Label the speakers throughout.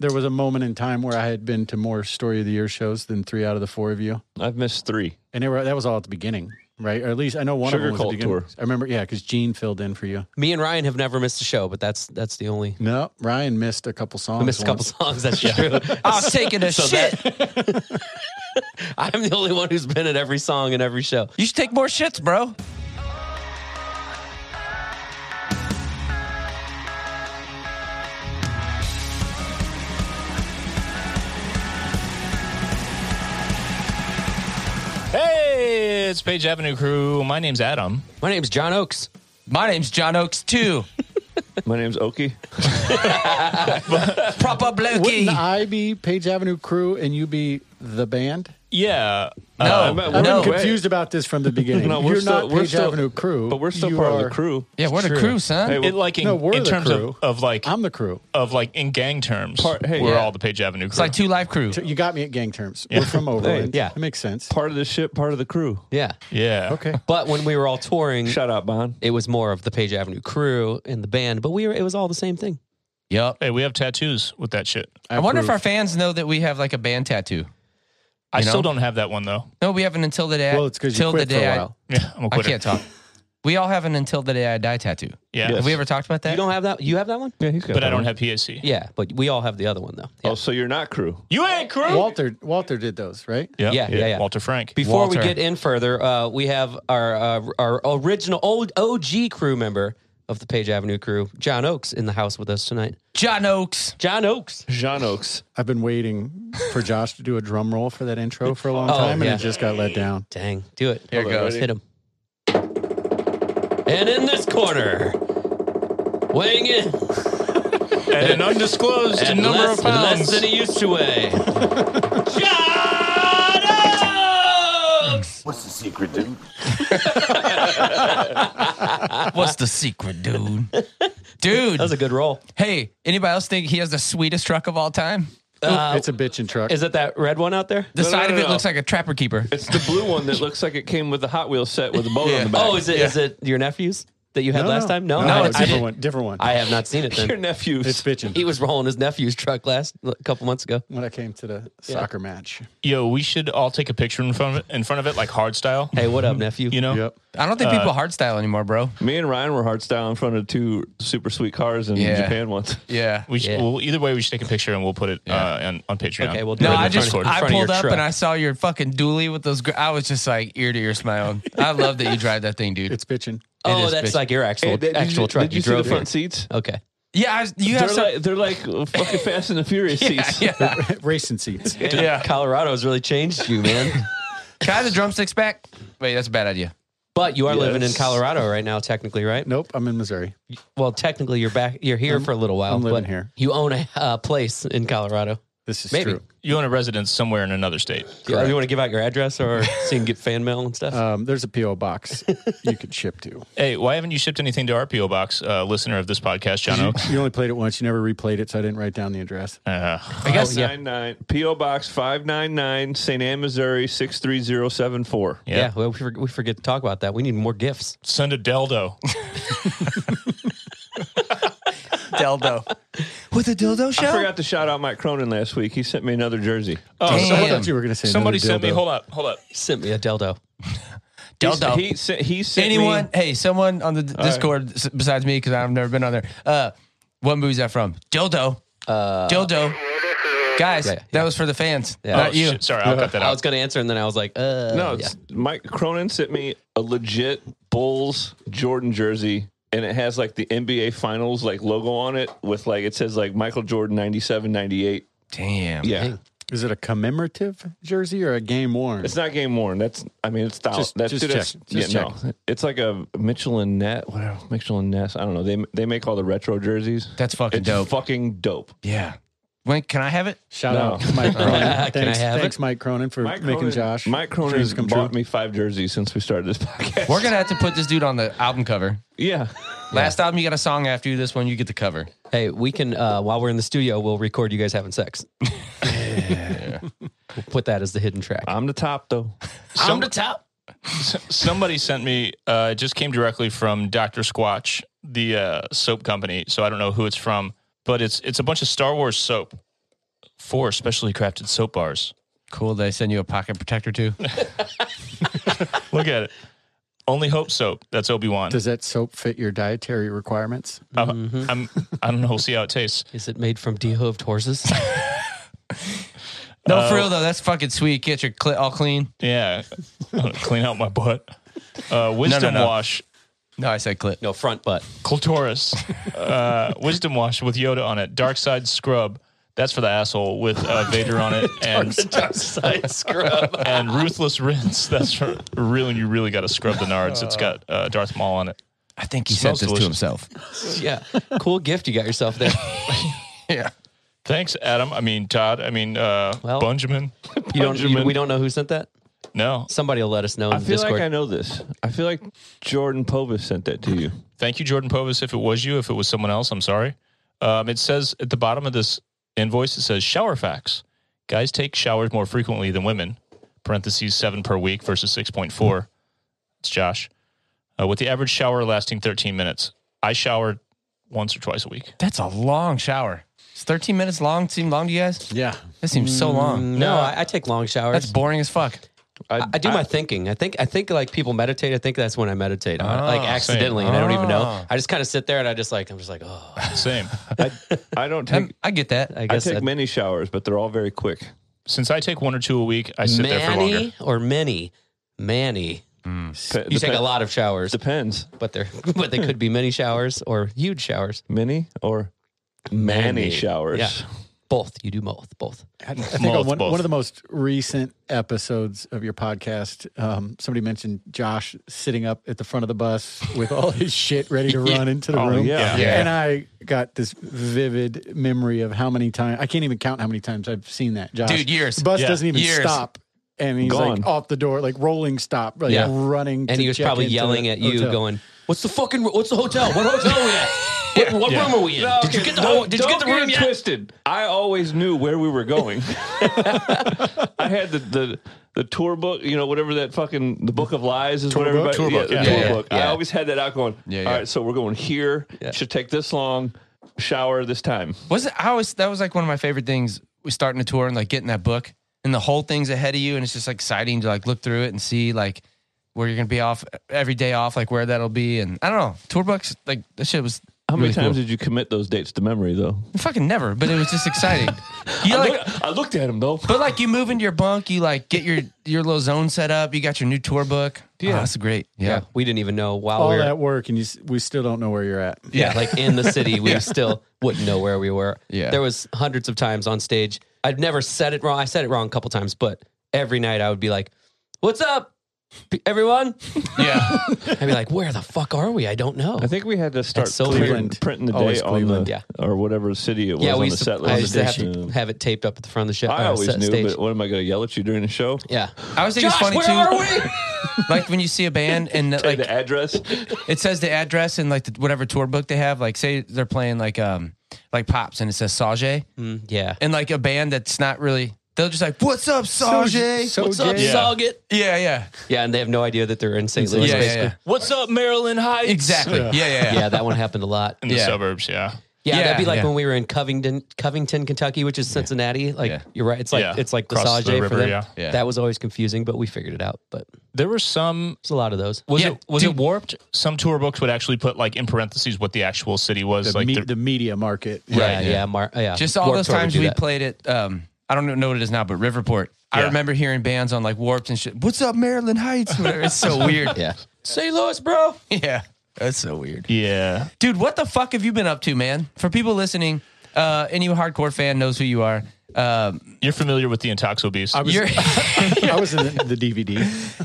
Speaker 1: there was a moment in time where I had been to more story of the year shows than three out of the four of you,
Speaker 2: I've missed three.
Speaker 1: and they were, that was all at the beginning, right? Or at least I know one of
Speaker 2: Sugar
Speaker 1: them was at
Speaker 2: Cult
Speaker 1: the beginning.
Speaker 2: Tour.
Speaker 1: I remember, yeah, because Gene filled in for you.
Speaker 3: Me and Ryan have never missed a show, but that's that's the only.
Speaker 1: No, Ryan missed a couple songs.
Speaker 3: I missed a couple
Speaker 1: once.
Speaker 3: songs. That's true.
Speaker 4: I was taking a shit.
Speaker 3: I'm the only one who's been at every song and every show.
Speaker 4: you should take more shits, bro.
Speaker 5: Hey, it's Page Avenue Crew. My name's Adam.
Speaker 3: My name's John Oakes.
Speaker 4: My name's John Oakes too.
Speaker 2: My name's Oki.
Speaker 4: Proper blokey.
Speaker 1: Wouldn't I be Page Avenue Crew and you be the band?
Speaker 5: Yeah.
Speaker 4: No.
Speaker 5: uh,
Speaker 1: I've
Speaker 4: No.
Speaker 1: been confused about this from the beginning.
Speaker 2: No, we're
Speaker 1: You're
Speaker 2: still-
Speaker 1: not
Speaker 2: we're
Speaker 1: Page
Speaker 2: still-
Speaker 1: Avenue Crew,
Speaker 2: But we're still
Speaker 1: You
Speaker 2: part of the
Speaker 1: are-
Speaker 2: crew.
Speaker 4: yeah, we're the crew, son.
Speaker 2: Hey,
Speaker 5: it, like in,
Speaker 1: No, we're
Speaker 5: in
Speaker 1: the
Speaker 5: terms of,
Speaker 1: crew.
Speaker 5: of like
Speaker 1: I'm the crew.
Speaker 5: of like in gang terms,
Speaker 2: Part- hey,
Speaker 5: we're
Speaker 2: yeah.
Speaker 5: all the Page Avenue Crew.
Speaker 4: it's like two live crew.
Speaker 1: You got me at gang terms. We're from Overland.
Speaker 3: yeah.
Speaker 1: it makes sense.
Speaker 2: Part of the ship, part of the crew.
Speaker 3: Yeah.
Speaker 5: yeah.
Speaker 1: Okay,
Speaker 3: But when we were all touring,
Speaker 2: Shut up, Bon.
Speaker 3: it was more of the Page Avenue crew and the band, but we were it was all the same thing.
Speaker 4: Yep.
Speaker 5: Hey, we have tattoos with that shit.
Speaker 1: I,
Speaker 4: I wonder if
Speaker 1: approve.
Speaker 4: our fans know that we have like a band tattoo.
Speaker 5: I
Speaker 4: You know?
Speaker 5: still don't have that one though.
Speaker 4: No, we haven't until the day.
Speaker 1: Well, it's 'cause you
Speaker 4: till
Speaker 1: quit
Speaker 4: the
Speaker 1: for a
Speaker 4: day I-
Speaker 1: while.
Speaker 5: Yeah, I'm a
Speaker 4: I
Speaker 5: quitter.
Speaker 4: can't talk. We all have an until the day I die tattoo.
Speaker 5: Yeah,
Speaker 2: Yes.
Speaker 4: Have we ever talked about that?
Speaker 3: You don't have that? You have that one?
Speaker 2: Yeah, he's got
Speaker 5: but I
Speaker 2: that
Speaker 5: don't
Speaker 2: one.
Speaker 5: have PSC.
Speaker 3: Yeah, but we all have the other one though. Yeah.
Speaker 2: Oh, so you're not crew.
Speaker 5: You ain't crew.
Speaker 1: Walter Walter did those right.
Speaker 5: yeah,
Speaker 3: Yeah, yeah, yeah.
Speaker 5: Walter Frank.
Speaker 3: Before we
Speaker 4: Walter.
Speaker 3: get in further, uh, we have our uh, our original old OG crew member of the Page Avenue crew, John Oakes, in the house with us tonight.
Speaker 4: John Oakes.
Speaker 3: John Oakes.
Speaker 2: John Oaks.
Speaker 1: I've been waiting for Josh to do a drum roll for that intro for a long time,
Speaker 3: Oh, yeah.
Speaker 1: and it just got let down.
Speaker 3: Dang, do it.
Speaker 4: Here
Speaker 3: Hold
Speaker 4: it
Speaker 3: on,
Speaker 4: goes.
Speaker 3: Hit him. And in this corner, weighing in
Speaker 5: At an undisclosed
Speaker 3: at
Speaker 5: number
Speaker 3: less,
Speaker 5: of pounds.
Speaker 3: less than he used to weigh, John Oakes.
Speaker 6: What's the secret, dude?
Speaker 4: What's the secret, dude? Dude,
Speaker 3: That was a good roll.
Speaker 4: hey, anybody else think he has the sweetest truck of all time?
Speaker 1: it's a bitching truck.
Speaker 3: Uh, Is it that red one out there?
Speaker 4: The
Speaker 2: No, no,
Speaker 4: side
Speaker 2: no,
Speaker 4: of it
Speaker 2: no.
Speaker 4: looks like a trapper keeper.
Speaker 2: It's the blue one that looks like it came with the Hot Wheels set with a boat on the back.
Speaker 3: Oh, is it? Is it your nephews that you had last time? No,
Speaker 1: no,
Speaker 3: I-
Speaker 1: it's
Speaker 3: I,
Speaker 1: different
Speaker 3: didn't-
Speaker 1: one. Different one.
Speaker 3: I have not seen it.
Speaker 2: your
Speaker 3: Then.
Speaker 2: nephews?
Speaker 1: it's bitching.
Speaker 3: He was rolling his nephew's truck last a couple months ago.
Speaker 1: when I came to the soccer match.
Speaker 5: Yo, we should all take a picture in front of it, in front of it like hard style.
Speaker 3: Hey, what up, nephew?
Speaker 5: You know,
Speaker 1: Yep.
Speaker 4: I don't think people hardstyle anymore, bro.
Speaker 2: Me and Ryan were hard style in front of two super sweet cars in
Speaker 4: Yeah.
Speaker 2: Japan once.
Speaker 4: Yeah.
Speaker 5: we should,
Speaker 3: Yeah.
Speaker 5: well, either way, we should take a picture and we'll put it uh, on, on Patreon.
Speaker 3: Okay, we'll do
Speaker 4: No,
Speaker 3: Right in
Speaker 4: I
Speaker 3: front
Speaker 4: just
Speaker 3: of- in
Speaker 4: I
Speaker 3: front of your
Speaker 4: pulled up
Speaker 3: truck.
Speaker 4: and I saw your fucking dually with those. Gr- I was just like ear to ear smiling. I love that you drive that thing, dude.
Speaker 1: It's bitching.
Speaker 3: Oh,
Speaker 4: is
Speaker 3: that's
Speaker 4: bitch.
Speaker 3: like your actual
Speaker 2: Hey, did you-
Speaker 3: actual truck
Speaker 2: Did you,
Speaker 3: you,
Speaker 2: see
Speaker 3: drove
Speaker 2: the
Speaker 3: here.
Speaker 2: front seats?
Speaker 3: Okay.
Speaker 4: yeah, I, was- you
Speaker 2: They're
Speaker 4: have some.
Speaker 2: like they're like fucking Fast and the Furious seats.
Speaker 4: yeah,
Speaker 1: Racing seats.
Speaker 4: yeah.
Speaker 3: Colorado's really changed you, man.
Speaker 4: Can I have the drumsticks back? Wait, that's a bad idea.
Speaker 3: but you are living in
Speaker 2: Yes.
Speaker 3: Colorado right now, technically, right?
Speaker 1: Nope, I'm in Missouri.
Speaker 3: Well, technically, you're back. You're here for a little while.
Speaker 1: I'm living
Speaker 3: but
Speaker 1: here.
Speaker 3: You own a uh, place in Colorado.
Speaker 1: This is
Speaker 3: Maybe.
Speaker 1: true.
Speaker 5: You own a residence somewhere in another state.
Speaker 3: Yeah, Oh, you want to give out your address or so you can get fan mail and stuff?
Speaker 1: Um, there's a PO box you could ship to.
Speaker 5: Hey, why haven't you shipped anything to our PO box, uh, listener of this podcast, John Oak?
Speaker 1: You only played it once. You never replayed it, so I didn't write down the address.
Speaker 5: Uh,
Speaker 4: I
Speaker 3: Oh,
Speaker 4: guess. yeah.
Speaker 2: 599 PO Box 599 St. Anne, Missouri 63074.
Speaker 3: yeah.
Speaker 5: yeah.
Speaker 3: well, we, for, we forget to talk about that. We need more gifts.
Speaker 5: send a dildo.
Speaker 4: dildo. With a dildo
Speaker 2: I
Speaker 4: show?
Speaker 2: forgot to shout out Mike Cronin last week. He sent me another jersey.
Speaker 5: Oh,
Speaker 4: Damn.
Speaker 1: I
Speaker 5: somebody,
Speaker 1: thought you were going to say
Speaker 5: somebody
Speaker 1: another
Speaker 5: sent me.
Speaker 1: dildo.
Speaker 5: Hold up, hold up.
Speaker 3: He sent me a dildo.
Speaker 4: dildo.
Speaker 2: He, sent, he sent me-
Speaker 4: Anyone? Hey, someone on the d- Discord s besides me because I've never been on there. Uh, what movie's that from? Dildo. Uh, Dildo. Guys,
Speaker 3: yeah, yeah.
Speaker 4: that was for the fans,
Speaker 5: Oh,
Speaker 4: not you.
Speaker 5: shit. Sorry, I'll cut that
Speaker 3: I
Speaker 5: out.
Speaker 3: was going to answer and then I was like, uh.
Speaker 2: no, it's, Mike Cronin sent me a legit Bulls Jordan jersey. And it has like the NBA Finals like logo on it with like it says like Michael Jordan 97 98.
Speaker 4: Damn.
Speaker 2: Yeah.
Speaker 1: Is it a commemorative jersey or a game worn?
Speaker 2: It's not game worn. That's I mean it's thou-
Speaker 1: Just-
Speaker 2: that's
Speaker 1: just
Speaker 2: dude, that's-
Speaker 1: check. Just
Speaker 2: yeah, no. It's like a Mitchell and Net whatever Mitchell and Ness. I don't know. They they make all the retro jerseys.
Speaker 4: That's fucking
Speaker 2: it's
Speaker 4: dope.
Speaker 2: fucking dope.
Speaker 4: yeah. When can I have it?
Speaker 1: Shout
Speaker 2: No.
Speaker 1: out to Mike Cronin.
Speaker 3: Can
Speaker 1: thanks,
Speaker 3: I have
Speaker 1: thanks Mike Cronin, for
Speaker 2: Mike
Speaker 1: making
Speaker 2: Cronin,
Speaker 1: Josh.
Speaker 2: Mike Cronin
Speaker 1: dreams
Speaker 2: has
Speaker 1: come
Speaker 2: bought
Speaker 1: true.
Speaker 2: me five jerseys since we started this podcast.
Speaker 4: We're gonna have to put this dude on the album cover.
Speaker 2: yeah.
Speaker 4: Last album, you got a song after you. This one, you get the cover.
Speaker 3: Hey, we can uh, while we're in the studio, we'll record you guys having sex. We'll put that as the hidden track.
Speaker 4: Uh,
Speaker 2: I'm the top though.
Speaker 5: I'm the top. Somebody sent me. Uh, it just came directly from Doctor Squatch, the uh, soap company. So I don't know who it's from, but it's it's a bunch of Star Wars soap, four specially crafted soap bars.
Speaker 4: Cool. They send you a pocket protector too.
Speaker 5: Look at it. Only Hope soap. That's Obi Wan.
Speaker 1: Does that soap fit your dietary requirements?
Speaker 5: I'm. I don't know. We'll see how it tastes.
Speaker 3: Is it made from dehoved horses?
Speaker 4: No, for real though, that's fucking sweet. Get your clit all clean.
Speaker 5: Yeah. I'm gonna clean out my butt. Uh, wisdom
Speaker 4: no.
Speaker 5: wash.
Speaker 4: No, I said clit.
Speaker 3: no, front butt.
Speaker 5: Clitoris. Uh, wisdom wash with Yoda on it. Dark side scrub. That's for the asshole with uh, Vader on it. and
Speaker 3: Dark side scrub.
Speaker 5: and ruthless rinse. That's for really you really got to scrub the nards. It's got uh, Darth Maul on it.
Speaker 4: I think he
Speaker 5: Smells
Speaker 4: sent this to
Speaker 5: delicious.
Speaker 4: himself.
Speaker 3: yeah. Cool gift you got yourself there.
Speaker 4: yeah.
Speaker 5: Thanks, Adam. I mean Todd. I mean uh,
Speaker 3: Well-
Speaker 5: Benjamin.
Speaker 3: You don't. You,
Speaker 5: Benjamin.
Speaker 3: we don't know who sent that.
Speaker 5: No,
Speaker 3: Somebody will let us know in
Speaker 2: I
Speaker 3: the
Speaker 2: feel
Speaker 3: Discord.
Speaker 2: like I know this. I feel like Jordan Povis sent that to you.
Speaker 5: thank you, Jordan Povis. If it was you, if it was someone else, I'm sorry. Um, it says at the bottom of this invoice, it says shower facts. Guys take showers more frequently than women. Parentheses seven per week versus six point four. It's Josh. Uh, with the average shower lasting 13 minutes. I shower once or twice a week.
Speaker 4: That's a long shower. It's 13 minutes long. Seem long to you guys?
Speaker 1: Yeah.
Speaker 4: That seems so long.
Speaker 3: no, Mm, I, I take long showers.
Speaker 4: That's boring as fuck.
Speaker 3: I, I do my thinking. I think I think like people meditate. I think that's when I meditate, on it, like accidentally, and I don't even know.
Speaker 4: Oh.
Speaker 3: I just kind of sit there and I just like I'm just like oh.
Speaker 5: Same.
Speaker 2: I, I don't
Speaker 4: I,
Speaker 2: take.
Speaker 4: Um, I get that.
Speaker 3: Um, I
Speaker 2: I
Speaker 3: guess
Speaker 2: take
Speaker 3: that-
Speaker 2: many showers, but they're all very quick.
Speaker 5: Since I take one or two a week, I sit there for longer.
Speaker 3: Manny or many, Manny.
Speaker 2: Pe-
Speaker 3: You take
Speaker 2: depen-
Speaker 3: a lot of showers,
Speaker 2: Depends.
Speaker 3: but they're but they could be many showers or huge showers.
Speaker 2: Many or many,
Speaker 3: Many.
Speaker 2: showers.
Speaker 3: Yeah, both. You do both. Both.
Speaker 1: I, I think
Speaker 5: Both,
Speaker 1: on one,
Speaker 5: both.
Speaker 1: one of the most recent episodes of your podcast, um, somebody mentioned Josh sitting up at the front of the bus with all his shit ready to run into the
Speaker 2: Oh,
Speaker 1: room.
Speaker 2: yeah.
Speaker 5: Yeah.
Speaker 1: And I got this vivid memory of how many times I can't even count how many times I've seen that. Josh.
Speaker 4: Dude, years.
Speaker 1: Bus
Speaker 5: Yeah,
Speaker 1: doesn't even
Speaker 4: years.
Speaker 1: stop. And he's
Speaker 2: Gone.
Speaker 1: like off the door, like rolling stop, like
Speaker 3: Yeah.
Speaker 1: running. to
Speaker 3: And he was
Speaker 1: check
Speaker 3: probably
Speaker 1: into
Speaker 3: yelling
Speaker 1: the
Speaker 3: at you,
Speaker 1: hotel.
Speaker 3: going, "What's the fucking? What's the hotel? What hotel are we at? What, what
Speaker 5: Yeah.
Speaker 3: room are we in?
Speaker 2: No,
Speaker 3: did you
Speaker 2: okay,
Speaker 3: get the?
Speaker 2: don't-
Speaker 3: ho- Oh, did you get
Speaker 2: don't
Speaker 3: the room
Speaker 2: it
Speaker 3: yet?
Speaker 2: twisted? I always knew where we were going. I had the, the the tour book, you know, whatever that fucking the book of lies is. whatever
Speaker 1: book?
Speaker 2: everybody-
Speaker 5: Tour book,
Speaker 2: yeah,
Speaker 5: yeah.
Speaker 2: the tour
Speaker 4: Yeah, yeah,
Speaker 2: book. I
Speaker 3: yeah.
Speaker 2: always had that out going.
Speaker 4: Yeah, yeah.
Speaker 2: All right, so we're going here. Should take this long. Shower this time.
Speaker 4: Was it? I was. That was like one of my favorite things. Was starting a tour and like getting that book, and the whole thing's ahead of you, and it's just like exciting to like look through it and see like where you're gonna be off every day off, like where that'll be, and I don't know. Tour books, like that shit was.
Speaker 2: How many
Speaker 4: really
Speaker 2: times
Speaker 4: cool.
Speaker 2: did you commit those dates to memory though?
Speaker 4: Fucking never, but it was just exciting. you
Speaker 2: I,
Speaker 4: like,
Speaker 2: look- I looked at him though.
Speaker 4: but like you move into your bunk, you like get your your little zone set up, you got your new tour book. Yeah, that's great. Yeah.
Speaker 3: Yeah, we didn't even know while
Speaker 1: all
Speaker 3: we were
Speaker 1: that work, and you, s- we still don't know where you're at.
Speaker 3: Yeah, like in the city, we still wouldn't know where we were.
Speaker 4: Yeah.
Speaker 3: there was hundreds of times on stage. I'd never said it wrong. I said it wrong a couple times, but every night I would be like, "What's up, p- everyone?"
Speaker 4: yeah.
Speaker 3: I'd be like, "Where the fuck are we? I don't know."
Speaker 2: I think we had to start
Speaker 3: That's so
Speaker 2: clearing,
Speaker 1: Cleveland.
Speaker 2: printing the
Speaker 1: Always
Speaker 2: day on the
Speaker 1: Cleveland.
Speaker 3: Yeah.
Speaker 2: or whatever city it was
Speaker 3: yeah,
Speaker 2: on
Speaker 3: we
Speaker 2: the
Speaker 3: used
Speaker 2: set
Speaker 3: to, I used
Speaker 2: list.
Speaker 3: to have to have it taped up at the front of the show.
Speaker 2: I
Speaker 3: uh,
Speaker 2: always
Speaker 3: set
Speaker 2: knew,
Speaker 3: stage.
Speaker 2: but what am I going to yell at you during the show?
Speaker 3: yeah,
Speaker 4: I was thinking it's funny
Speaker 3: where
Speaker 4: too.
Speaker 3: are we?
Speaker 4: Like when you see a band and
Speaker 2: Like
Speaker 4: like
Speaker 2: the address.
Speaker 4: It says the address and like the, whatever tour book they have. Like say they're playing like um like pops and it says Sage
Speaker 3: Mm, yeah,
Speaker 4: and like a band that's not really. They'll just like what's up Sage?
Speaker 1: So
Speaker 3: what's up,
Speaker 1: Jay-
Speaker 5: Yeah.
Speaker 3: Sauget?
Speaker 4: yeah, yeah,
Speaker 3: Yeah, and they have no idea that they're in St.
Speaker 4: yeah,
Speaker 3: Louis.
Speaker 4: yeah,
Speaker 3: basically.
Speaker 4: yeah.
Speaker 5: What's up, Maryland Heights?
Speaker 4: exactly. Yeah, yeah, yeah.
Speaker 3: yeah, that one happened a lot.
Speaker 5: In the
Speaker 4: Yeah.
Speaker 5: suburbs, yeah.
Speaker 3: Yeah,
Speaker 4: Yeah,
Speaker 3: that'd be like
Speaker 4: yeah.
Speaker 3: when we were in Covington, Covington, Kentucky, which is Cincinnati. Like
Speaker 4: Yeah.
Speaker 3: you're right, it's like
Speaker 5: Yeah.
Speaker 3: it's like the
Speaker 5: Across
Speaker 3: Sage
Speaker 5: the river,
Speaker 3: for them.
Speaker 5: yeah.
Speaker 4: Yeah.
Speaker 3: That was always confusing, but we figured it out. But
Speaker 5: There were some.
Speaker 3: it's a lot of those.
Speaker 5: Was
Speaker 4: Yeah,
Speaker 5: it was
Speaker 4: dude.
Speaker 5: it warped? Some tour books would actually put like in parentheses what the actual city was.
Speaker 1: the,
Speaker 5: like
Speaker 1: me-
Speaker 5: the-
Speaker 1: the media market.
Speaker 3: yeah, yeah, Mar- yeah.
Speaker 4: Just all
Speaker 3: Warped
Speaker 4: those
Speaker 3: Tour would
Speaker 4: times
Speaker 3: do
Speaker 4: we
Speaker 3: that.
Speaker 4: played it. Um, I don't know what it is now, but Riverport. I
Speaker 5: Yeah.
Speaker 4: remember hearing bands on like Warped and shit. What's up Maryland Heights? Whatever. It's so weird.
Speaker 3: Yeah, St. Louis, bro.
Speaker 4: yeah, that's so weird.
Speaker 5: yeah.
Speaker 4: dude what the fuck have you been up to man for people listening uh any hardcore fan knows who you are um
Speaker 5: You're familiar with the Intoxo Beast.
Speaker 1: I was,
Speaker 4: you're
Speaker 1: I was in the, the DVD.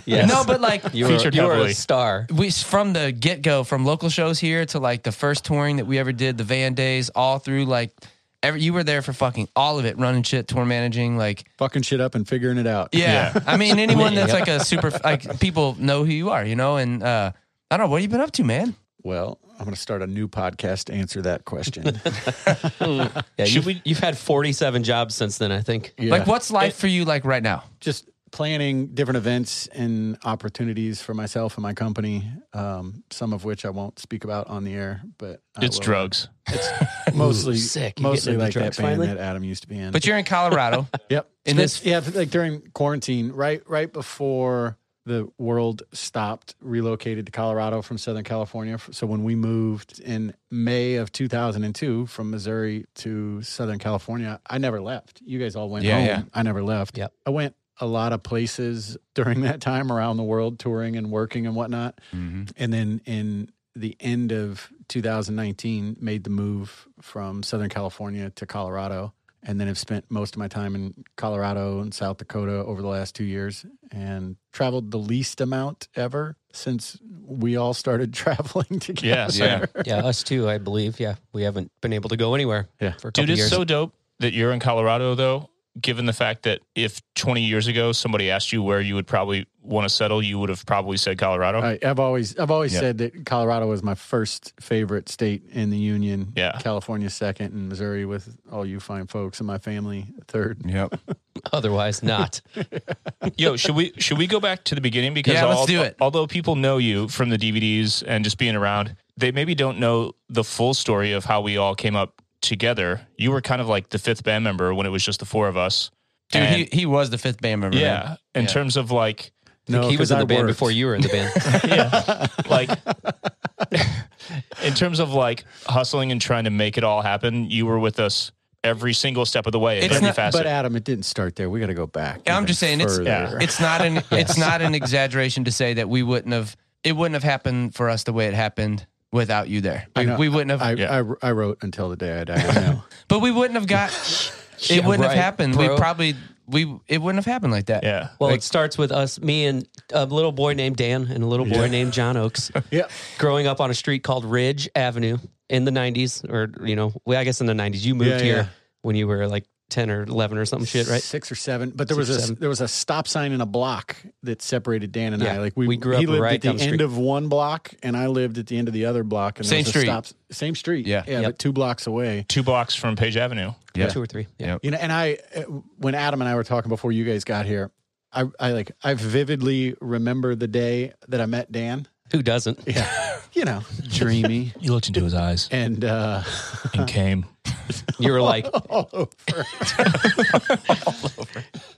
Speaker 3: Yes.
Speaker 4: no but like
Speaker 3: you were,
Speaker 5: Featured
Speaker 3: you were a
Speaker 5: heavily.
Speaker 3: star.
Speaker 4: we from the get-go from local shows here to like the first touring that we ever did the van days all through like every, you were there for fucking all of it running shit tour managing like
Speaker 1: Fucking shit up and figuring it out.
Speaker 4: yeah, i mean anyone that's
Speaker 3: Yeah.
Speaker 4: like a super like people know who you are you know and uh i don't know what have you been up to man
Speaker 1: Well, I'm going to start a new podcast to answer that question.
Speaker 3: Yeah,
Speaker 5: Should
Speaker 3: you've,
Speaker 5: we-
Speaker 3: you've had 47 jobs since then, I think.
Speaker 1: Yeah.
Speaker 4: like what's life for you like right now
Speaker 1: Just planning different events and opportunities for myself and my company, um, some of which I won't speak about on the air, but I
Speaker 5: It's
Speaker 1: will.
Speaker 5: drugs.
Speaker 1: Mostly,
Speaker 3: sick. You
Speaker 1: mostly
Speaker 3: getting into
Speaker 1: like that band
Speaker 3: drugs finally?
Speaker 1: that Adam used to be in.
Speaker 4: But you're in Colorado.
Speaker 1: Yep.
Speaker 4: And
Speaker 1: And
Speaker 4: this-
Speaker 1: this, yeah, like during quarantine, right, right before the world stopped, relocated to Colorado from Southern California. So when we moved in May of 2002 from Missouri to Southern California, I never left. You guys all went
Speaker 4: Yeah,
Speaker 1: home.
Speaker 4: yeah.
Speaker 1: I never left.
Speaker 3: Yep.
Speaker 1: I went a lot of places during that time around the world, touring and working and whatnot. And then in the end of 2019, made the move from Southern California to Colorado and then have spent most of my time in Colorado and South Dakota over the last two years and traveled the least amount ever since we all started traveling together.
Speaker 5: Yeah,
Speaker 4: Yeah.
Speaker 3: yeah, us too, I believe. Yeah, we haven't been able to go anywhere
Speaker 1: Yeah.
Speaker 3: for a couple
Speaker 5: Dude, it's
Speaker 3: years.
Speaker 5: so dope that you're in Colorado, though. Given the fact that if 20 years ago somebody asked you where you would probably want to settle, you would have probably said Colorado.
Speaker 1: I, I've always I've always
Speaker 5: Yeah.
Speaker 1: said that Colorado was my first favorite state in the union.
Speaker 5: Yeah.
Speaker 1: California second, and Missouri with all you fine folks and my family third.
Speaker 4: yep.
Speaker 3: Otherwise, not.
Speaker 5: Yo, should we should we go back to the beginning because
Speaker 4: Yeah, let's
Speaker 5: al-
Speaker 4: do it.
Speaker 5: although people know you from the DVDs and just being around, they maybe don't know the full story of how we all came up together. You were kind of like the fifth band member when it was just the four of us.
Speaker 4: Dude,
Speaker 5: And-
Speaker 4: he, he was the fifth band member. man.
Speaker 5: yeah, in
Speaker 4: Mm-hmm. Yeah.
Speaker 5: terms of like
Speaker 1: No,
Speaker 3: he was
Speaker 1: 'cause
Speaker 3: in the
Speaker 1: I
Speaker 3: band
Speaker 1: worked.
Speaker 3: before you were in the band.
Speaker 5: yeah, like in terms of like hustling and trying to make it all happen, you were with us every single step of the way. in
Speaker 4: It's
Speaker 5: every
Speaker 4: not-
Speaker 5: facet.
Speaker 1: But Adam, it didn't start there. We got to go back.
Speaker 4: Yeah, I'm
Speaker 1: even
Speaker 4: just saying it's-
Speaker 1: further.
Speaker 5: yeah,
Speaker 4: It's not an it's not an exaggeration to say that we wouldn't have it wouldn't have happened for us the way it happened without you there.
Speaker 1: I
Speaker 4: Like,
Speaker 1: know.
Speaker 4: we wouldn't have
Speaker 1: I,
Speaker 5: Yeah.
Speaker 1: I, I wrote until the day I died. I know.
Speaker 4: but we wouldn't have got it
Speaker 3: Yeah,
Speaker 4: wouldn't
Speaker 3: right,
Speaker 4: have happened.
Speaker 3: bro.
Speaker 4: We probably we it wouldn't have happened like that.
Speaker 5: yeah.
Speaker 3: Well, it starts with us, me and a little boy named Dan and a little boy named John Oakes,
Speaker 1: yeah.
Speaker 3: growing up on a street called Ridge Avenue in the 90s, or, you know, well, I guess in the 90s. You moved
Speaker 1: Yeah,
Speaker 3: here
Speaker 1: yeah.
Speaker 3: when you were like 10 or 11 or something shit, right?
Speaker 1: Six or seven. But there
Speaker 3: Six or
Speaker 1: was a
Speaker 3: seven.
Speaker 1: there was a stop sign in a block that separated Dan and
Speaker 3: Yeah,
Speaker 1: I. Like we,
Speaker 3: we grew
Speaker 1: he
Speaker 3: up
Speaker 1: lived
Speaker 3: right
Speaker 1: at
Speaker 3: down
Speaker 1: the,
Speaker 3: the
Speaker 1: end
Speaker 3: street.
Speaker 1: of one block, and I lived at the end of the other block. And there
Speaker 4: Same
Speaker 1: was a
Speaker 4: street.
Speaker 1: stop- same street.
Speaker 4: Yeah.
Speaker 1: yeah,
Speaker 3: Yep.
Speaker 1: but two blocks away.
Speaker 5: Two blocks from Page Avenue.
Speaker 4: Yeah.
Speaker 3: Two or three. Yeah.
Speaker 4: Yep.
Speaker 1: You know, and I, uh, when Adam and I were talking before you guys got here, I, I like I vividly remember the day that I met Dan.
Speaker 3: Who doesn't?
Speaker 1: Yeah, you know, dreamy
Speaker 5: You looked into his eyes
Speaker 1: and uh,
Speaker 5: and came.
Speaker 3: You were like,
Speaker 1: all over.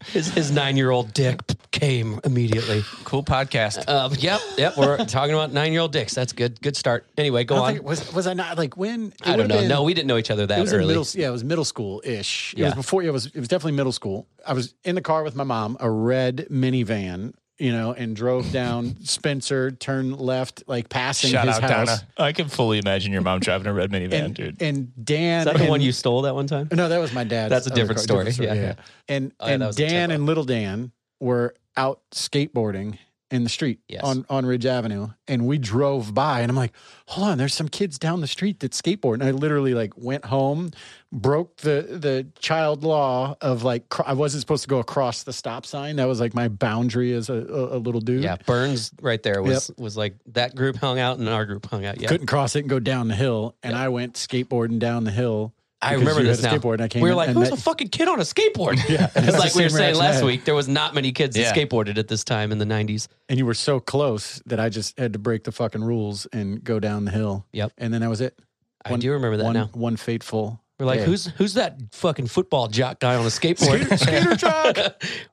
Speaker 3: his, his nine year old dick came immediately.
Speaker 4: Cool podcast.
Speaker 3: Uh, yep, yep. We're talking about nine year old dicks. That's good. Good start. Anyway, go
Speaker 1: I
Speaker 3: on.
Speaker 1: think, was was I not like when? it
Speaker 3: I don't
Speaker 1: would've
Speaker 3: know.
Speaker 1: been-
Speaker 3: no, we didn't know each other that
Speaker 1: it was in
Speaker 3: early.
Speaker 1: middle yeah it was middle school ish it
Speaker 3: Yeah.
Speaker 1: was before it was it was definitely middle school i was in the car with my mom a red minivan you know and drove down spencer turned left like passing
Speaker 5: Shout
Speaker 1: his
Speaker 5: out,
Speaker 1: house
Speaker 5: Donna. I can fully imagine your mom driving a red minivan,
Speaker 1: and
Speaker 5: dude.
Speaker 1: and dan
Speaker 3: Is that the
Speaker 1: and-
Speaker 3: one you stole that one time?
Speaker 1: no that was my dad
Speaker 3: That's a different story. Yeah,
Speaker 1: and
Speaker 3: Oh, yeah, that
Speaker 1: and
Speaker 3: was a
Speaker 1: dan
Speaker 3: tip-off.
Speaker 1: and little dan were out skateboarding in the street
Speaker 3: Yes.
Speaker 1: on, on Ridge Avenue, and we drove by, and I'm like, "Hold on, there's some kids down the street that skateboard." And I literally like went home, broke the the child law of like cr- I wasn't supposed to go across the stop sign. That was like my boundary as a, a, a little dude.
Speaker 3: Yeah, Burns right there was was like that group hung out and our group hung out. Yeah,
Speaker 1: couldn't cross it and go down the hill, and I went skateboarding down the hill.
Speaker 3: I
Speaker 1: because
Speaker 3: remember
Speaker 1: you had
Speaker 3: this
Speaker 1: a
Speaker 3: now.
Speaker 1: Skateboard, and I came
Speaker 3: we were
Speaker 1: in
Speaker 3: like,
Speaker 1: and
Speaker 3: "Who's
Speaker 1: met-
Speaker 3: the fucking kid on a skateboard?"
Speaker 1: Yeah, and
Speaker 3: it's
Speaker 1: that's
Speaker 3: like
Speaker 1: the
Speaker 3: we
Speaker 1: same
Speaker 3: were saying
Speaker 1: reaction I
Speaker 3: last
Speaker 1: had.
Speaker 3: week. There was not many kids that
Speaker 4: Yeah.
Speaker 3: skateboarded at this time in the '90s.
Speaker 1: and you were so close that I just had to break the fucking rules and go down the hill.
Speaker 3: Yep.
Speaker 1: And then that was it.
Speaker 3: I
Speaker 1: One-
Speaker 3: do remember that
Speaker 1: one
Speaker 3: now.
Speaker 1: one fateful.
Speaker 3: We're like,
Speaker 1: day.
Speaker 3: "Who's who's that fucking football jock guy on a skateboard?"
Speaker 1: Peter Jock?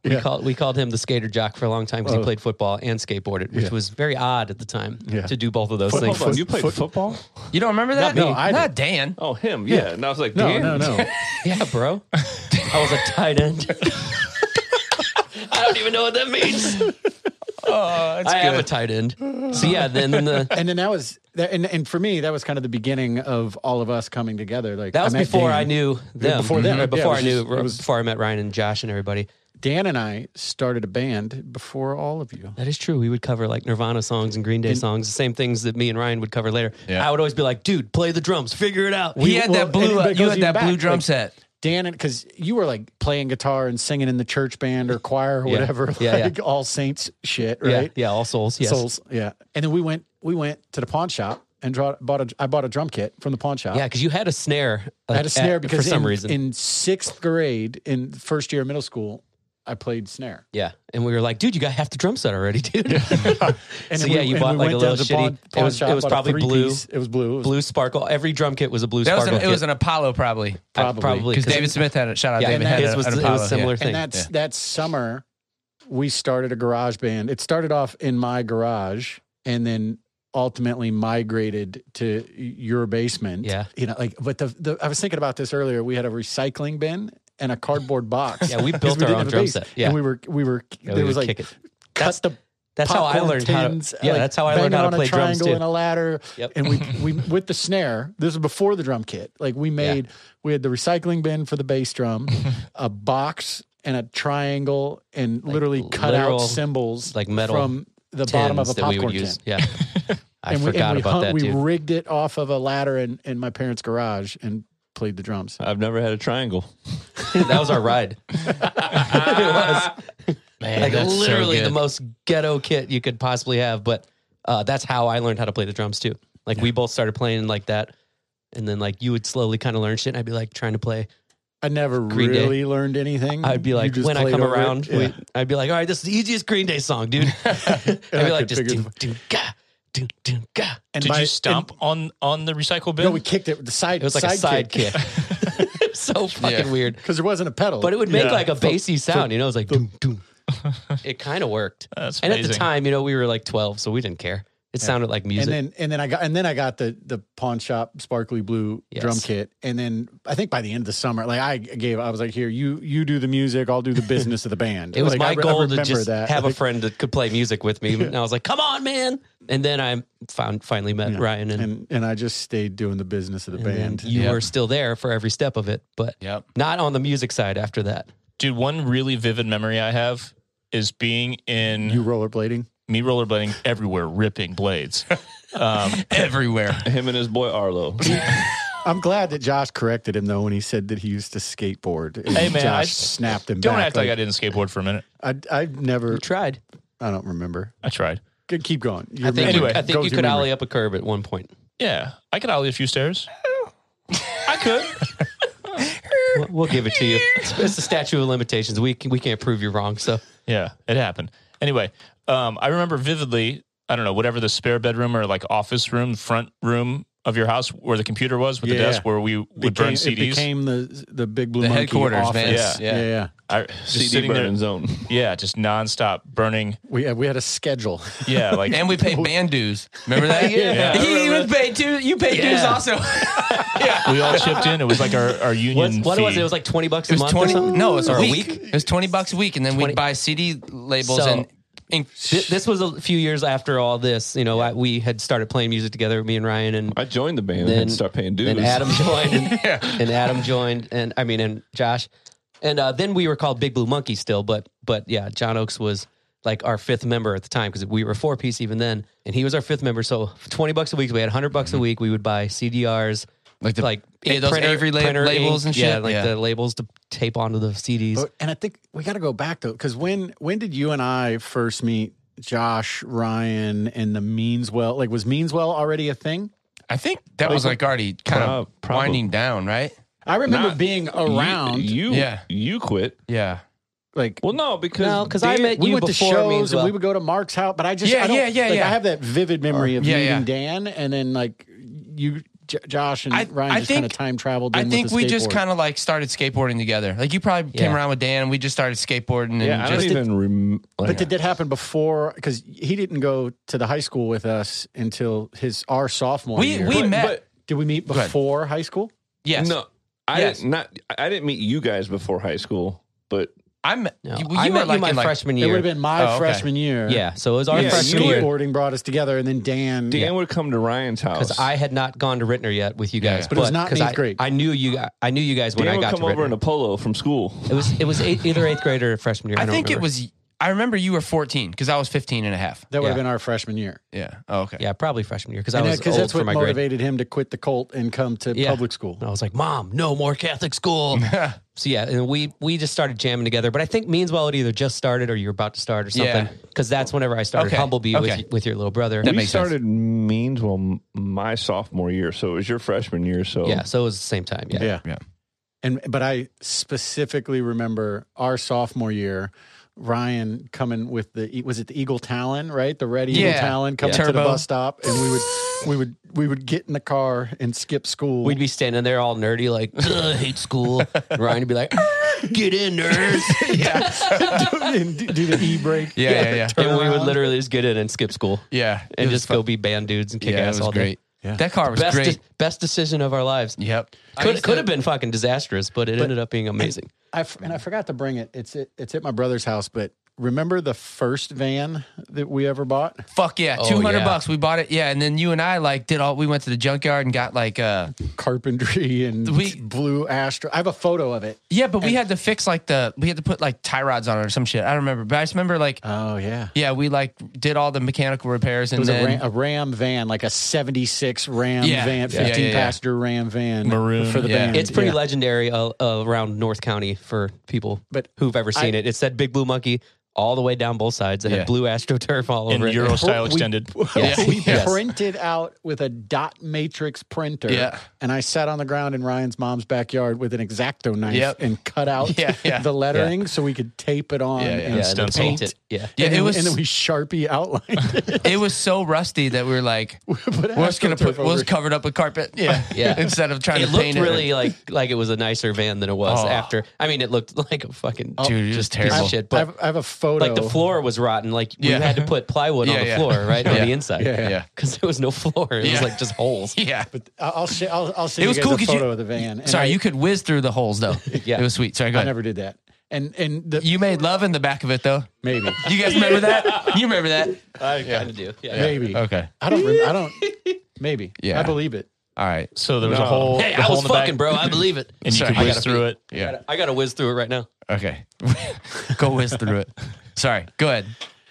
Speaker 3: we
Speaker 1: Yeah.
Speaker 3: called we called him the skater jock for a long time because he
Speaker 1: Oh.
Speaker 3: played football and skateboarded, which
Speaker 1: Yeah.
Speaker 3: was very odd at the time
Speaker 1: Yeah.
Speaker 3: to do both of those things.
Speaker 2: Hold on, you played football?
Speaker 4: You don't remember that?
Speaker 1: No, I
Speaker 4: not Dan.
Speaker 2: Oh, him. Yeah. And I was like,
Speaker 1: No,
Speaker 2: damn.
Speaker 1: no, no.
Speaker 3: Yeah, bro. I was a tight end. I don't even know what that means.
Speaker 4: Oh,
Speaker 3: I am a tight end. So yeah, then the
Speaker 1: and then that was that, and and for me that was kind of the beginning of all of us coming together. Like
Speaker 3: that was
Speaker 1: met
Speaker 3: before
Speaker 1: Dan.
Speaker 3: I knew them.
Speaker 1: Before them, yeah, it
Speaker 3: before
Speaker 1: was
Speaker 3: I knew,
Speaker 1: just- it was-
Speaker 3: before I met Ryan and Josh and everybody.
Speaker 1: Dan and I started a band before all of you.
Speaker 3: That is true. We would cover like Nirvana songs and Green Day songs, the same things that me and Ryan would cover later.
Speaker 4: Yeah.
Speaker 3: I would always be like, "Dude, play the drums, figure it out."
Speaker 4: he had
Speaker 1: well,
Speaker 4: that
Speaker 1: and
Speaker 4: blue. uh,
Speaker 1: it
Speaker 4: you
Speaker 1: goes
Speaker 4: had
Speaker 1: even
Speaker 4: that blue
Speaker 1: back,
Speaker 4: drum
Speaker 1: like-
Speaker 4: set.
Speaker 1: Dan and because you were like playing guitar and singing in the church band or choir or
Speaker 3: Yeah.
Speaker 1: whatever,
Speaker 3: Yeah, yeah.
Speaker 1: like all saints shit,
Speaker 3: Yeah,
Speaker 1: right?
Speaker 3: yeah, all souls, yes.
Speaker 1: Souls, yeah. And then we went we went to the pawn shop and draw, bought a I bought a drum kit from the pawn shop.
Speaker 3: Yeah, because you had a snare. uh,
Speaker 1: I had a snare
Speaker 3: at-
Speaker 1: because
Speaker 3: for some
Speaker 1: in,
Speaker 3: reason,
Speaker 1: in sixth grade, in first year of middle school, I played snare.
Speaker 3: Yeah, and we were like, dude, you got half the drum set already,
Speaker 1: And
Speaker 3: dude. so
Speaker 1: we-
Speaker 3: yeah, you
Speaker 1: and
Speaker 3: bought
Speaker 1: we
Speaker 3: like
Speaker 1: went
Speaker 3: a
Speaker 1: down
Speaker 3: little
Speaker 1: to the pawn-
Speaker 3: shitty. it
Speaker 1: pawn
Speaker 3: was
Speaker 1: shop,
Speaker 3: it was
Speaker 1: bought a
Speaker 3: probably blue,
Speaker 1: three-piece. It was blue. It was
Speaker 3: blue sparkle. Every drum kit was a blue
Speaker 4: That was
Speaker 3: sparkle.
Speaker 4: an, it
Speaker 3: kit.
Speaker 4: was an Apollo probably
Speaker 3: Uh,
Speaker 1: probably.
Speaker 3: probably
Speaker 4: because David Smith had it. Shout out
Speaker 3: Yeah,
Speaker 4: David
Speaker 1: and
Speaker 4: had
Speaker 1: his
Speaker 4: a,
Speaker 3: was-
Speaker 4: an
Speaker 3: it was
Speaker 4: Apollo.
Speaker 3: similar.
Speaker 4: yeah.
Speaker 3: thing.
Speaker 1: And that's that summer, we started a garage band. It started off in my garage, and then ultimately migrated to your basement.
Speaker 3: Yeah.
Speaker 1: you know, like but the, the I was thinking about this earlier. We had a recycling bin and a cardboard box.
Speaker 3: Yeah, we
Speaker 1: 'Cause
Speaker 3: built our
Speaker 1: didn't
Speaker 3: own
Speaker 1: have a
Speaker 3: drum
Speaker 1: bass.
Speaker 3: set. Yeah.
Speaker 1: and we were we were
Speaker 3: Yeah,
Speaker 1: there
Speaker 3: we
Speaker 1: was
Speaker 3: would
Speaker 1: like
Speaker 3: kick it.
Speaker 1: cut the
Speaker 3: That's how I
Speaker 1: popcorn
Speaker 3: learned how.
Speaker 1: tins,
Speaker 3: To, yeah,
Speaker 1: like,
Speaker 3: that's how I learned
Speaker 1: banging
Speaker 3: how
Speaker 1: on
Speaker 3: to play
Speaker 1: a
Speaker 3: drums
Speaker 1: triangle
Speaker 3: too.
Speaker 1: and a ladder.
Speaker 3: Yep.
Speaker 1: And we we with the snare. This is before the drum kit. Like we made we had the recycling bin for the bass drum, a box and a triangle, and literally cut
Speaker 3: literal,
Speaker 1: out symbols
Speaker 3: like, metal
Speaker 1: from the bottom of a
Speaker 3: Tins that
Speaker 1: popcorn
Speaker 3: we would use.
Speaker 1: tin.
Speaker 3: Yeah, I
Speaker 1: and we,
Speaker 3: forgot
Speaker 1: and we,
Speaker 3: about
Speaker 1: hung-
Speaker 3: that
Speaker 1: we
Speaker 3: dude.
Speaker 1: rigged it off of a ladder in, in my parents' garage and played the drums.
Speaker 2: I've never had a triangle.
Speaker 3: that was our ride. it was
Speaker 4: Man,
Speaker 3: like
Speaker 4: that's so
Speaker 3: literally the
Speaker 4: good.
Speaker 3: most ghetto kit you could possibly have. But uh, that's how I learned how to play the drums too. Like we both started playing like that, and then like you would slowly kind of learn shit, and I'd be like trying to play.
Speaker 1: I never
Speaker 3: Green Day.
Speaker 1: really learned anything.
Speaker 3: I'd be
Speaker 1: You
Speaker 3: like,
Speaker 1: just
Speaker 3: when I
Speaker 1: played
Speaker 3: come
Speaker 1: over it.
Speaker 3: around,
Speaker 1: Yeah.
Speaker 3: we, I'd be like, all right, this is the easiest Green Day song, dude. I'd
Speaker 1: I
Speaker 3: be like,
Speaker 1: could
Speaker 3: just
Speaker 1: figure
Speaker 3: do do ga, do do ga.
Speaker 1: And
Speaker 5: Did
Speaker 1: my-
Speaker 5: you stomp
Speaker 1: and-
Speaker 5: on on the recycle bin?
Speaker 1: no, we kicked it with the side.
Speaker 3: It was like a side kick. It's so fucking
Speaker 4: Yeah.
Speaker 3: weird.
Speaker 1: because there wasn't a pedal.
Speaker 3: But it would make
Speaker 5: Yeah.
Speaker 3: like a bassy sound, you know? It was like doom doom. It kind of worked.
Speaker 5: That's
Speaker 3: and at the
Speaker 5: amazing.
Speaker 3: time, you know, we were like 12, so we didn't care. It sounded like music.
Speaker 1: and then and then I got and then I got the the pawn shop sparkly blue
Speaker 3: Yes.
Speaker 1: drum kit. And then I think by the end of the summer, like I gave, I was like, here, you you do the music, I'll do the business of the band.
Speaker 3: it was
Speaker 1: Like,
Speaker 3: my
Speaker 1: I re- I
Speaker 3: goal to
Speaker 1: remember
Speaker 3: just
Speaker 1: that.
Speaker 3: have
Speaker 1: I
Speaker 3: a
Speaker 1: think-
Speaker 3: friend that could play music with me. And I was like, come on, man. And then I found finally met Ryan and,
Speaker 1: and and I just stayed doing the business of the
Speaker 3: and
Speaker 1: band.
Speaker 3: you
Speaker 4: Yep.
Speaker 3: were still there for every step of it, but
Speaker 4: Yep.
Speaker 3: not on the music side after that.
Speaker 5: Dude, one really vivid memory I have is being in
Speaker 1: You rollerblading.
Speaker 5: me rollerblading everywhere, ripping blades.
Speaker 4: everywhere.
Speaker 2: Him and his boy Arlo.
Speaker 1: I'm glad that Josh corrected him though when he said that he used to skateboard. And
Speaker 5: Hey, man,
Speaker 1: Josh
Speaker 5: I-
Speaker 1: snapped him
Speaker 5: Don't
Speaker 1: back.
Speaker 5: act like I didn't skateboard for a minute.
Speaker 1: like I I never
Speaker 3: You tried.
Speaker 1: I don't remember.
Speaker 5: I tried.
Speaker 1: Good, keep going. You
Speaker 3: I think,
Speaker 1: remember.
Speaker 5: Anyway,
Speaker 3: you, I
Speaker 1: go
Speaker 3: think you
Speaker 1: with your
Speaker 3: could
Speaker 1: memory.
Speaker 3: ollie up a curb at one point.
Speaker 5: Yeah, I could ollie a few stairs. I could.
Speaker 3: We'll, we'll give it to you. It's, it's the statute of limitations. We can, we can't prove you're wrong. So
Speaker 5: Yeah, it happened. Anyway, um, I remember vividly. I don't know whatever the spare bedroom or like office room, front room of your house where the computer was with the
Speaker 1: Yeah.
Speaker 5: desk where we would burn
Speaker 1: Became-
Speaker 5: CDs.
Speaker 1: It became the the big blue
Speaker 4: The
Speaker 1: monkey
Speaker 4: headquarters, man.
Speaker 1: office.
Speaker 5: Yeah.
Speaker 1: Yeah, yeah. yeah.
Speaker 5: I, just
Speaker 2: CD
Speaker 5: sitting there-
Speaker 2: burning zone.
Speaker 5: Yeah, just nonstop burning.
Speaker 1: We had, we had a schedule.
Speaker 5: Yeah, like
Speaker 4: And we paid band dues. Remember that?
Speaker 5: Yeah.
Speaker 4: He even paid two. You paid dues also.
Speaker 5: we all chipped in. It was like our, our union.
Speaker 3: What's- what
Speaker 5: fee.
Speaker 3: was it? It was like twenty bucks a
Speaker 4: It was
Speaker 3: month. or
Speaker 4: twenty.
Speaker 3: something?
Speaker 4: No, it was
Speaker 3: Or
Speaker 4: a week. It was twenty bucks a week, and then
Speaker 3: 20.
Speaker 4: we'd buy CD labels
Speaker 3: So-
Speaker 4: and ink.
Speaker 3: Th- this was a few years after all this. You know, I, we had started playing music together, me and Ryan, and
Speaker 2: I joined the band
Speaker 3: Then-
Speaker 2: and had to start paying dues.
Speaker 3: then Adam joined, and, and Adam joined, and I mean, and Josh, and uh, then we were called Big Blue Monkey still, but but yeah, John Oakes was like our fifth member at the time because we were four piece even then, and he was our fifth member. So twenty bucks a week, we had hundred bucks a week. We would buy CDRs.
Speaker 4: Mm-hmm. Like the-
Speaker 3: like
Speaker 4: yeah, those Avery la- labels and
Speaker 3: yeah,
Speaker 4: shit,
Speaker 3: like
Speaker 4: yeah.
Speaker 3: the labels to tape onto the CDs.
Speaker 1: But- and I think we got to go back though, because when when did you and I first meet Josh Ryan and the Meanswell? Like, was Meanswell already a thing?
Speaker 4: I think that was like already kind
Speaker 2: Prob-
Speaker 4: of
Speaker 2: probably.
Speaker 4: winding down, right?
Speaker 1: I remember
Speaker 2: Nah,
Speaker 1: being around.
Speaker 2: You, you,
Speaker 4: Yeah.
Speaker 2: you quit.
Speaker 4: Yeah.
Speaker 1: like,
Speaker 2: Well, no, because
Speaker 3: No, 'cause I
Speaker 2: Dan-
Speaker 3: met
Speaker 1: we
Speaker 3: you
Speaker 1: went to
Speaker 3: before
Speaker 1: shows
Speaker 3: Meanswell.
Speaker 1: and we would go to Mark's house, but I just
Speaker 4: Yeah,
Speaker 1: I don't-
Speaker 4: yeah, yeah,
Speaker 1: like,
Speaker 4: yeah.
Speaker 1: I have that vivid memory of
Speaker 4: Yeah,
Speaker 1: meeting
Speaker 4: yeah.
Speaker 1: Dan and then like you, J- Josh and
Speaker 4: I-
Speaker 1: Ryan
Speaker 4: I
Speaker 1: just kind of
Speaker 4: think-
Speaker 1: time traveled.
Speaker 4: I
Speaker 1: in
Speaker 4: think
Speaker 1: with a
Speaker 4: we just
Speaker 1: skateboard.
Speaker 4: kind of like started skateboarding together. Like you probably came
Speaker 3: Yeah.
Speaker 4: around with Dan, and we just started skateboarding. And
Speaker 2: yeah, I don't
Speaker 4: just,
Speaker 2: even remember.
Speaker 1: But did that happen before? Because he didn't go to the high school with us until his our sophomore
Speaker 4: we
Speaker 1: year.
Speaker 4: we
Speaker 2: But-
Speaker 4: met.
Speaker 2: but-
Speaker 1: did we meet
Speaker 4: ahead.
Speaker 1: before high school?
Speaker 4: yes.
Speaker 2: No, I
Speaker 4: Yes.
Speaker 2: didn't, not. I didn't meet you guys before high school, but
Speaker 4: I'm.
Speaker 3: No,
Speaker 4: you,
Speaker 3: I
Speaker 4: you
Speaker 3: met
Speaker 4: were like
Speaker 3: you my
Speaker 4: in like
Speaker 3: freshman
Speaker 1: It
Speaker 3: year.
Speaker 1: would have been my
Speaker 4: Oh, okay.
Speaker 1: freshman year.
Speaker 3: yeah, so it was our
Speaker 2: Yeah,
Speaker 3: freshman
Speaker 2: you
Speaker 3: year.
Speaker 1: Skateboarding brought us together, and then Dan.
Speaker 2: Dan would come to Ryan's house.
Speaker 3: because I had not gone to Rittner yet with you guys.
Speaker 4: Yeah.
Speaker 1: But it was not in
Speaker 3: 'cause
Speaker 1: eighth
Speaker 3: I,
Speaker 1: grade.
Speaker 3: I knew you. gu- I knew you guys when
Speaker 2: Dan
Speaker 3: I
Speaker 2: would
Speaker 3: got
Speaker 2: come
Speaker 3: to
Speaker 2: over
Speaker 3: Rittner.
Speaker 2: in a polo from school.
Speaker 3: it was it was eight, either eighth grade or freshman year. I,
Speaker 4: I
Speaker 3: don't
Speaker 4: think it
Speaker 3: remember.
Speaker 4: was. I remember you were 14 because I was 15 and a half.
Speaker 1: That would have
Speaker 3: Yeah.
Speaker 1: been our freshman year.
Speaker 4: Yeah. Oh, okay.
Speaker 3: Yeah, probably freshman year because I was
Speaker 1: Because
Speaker 3: old
Speaker 1: that's
Speaker 3: for
Speaker 1: what
Speaker 3: my grade.
Speaker 1: motivated him to quit the Colt and come to
Speaker 3: Yeah.
Speaker 1: public school.
Speaker 3: And I was like, Mom, no more Catholic school. so yeah, and we we just started jamming together. But I think Meanswell had either just started or you're about to start or something.
Speaker 4: Yeah.
Speaker 3: Because that's whenever I started
Speaker 4: Okay.
Speaker 3: Humblebee
Speaker 4: Okay.
Speaker 3: with with your little brother.
Speaker 4: That
Speaker 2: we
Speaker 4: makes sense.
Speaker 2: started means well m- my sophomore year, so it was your freshman year. So
Speaker 3: yeah, so it was the same time. Yeah.
Speaker 1: Yeah.
Speaker 4: Yeah.
Speaker 1: and but I specifically remember our sophomore year, Ryan coming with the E, was it the Eagle Talon right the red Eagle
Speaker 4: Yeah.
Speaker 1: Talon coming
Speaker 4: Yeah.
Speaker 1: to the
Speaker 4: Turbo.
Speaker 1: bus stop and we would we would we would get in the car and skip school.
Speaker 3: We'd be standing there all nerdy, like, "Ugh, I hate school. And Ryan would be like, get in, nerds.
Speaker 1: and do, do the e brake.
Speaker 4: Yeah, yeah, yeah.
Speaker 3: and we would
Speaker 1: around.
Speaker 3: literally just get in and skip school
Speaker 4: Yeah.
Speaker 3: and
Speaker 4: It was
Speaker 3: just go be band dudes and kick
Speaker 4: Yeah,
Speaker 3: ass
Speaker 4: it was
Speaker 3: all day.
Speaker 4: great.
Speaker 1: Yeah.
Speaker 4: That car was
Speaker 3: Best,
Speaker 4: great.
Speaker 3: best decision of our lives.
Speaker 4: yep. I
Speaker 3: Could,
Speaker 4: used
Speaker 3: could
Speaker 4: to-
Speaker 3: have been fucking disastrous, but it ended up being amazing.
Speaker 1: I f- and I forgot to bring it. It's at, it's at my brother's house, but remember the first van that we ever bought?
Speaker 4: Fuck yeah,
Speaker 3: Oh,
Speaker 4: two hundred
Speaker 3: yeah.
Speaker 4: bucks. We bought it. Yeah, and then you and I like did all. We went to the junkyard and got like uh
Speaker 1: Carpentry and
Speaker 4: We-
Speaker 1: blue Astro. I have a photo of it.
Speaker 4: yeah, but we had to fix like the we had to put like tie rods on it or some shit. I don't remember, but I just remember like
Speaker 3: Uh,
Speaker 1: Oh yeah.
Speaker 4: yeah, we like did all the mechanical repairs
Speaker 1: It
Speaker 4: and
Speaker 1: was
Speaker 4: then
Speaker 1: a, Ram, a Ram van, like a 76 Ram
Speaker 4: Yeah.
Speaker 1: van,
Speaker 4: Yeah, yeah,
Speaker 1: 15
Speaker 4: yeah.
Speaker 1: passenger Ram van.
Speaker 5: Maroon.
Speaker 1: For the
Speaker 4: Yeah.
Speaker 1: band.
Speaker 3: It's pretty
Speaker 1: Yeah.
Speaker 3: legendary uh, uh, around North County for people
Speaker 1: But
Speaker 3: who've ever seen
Speaker 1: I-
Speaker 3: it. It said Big Blue Monkey all the way down both sides. It
Speaker 4: Yeah.
Speaker 3: had blue astroturf all
Speaker 5: in
Speaker 3: over it.
Speaker 5: Euro style
Speaker 1: We-
Speaker 5: extended.
Speaker 3: Yes.
Speaker 1: we
Speaker 4: Yes.
Speaker 1: printed out with a dot matrix printer.
Speaker 4: Yeah.
Speaker 1: And I sat on the ground in Ryan's mom's backyard with an exacto knife
Speaker 4: Yep.
Speaker 1: and cut out
Speaker 4: Yeah, yeah.
Speaker 1: the lettering so we could tape it on.
Speaker 4: Yeah, yeah.
Speaker 1: And
Speaker 3: yeah,
Speaker 1: s-
Speaker 3: and then
Speaker 5: stencil.
Speaker 3: paint it. Yeah.
Speaker 4: yeah,
Speaker 1: and
Speaker 4: it
Speaker 1: then-
Speaker 4: was
Speaker 1: and then we Sharpie outlined it.
Speaker 4: it was so rusty that we were like
Speaker 1: Put
Speaker 4: we're just gonna
Speaker 1: AstroTurf
Speaker 4: put we'll
Speaker 1: over
Speaker 4: just cover it up with carpet. Yeah,
Speaker 3: Yeah.
Speaker 4: Instead of trying
Speaker 3: It
Speaker 4: to
Speaker 3: looked
Speaker 4: paint
Speaker 3: really
Speaker 4: it.
Speaker 3: like like it was a nicer van than it was
Speaker 4: Oh.
Speaker 3: after. I mean, it looked like a fucking
Speaker 4: Dude, it was
Speaker 3: just piece
Speaker 4: terrible.
Speaker 3: of shit.
Speaker 1: I
Speaker 3: But
Speaker 1: have, I have a photo.
Speaker 3: like the floor was rotten. Like we
Speaker 4: Yeah.
Speaker 3: had to put plywood
Speaker 4: Yeah,
Speaker 3: on the
Speaker 4: yeah.
Speaker 3: floor, right
Speaker 4: Yeah.
Speaker 3: on the inside,
Speaker 1: Yeah.
Speaker 4: Yeah,
Speaker 3: because there was no floor. It
Speaker 4: Yeah.
Speaker 3: was like just holes.
Speaker 4: yeah.
Speaker 1: But I- I'll sh- I'll, I'll send
Speaker 4: It
Speaker 1: you
Speaker 4: was
Speaker 1: guys
Speaker 4: cool
Speaker 1: a
Speaker 4: 'cause you-
Speaker 1: photo of the van. And
Speaker 4: Sorry,
Speaker 1: I,
Speaker 4: you could whiz through the holes though.
Speaker 3: Yeah.
Speaker 4: it was sweet. Sorry, go
Speaker 1: I
Speaker 4: ahead.
Speaker 1: never did that. And and the,
Speaker 4: You made love in the back of it though.
Speaker 1: maybe
Speaker 4: You guys remember that? You remember that?
Speaker 3: Kind of do. Yeah.
Speaker 1: maybe
Speaker 4: Okay.
Speaker 1: I don't rem- I don't maybe
Speaker 4: Yeah.
Speaker 1: I believe it.
Speaker 4: All right.
Speaker 5: So there was
Speaker 2: No.
Speaker 5: a hole.
Speaker 3: Hey,
Speaker 5: the
Speaker 3: I
Speaker 5: hole
Speaker 3: was
Speaker 5: in the back,
Speaker 3: fucking, bro. I believe it.
Speaker 5: And you
Speaker 4: Sorry,
Speaker 5: could
Speaker 4: I
Speaker 5: whiz
Speaker 4: gotta
Speaker 5: through it.
Speaker 4: Yeah.
Speaker 3: I gotta whiz through it right now.
Speaker 4: Okay. Go whiz through it. Sorry. Go ahead.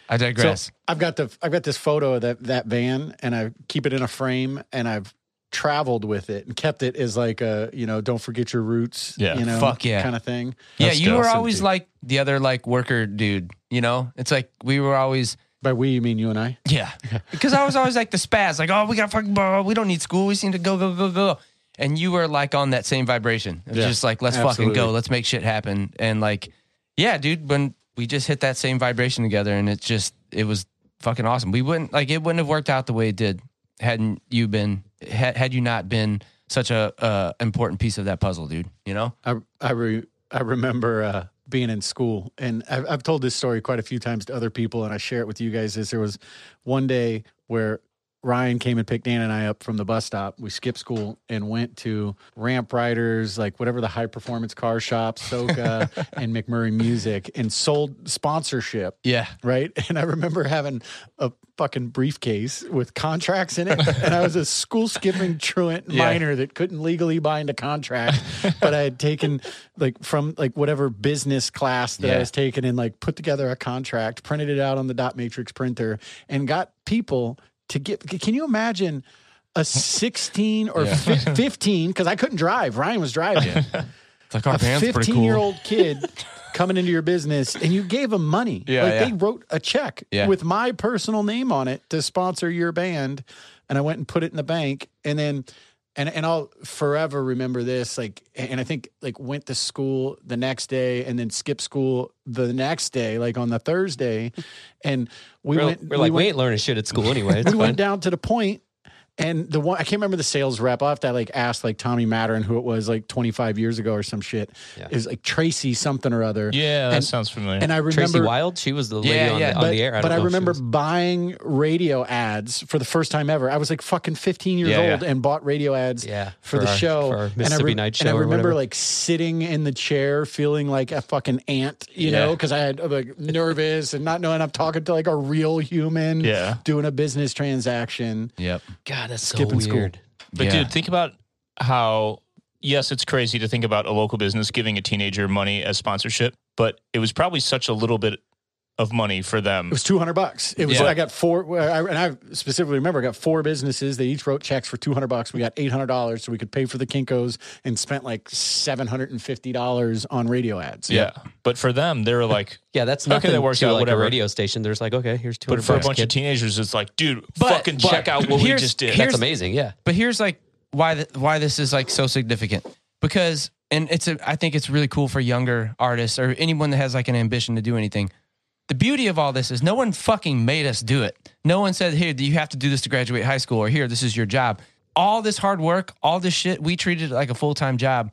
Speaker 4: I digress.
Speaker 1: So I've got the I've got this photo of that that van, and I keep it in a frame, and I've traveled with it and kept it as like a you know don't forget your roots,
Speaker 5: Yeah.
Speaker 1: you know,
Speaker 4: Fuck yeah.
Speaker 1: kind of thing.
Speaker 4: yeah,
Speaker 5: that's
Speaker 4: you were
Speaker 5: dope.
Speaker 4: always like the other like worker dude, you know? It's like we were always
Speaker 1: By we, you mean you and I?
Speaker 4: Yeah. Because I was always like the spaz, like, oh we got fucking blah, we don't need school, we seem to go, go, go, go. And you were like on that same vibration. It was
Speaker 1: Yeah,
Speaker 4: just like, let's fucking go,
Speaker 1: absolutely.
Speaker 4: let's make shit happen. And like, yeah, dude, when we just hit that same vibration together and it just it was fucking awesome. We wouldn't like it wouldn't have worked out the way it did hadn't you been had, had you not been such a uh, important piece of that puzzle, dude. You know?
Speaker 1: I I re, I remember uh, being in school, and I've, I've told this story quite a few times to other people, and I share it with you guys. Is there was one day where Ryan came and picked Dan and I up from the bus stop. We skipped school and went to Ramp Riders, like whatever the high performance car shop, Soka and McMurray Music, and sold sponsorship
Speaker 4: Yeah.
Speaker 1: right? And I remember having a fucking briefcase with contracts in it, and I was a school skipping truant minor that couldn't legally bind a contract, but I had taken like from like whatever business class that
Speaker 4: Yeah.
Speaker 1: I was taking and like put together a contract, printed it out on the dot matrix printer, and got people to get. Can you imagine? A 16 or fif- 15, because I couldn't drive. Ryan was driving
Speaker 4: It's like our
Speaker 1: a
Speaker 4: band's pretty
Speaker 1: 15
Speaker 4: cool.
Speaker 1: year old kid coming into your business and you gave him money.
Speaker 4: Yeah,
Speaker 1: like
Speaker 4: yeah.
Speaker 1: they wrote a check
Speaker 4: Yeah.
Speaker 1: with my personal name on it to sponsor your band. And I went and put it in the bank. And then, and, and I'll forever remember this. Like, and I think like went to school the next day and then skipped school the next day, like on the Thursday. And we
Speaker 3: We're,
Speaker 1: went,
Speaker 3: we're like,
Speaker 1: we went,
Speaker 3: we ain't learning shit at school anyway. It's
Speaker 1: we
Speaker 3: fine.
Speaker 1: went down to the point and the one i can't remember the sales rep off that like asked like tommy matterin who it was like 25 years ago or some shit
Speaker 3: Yeah.
Speaker 1: is like tracy something or other
Speaker 5: Yeah, that
Speaker 1: And-
Speaker 5: sounds familiar.
Speaker 1: and i
Speaker 3: Tracy
Speaker 1: remember
Speaker 3: Wild, she was the lady
Speaker 4: Yeah,
Speaker 3: on,
Speaker 4: yeah,
Speaker 3: the, on
Speaker 1: but,
Speaker 3: the air. I
Speaker 1: but
Speaker 3: don't
Speaker 1: I
Speaker 3: know if she
Speaker 1: remember
Speaker 3: was-
Speaker 1: buying radio ads for the first time ever. I was like fucking 15 years
Speaker 4: Yeah, yeah.
Speaker 1: old and bought radio ads
Speaker 3: Yeah,
Speaker 1: for,
Speaker 3: for
Speaker 1: the
Speaker 3: our-
Speaker 1: show.
Speaker 3: for our
Speaker 1: and I
Speaker 3: Mississippi Night
Speaker 1: and I
Speaker 3: Show or
Speaker 1: remember
Speaker 3: whatever.
Speaker 1: like sitting in the chair feeling like a fucking ant, you
Speaker 4: Yeah.
Speaker 1: know, because I had uh, like nervous and not knowing I'm talking to like a real human
Speaker 5: Yeah.
Speaker 1: doing a business transaction.
Speaker 4: Yep.
Speaker 3: God, that's so
Speaker 1: skipping
Speaker 3: weird.
Speaker 1: school.
Speaker 5: But
Speaker 4: Yeah.
Speaker 5: dude, think about how yes, it's crazy to think about a local business giving a teenager money as sponsorship, but it was probably such a little bit of money for them.
Speaker 1: It was 200 bucks. It was,
Speaker 5: Yeah.
Speaker 1: I got four, I, and I specifically remember I got four businesses. They each wrote checks for 200 bucks. We got $800 so we could pay for the Kinkos and spent like $750 on radio ads.
Speaker 5: yeah. But for them, they were like
Speaker 3: Yeah, that's
Speaker 5: Okay,
Speaker 3: nothing
Speaker 5: that works
Speaker 3: to
Speaker 5: out,
Speaker 3: like
Speaker 5: whatever.
Speaker 3: a radio station. There's like, okay, here's two
Speaker 5: but
Speaker 3: hundred
Speaker 5: for a
Speaker 3: bucks.
Speaker 5: bunch
Speaker 3: kid.
Speaker 5: of teenagers, it's like, dude,
Speaker 4: But-
Speaker 5: fucking
Speaker 4: but
Speaker 5: check out what we
Speaker 4: here's-
Speaker 5: just did.
Speaker 4: here's-
Speaker 3: that's amazing. Yeah,
Speaker 4: But here's like why th- why this is like so significant because and it's a, I think it's really cool for younger artists or anyone that has like an ambition to do anything. The beauty of all this is no one fucking made us do it. No one said, "Here, you have to do this to graduate high school," or "Here, this is your job." All this hard work, all this shit, we treated it like a full time job,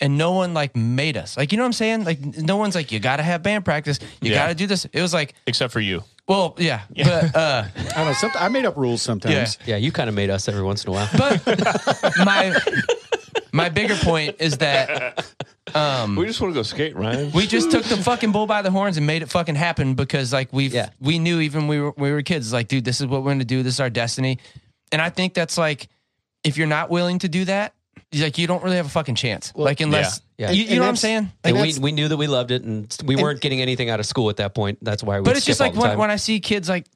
Speaker 4: and no one like made us. Like, you know what I'm saying? Like, no one's like, "You got to have band practice. You
Speaker 5: Yeah.
Speaker 4: got to do this." It was like,
Speaker 5: except for you.
Speaker 4: well, yeah, but uh,
Speaker 1: I don't know. somet- I made up rules sometimes.
Speaker 3: Yeah, you kind of made us every once in a while.
Speaker 4: but my my bigger point is that um,
Speaker 2: We just want to go skate, Ryan.
Speaker 4: We just took the fucking bull by the horns and made it fucking happen because like we
Speaker 3: Yeah.
Speaker 4: have we knew even we were we were kids like dude this is what we're gonna do this is our destiny, and I think that's like if you're not willing to do that like you don't really have a fucking chance like unless
Speaker 3: Yeah.
Speaker 4: You,
Speaker 1: And-
Speaker 4: you
Speaker 1: and
Speaker 4: know what I'm
Speaker 1: that's-
Speaker 4: saying
Speaker 3: And
Speaker 4: Like,
Speaker 3: we, we knew that we loved it, and we weren't getting anything out of school at that point. That's why we.
Speaker 4: but it's
Speaker 3: skip
Speaker 4: just like
Speaker 3: all the
Speaker 4: when,
Speaker 3: time.
Speaker 4: when I see kids like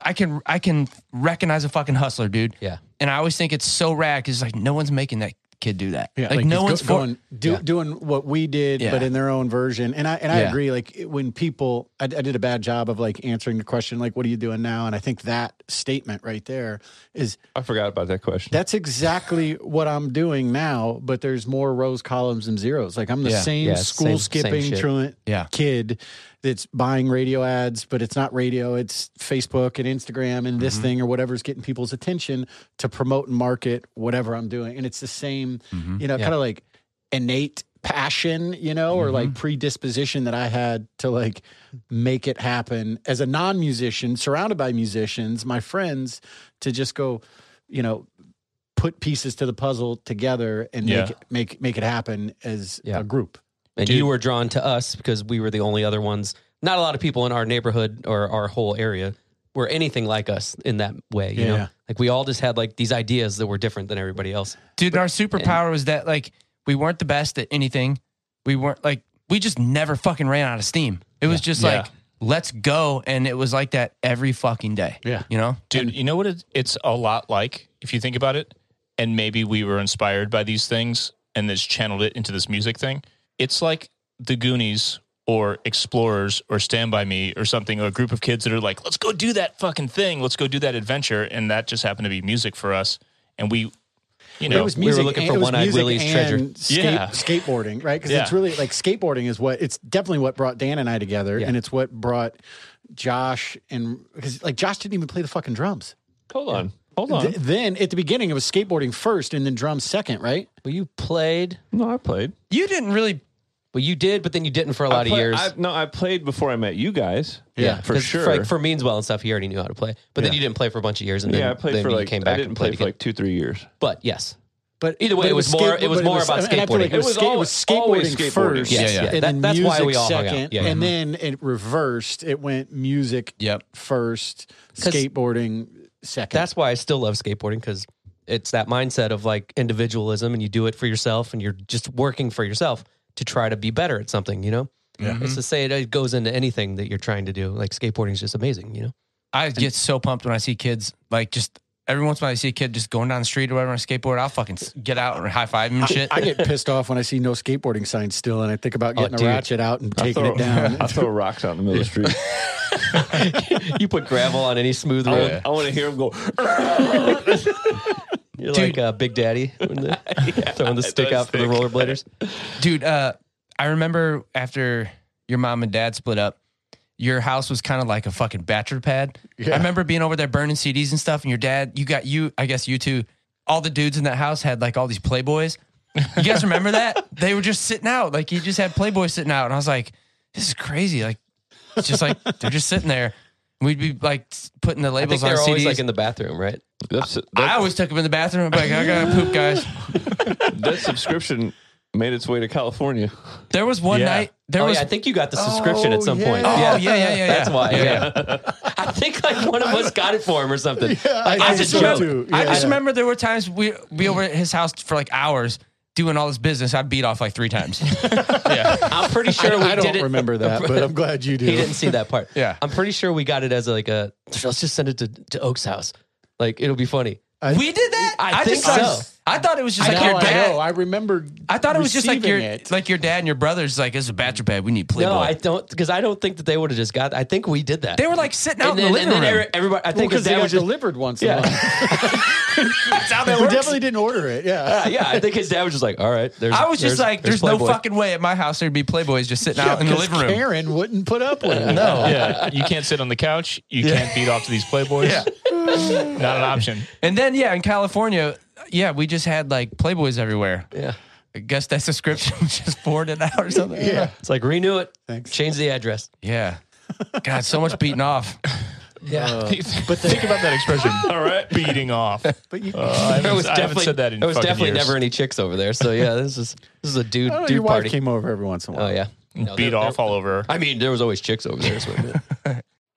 Speaker 4: I can I can recognize a fucking hustler dude
Speaker 3: Yeah.
Speaker 4: and I always think it's so rad because like no one's making that kid do that
Speaker 1: Yeah,
Speaker 4: like,
Speaker 1: he's go-
Speaker 4: no one's for,
Speaker 1: going do, doing what we did,
Speaker 4: Yeah.
Speaker 1: but in their own version. And I and I
Speaker 4: Yeah.
Speaker 1: agree. Like it- when people, I, I did a bad job of like answering the question, like "What are you doing now?" And I think that statement right there is
Speaker 2: I forgot about that question.
Speaker 1: that's exactly what I'm doing now. But there's more rows, columns, and zeros. Like I'm the
Speaker 4: Yeah.
Speaker 1: same
Speaker 3: Yeah, it's
Speaker 1: school
Speaker 3: same- same
Speaker 1: skipping
Speaker 3: shit.
Speaker 1: truant
Speaker 4: Yeah.
Speaker 1: kid that's buying radio ads, but it's not radio. It's Facebook and Instagram and
Speaker 3: Mm-hmm.
Speaker 1: this thing or whatever's getting people's attention to promote and market whatever I'm doing. And it's the same you know,
Speaker 3: Mm-hmm. Yeah.
Speaker 1: kind of like innate passion, you know, or
Speaker 3: Mm-hmm.
Speaker 1: like predisposition that I had to like make it happen as a non musician, surrounded by musicians, my friends, to just go, you know, put pieces to the puzzle together and
Speaker 5: Yeah.
Speaker 1: make it make make it happen as
Speaker 3: Yeah.
Speaker 1: a group.
Speaker 3: and
Speaker 5: Dude.
Speaker 3: you were drawn to us because we were the only other ones. Not a lot of people in our neighborhood or our whole area were anything like us in that way. You
Speaker 1: Yeah.
Speaker 3: know, like we all just had like these ideas that were different than everybody else.
Speaker 4: dude our superpower was that like we weren't the best at anything we weren't like we just never fucking ran out of steam it was just
Speaker 5: Yeah.
Speaker 4: like let's go and it was like that every fucking day
Speaker 1: Yeah.
Speaker 4: you know
Speaker 5: Dude, you know what it, it's a lot like if you think about it? And maybe we were inspired by these things and just channeled it into this music thing. It's like the Goonies or Explorers or Stand By Me or something, or a group of kids that are like, let's go do that fucking thing. Let's go do that adventure. And that just happened to be music for us. And we, you know,
Speaker 1: It was
Speaker 3: we were
Speaker 1: music.
Speaker 3: looking
Speaker 1: and-
Speaker 3: for
Speaker 1: it was
Speaker 3: One-Eyed
Speaker 1: music
Speaker 3: Willie's
Speaker 1: and skate-
Speaker 5: Yeah.
Speaker 1: skateboarding, right? Because it's
Speaker 5: Yeah.
Speaker 1: really like skateboarding is what it's definitely what brought Dan and I together,
Speaker 3: Yeah.
Speaker 1: and it's what brought Josh and because like Josh didn't even play the fucking drums.
Speaker 2: Hold on. Hold on.
Speaker 1: Th- then at the beginning, it was skateboarding first, and then drums second, right?
Speaker 3: Well, you played.
Speaker 2: No, I played.
Speaker 4: you didn't really
Speaker 3: Well, you did, but then you didn't for a lot
Speaker 2: I play-
Speaker 3: of years.
Speaker 2: I, no, I played before I met you guys.
Speaker 1: Yeah.
Speaker 2: for
Speaker 3: 'Cause
Speaker 2: sure.
Speaker 3: For, like, for Meanswell and stuff, he already knew how to play. But then you didn't play for a bunch of years, and then,
Speaker 2: yeah, I played
Speaker 3: then
Speaker 2: for
Speaker 3: you
Speaker 2: like.
Speaker 3: came back
Speaker 2: I didn't
Speaker 3: and
Speaker 2: play
Speaker 3: played
Speaker 2: for
Speaker 3: again.
Speaker 2: like two, three years.
Speaker 3: but yes,
Speaker 1: But
Speaker 3: Either way,
Speaker 1: but
Speaker 3: it was more-
Speaker 1: skateboard-
Speaker 3: it was
Speaker 1: but
Speaker 3: more about
Speaker 1: and I feel like
Speaker 3: skateboarding.
Speaker 1: it was,
Speaker 2: It was
Speaker 1: skate, it
Speaker 2: always-
Speaker 1: was skateboarding
Speaker 2: always skateboarding.
Speaker 1: first,
Speaker 2: Yes,
Speaker 3: yeah.
Speaker 1: and
Speaker 3: That-
Speaker 1: then
Speaker 3: that's
Speaker 1: music
Speaker 3: why we all hung out.
Speaker 1: second,
Speaker 3: Yeah. Mm-hmm.
Speaker 1: and then it reversed. It went music
Speaker 4: Yep.
Speaker 1: first,
Speaker 3: 'Cause
Speaker 1: skateboarding second.
Speaker 3: that's why I still love skateboarding because it's that mindset of like individualism, and you do it for yourself, and you're just working for yourself to try to be better at something. You know,
Speaker 1: Yeah.
Speaker 3: it's to say it, it goes into anything that you're trying to do. Like skateboarding is just amazing. You know,
Speaker 4: i get so pumped when i see kids like just every once in a while i see a kid just going down the street or whatever on a skateboard i'll fucking s- get out and high-five him and shit
Speaker 1: I get pissed off when I see no skateboarding signs still, and I think about getting a
Speaker 3: dude.
Speaker 1: ratchet out and taking it down.
Speaker 2: I throw rocks out in the middle of the street.
Speaker 3: you put gravel on any smooth
Speaker 2: I
Speaker 1: Oh,
Speaker 3: road.
Speaker 2: want- I want to hear him go.
Speaker 3: You're
Speaker 4: Dude.
Speaker 3: like uh, Big Daddy when the, throwing the stick out for the rollerbladers.
Speaker 4: dude uh i remember after your mom and dad split up your house was kind of like a fucking bachelor pad i remember being over there burning cds and stuff and your dad you got you i guess you two all the dudes in that house had like all these playboys you guys remember that they were just sitting out like you just had playboys sitting out and i was like this is crazy like it's just like they're just sitting there we'd be like putting the
Speaker 3: I think
Speaker 4: labels on
Speaker 3: they're always
Speaker 4: cds
Speaker 3: like in the bathroom, right?
Speaker 2: That's,
Speaker 4: i
Speaker 2: that,
Speaker 4: always took them in the bathroom and be like i gotta poop guys
Speaker 2: that subscription made its way to California.
Speaker 4: there was one
Speaker 5: Yeah.
Speaker 4: night there
Speaker 3: oh,
Speaker 4: was
Speaker 3: yeah, I think you got the subscription at some point.
Speaker 4: Oh, yeah, yeah, yeah, yeah.
Speaker 3: That's why.
Speaker 4: Yeah,
Speaker 3: Yeah. I think like one of us got it for him or something.
Speaker 1: I
Speaker 3: like, as
Speaker 1: think
Speaker 3: a
Speaker 1: so
Speaker 3: joke.
Speaker 1: too.
Speaker 4: I
Speaker 1: Yeah,
Speaker 4: just
Speaker 1: yeah.
Speaker 4: remember there were times we be over at his house for like hours doing all this business. I beat off like three times.
Speaker 3: I'm pretty sure we
Speaker 1: I
Speaker 3: did
Speaker 1: don't
Speaker 3: it.
Speaker 1: remember that, but I'm glad you do.
Speaker 3: He didn't see that part.
Speaker 4: Yeah.
Speaker 3: I'm pretty sure we got it as like a let's just send it to, to Oak's house. Like it'll be funny.
Speaker 4: we did that.
Speaker 3: I, think
Speaker 4: just thought-
Speaker 3: so.
Speaker 4: I thought it was just
Speaker 1: I
Speaker 4: like
Speaker 1: know,
Speaker 4: your
Speaker 1: I
Speaker 4: dad.
Speaker 1: know.
Speaker 4: I,
Speaker 1: I remember.
Speaker 4: thought it was just like your
Speaker 1: receiving it.
Speaker 4: like your dad and your brothers. Like it's a bachelor pad. We need Playboy.
Speaker 3: No, I don't because I don't think that they would have just got. I think we did that.
Speaker 4: they were like sitting out
Speaker 3: and then,
Speaker 4: in the
Speaker 3: and
Speaker 4: living
Speaker 3: then
Speaker 4: room.
Speaker 3: every- everybody. I think
Speaker 1: because
Speaker 3: his dad
Speaker 1: they were
Speaker 3: was just.
Speaker 1: delivered once
Speaker 3: Yeah.
Speaker 1: a month.
Speaker 4: That's how that
Speaker 1: we
Speaker 4: works.
Speaker 1: definitely didn't order it. Yeah.
Speaker 3: yeah, I think his dad was just like, all right. There's,
Speaker 4: I was just
Speaker 3: there's-
Speaker 4: like, "There's, no
Speaker 3: Playboy."
Speaker 4: fucking way at my house there'd be Playboys just sitting out in the
Speaker 1: 'Cause
Speaker 4: living room."
Speaker 1: Karen wouldn't put up with it.
Speaker 4: No,
Speaker 5: yeah, you can't sit on the couch. You can't beat off to these playboys.
Speaker 4: Yeah.
Speaker 5: Not an option.
Speaker 4: and then yeah, in California, yeah, we just had like Playboys everywhere.
Speaker 3: Yeah.
Speaker 4: I guess that subscription was just forwarded out or something.
Speaker 1: Yeah.
Speaker 3: It's like renew it.
Speaker 1: Thanks.
Speaker 3: Change the address.
Speaker 4: yeah. God, so much beating off.
Speaker 3: Yeah.
Speaker 5: but think about that expression. All right, beating off.
Speaker 1: But you,
Speaker 5: Uh, I, haven't,
Speaker 3: There was
Speaker 5: I haven't
Speaker 3: definitely
Speaker 5: said that in
Speaker 3: there was
Speaker 5: fucking
Speaker 3: definitely
Speaker 5: years.
Speaker 3: never any chicks over there. So yeah, this is this is a dude
Speaker 1: I don't know,
Speaker 3: dude
Speaker 1: Oh, your wife
Speaker 3: party.
Speaker 1: came over every once in a while.
Speaker 3: oh yeah, No,
Speaker 5: beat
Speaker 3: there-
Speaker 5: off
Speaker 3: there-
Speaker 5: all over.
Speaker 3: I mean, there was always chicks over there. So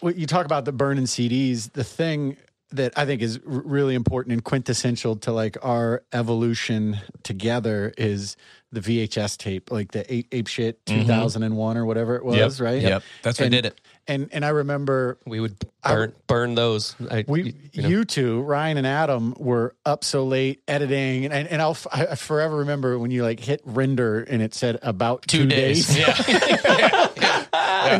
Speaker 1: Well, you talk about the burning CDs. The thing that I think is r- really important and quintessential to like our evolution together is the VHS tape, like the ape, ape shit 2001 or whatever it was, right?
Speaker 4: Mm-hmm. Yep. That's what
Speaker 1: and,
Speaker 4: did it.
Speaker 1: And and I remember
Speaker 3: we would burn burn those. I,
Speaker 1: we you,
Speaker 3: know.
Speaker 1: two ryan and adam were up so late editing and, and, and i'll f- I I forever remember when you like hit render and it said about two,
Speaker 4: days.
Speaker 1: days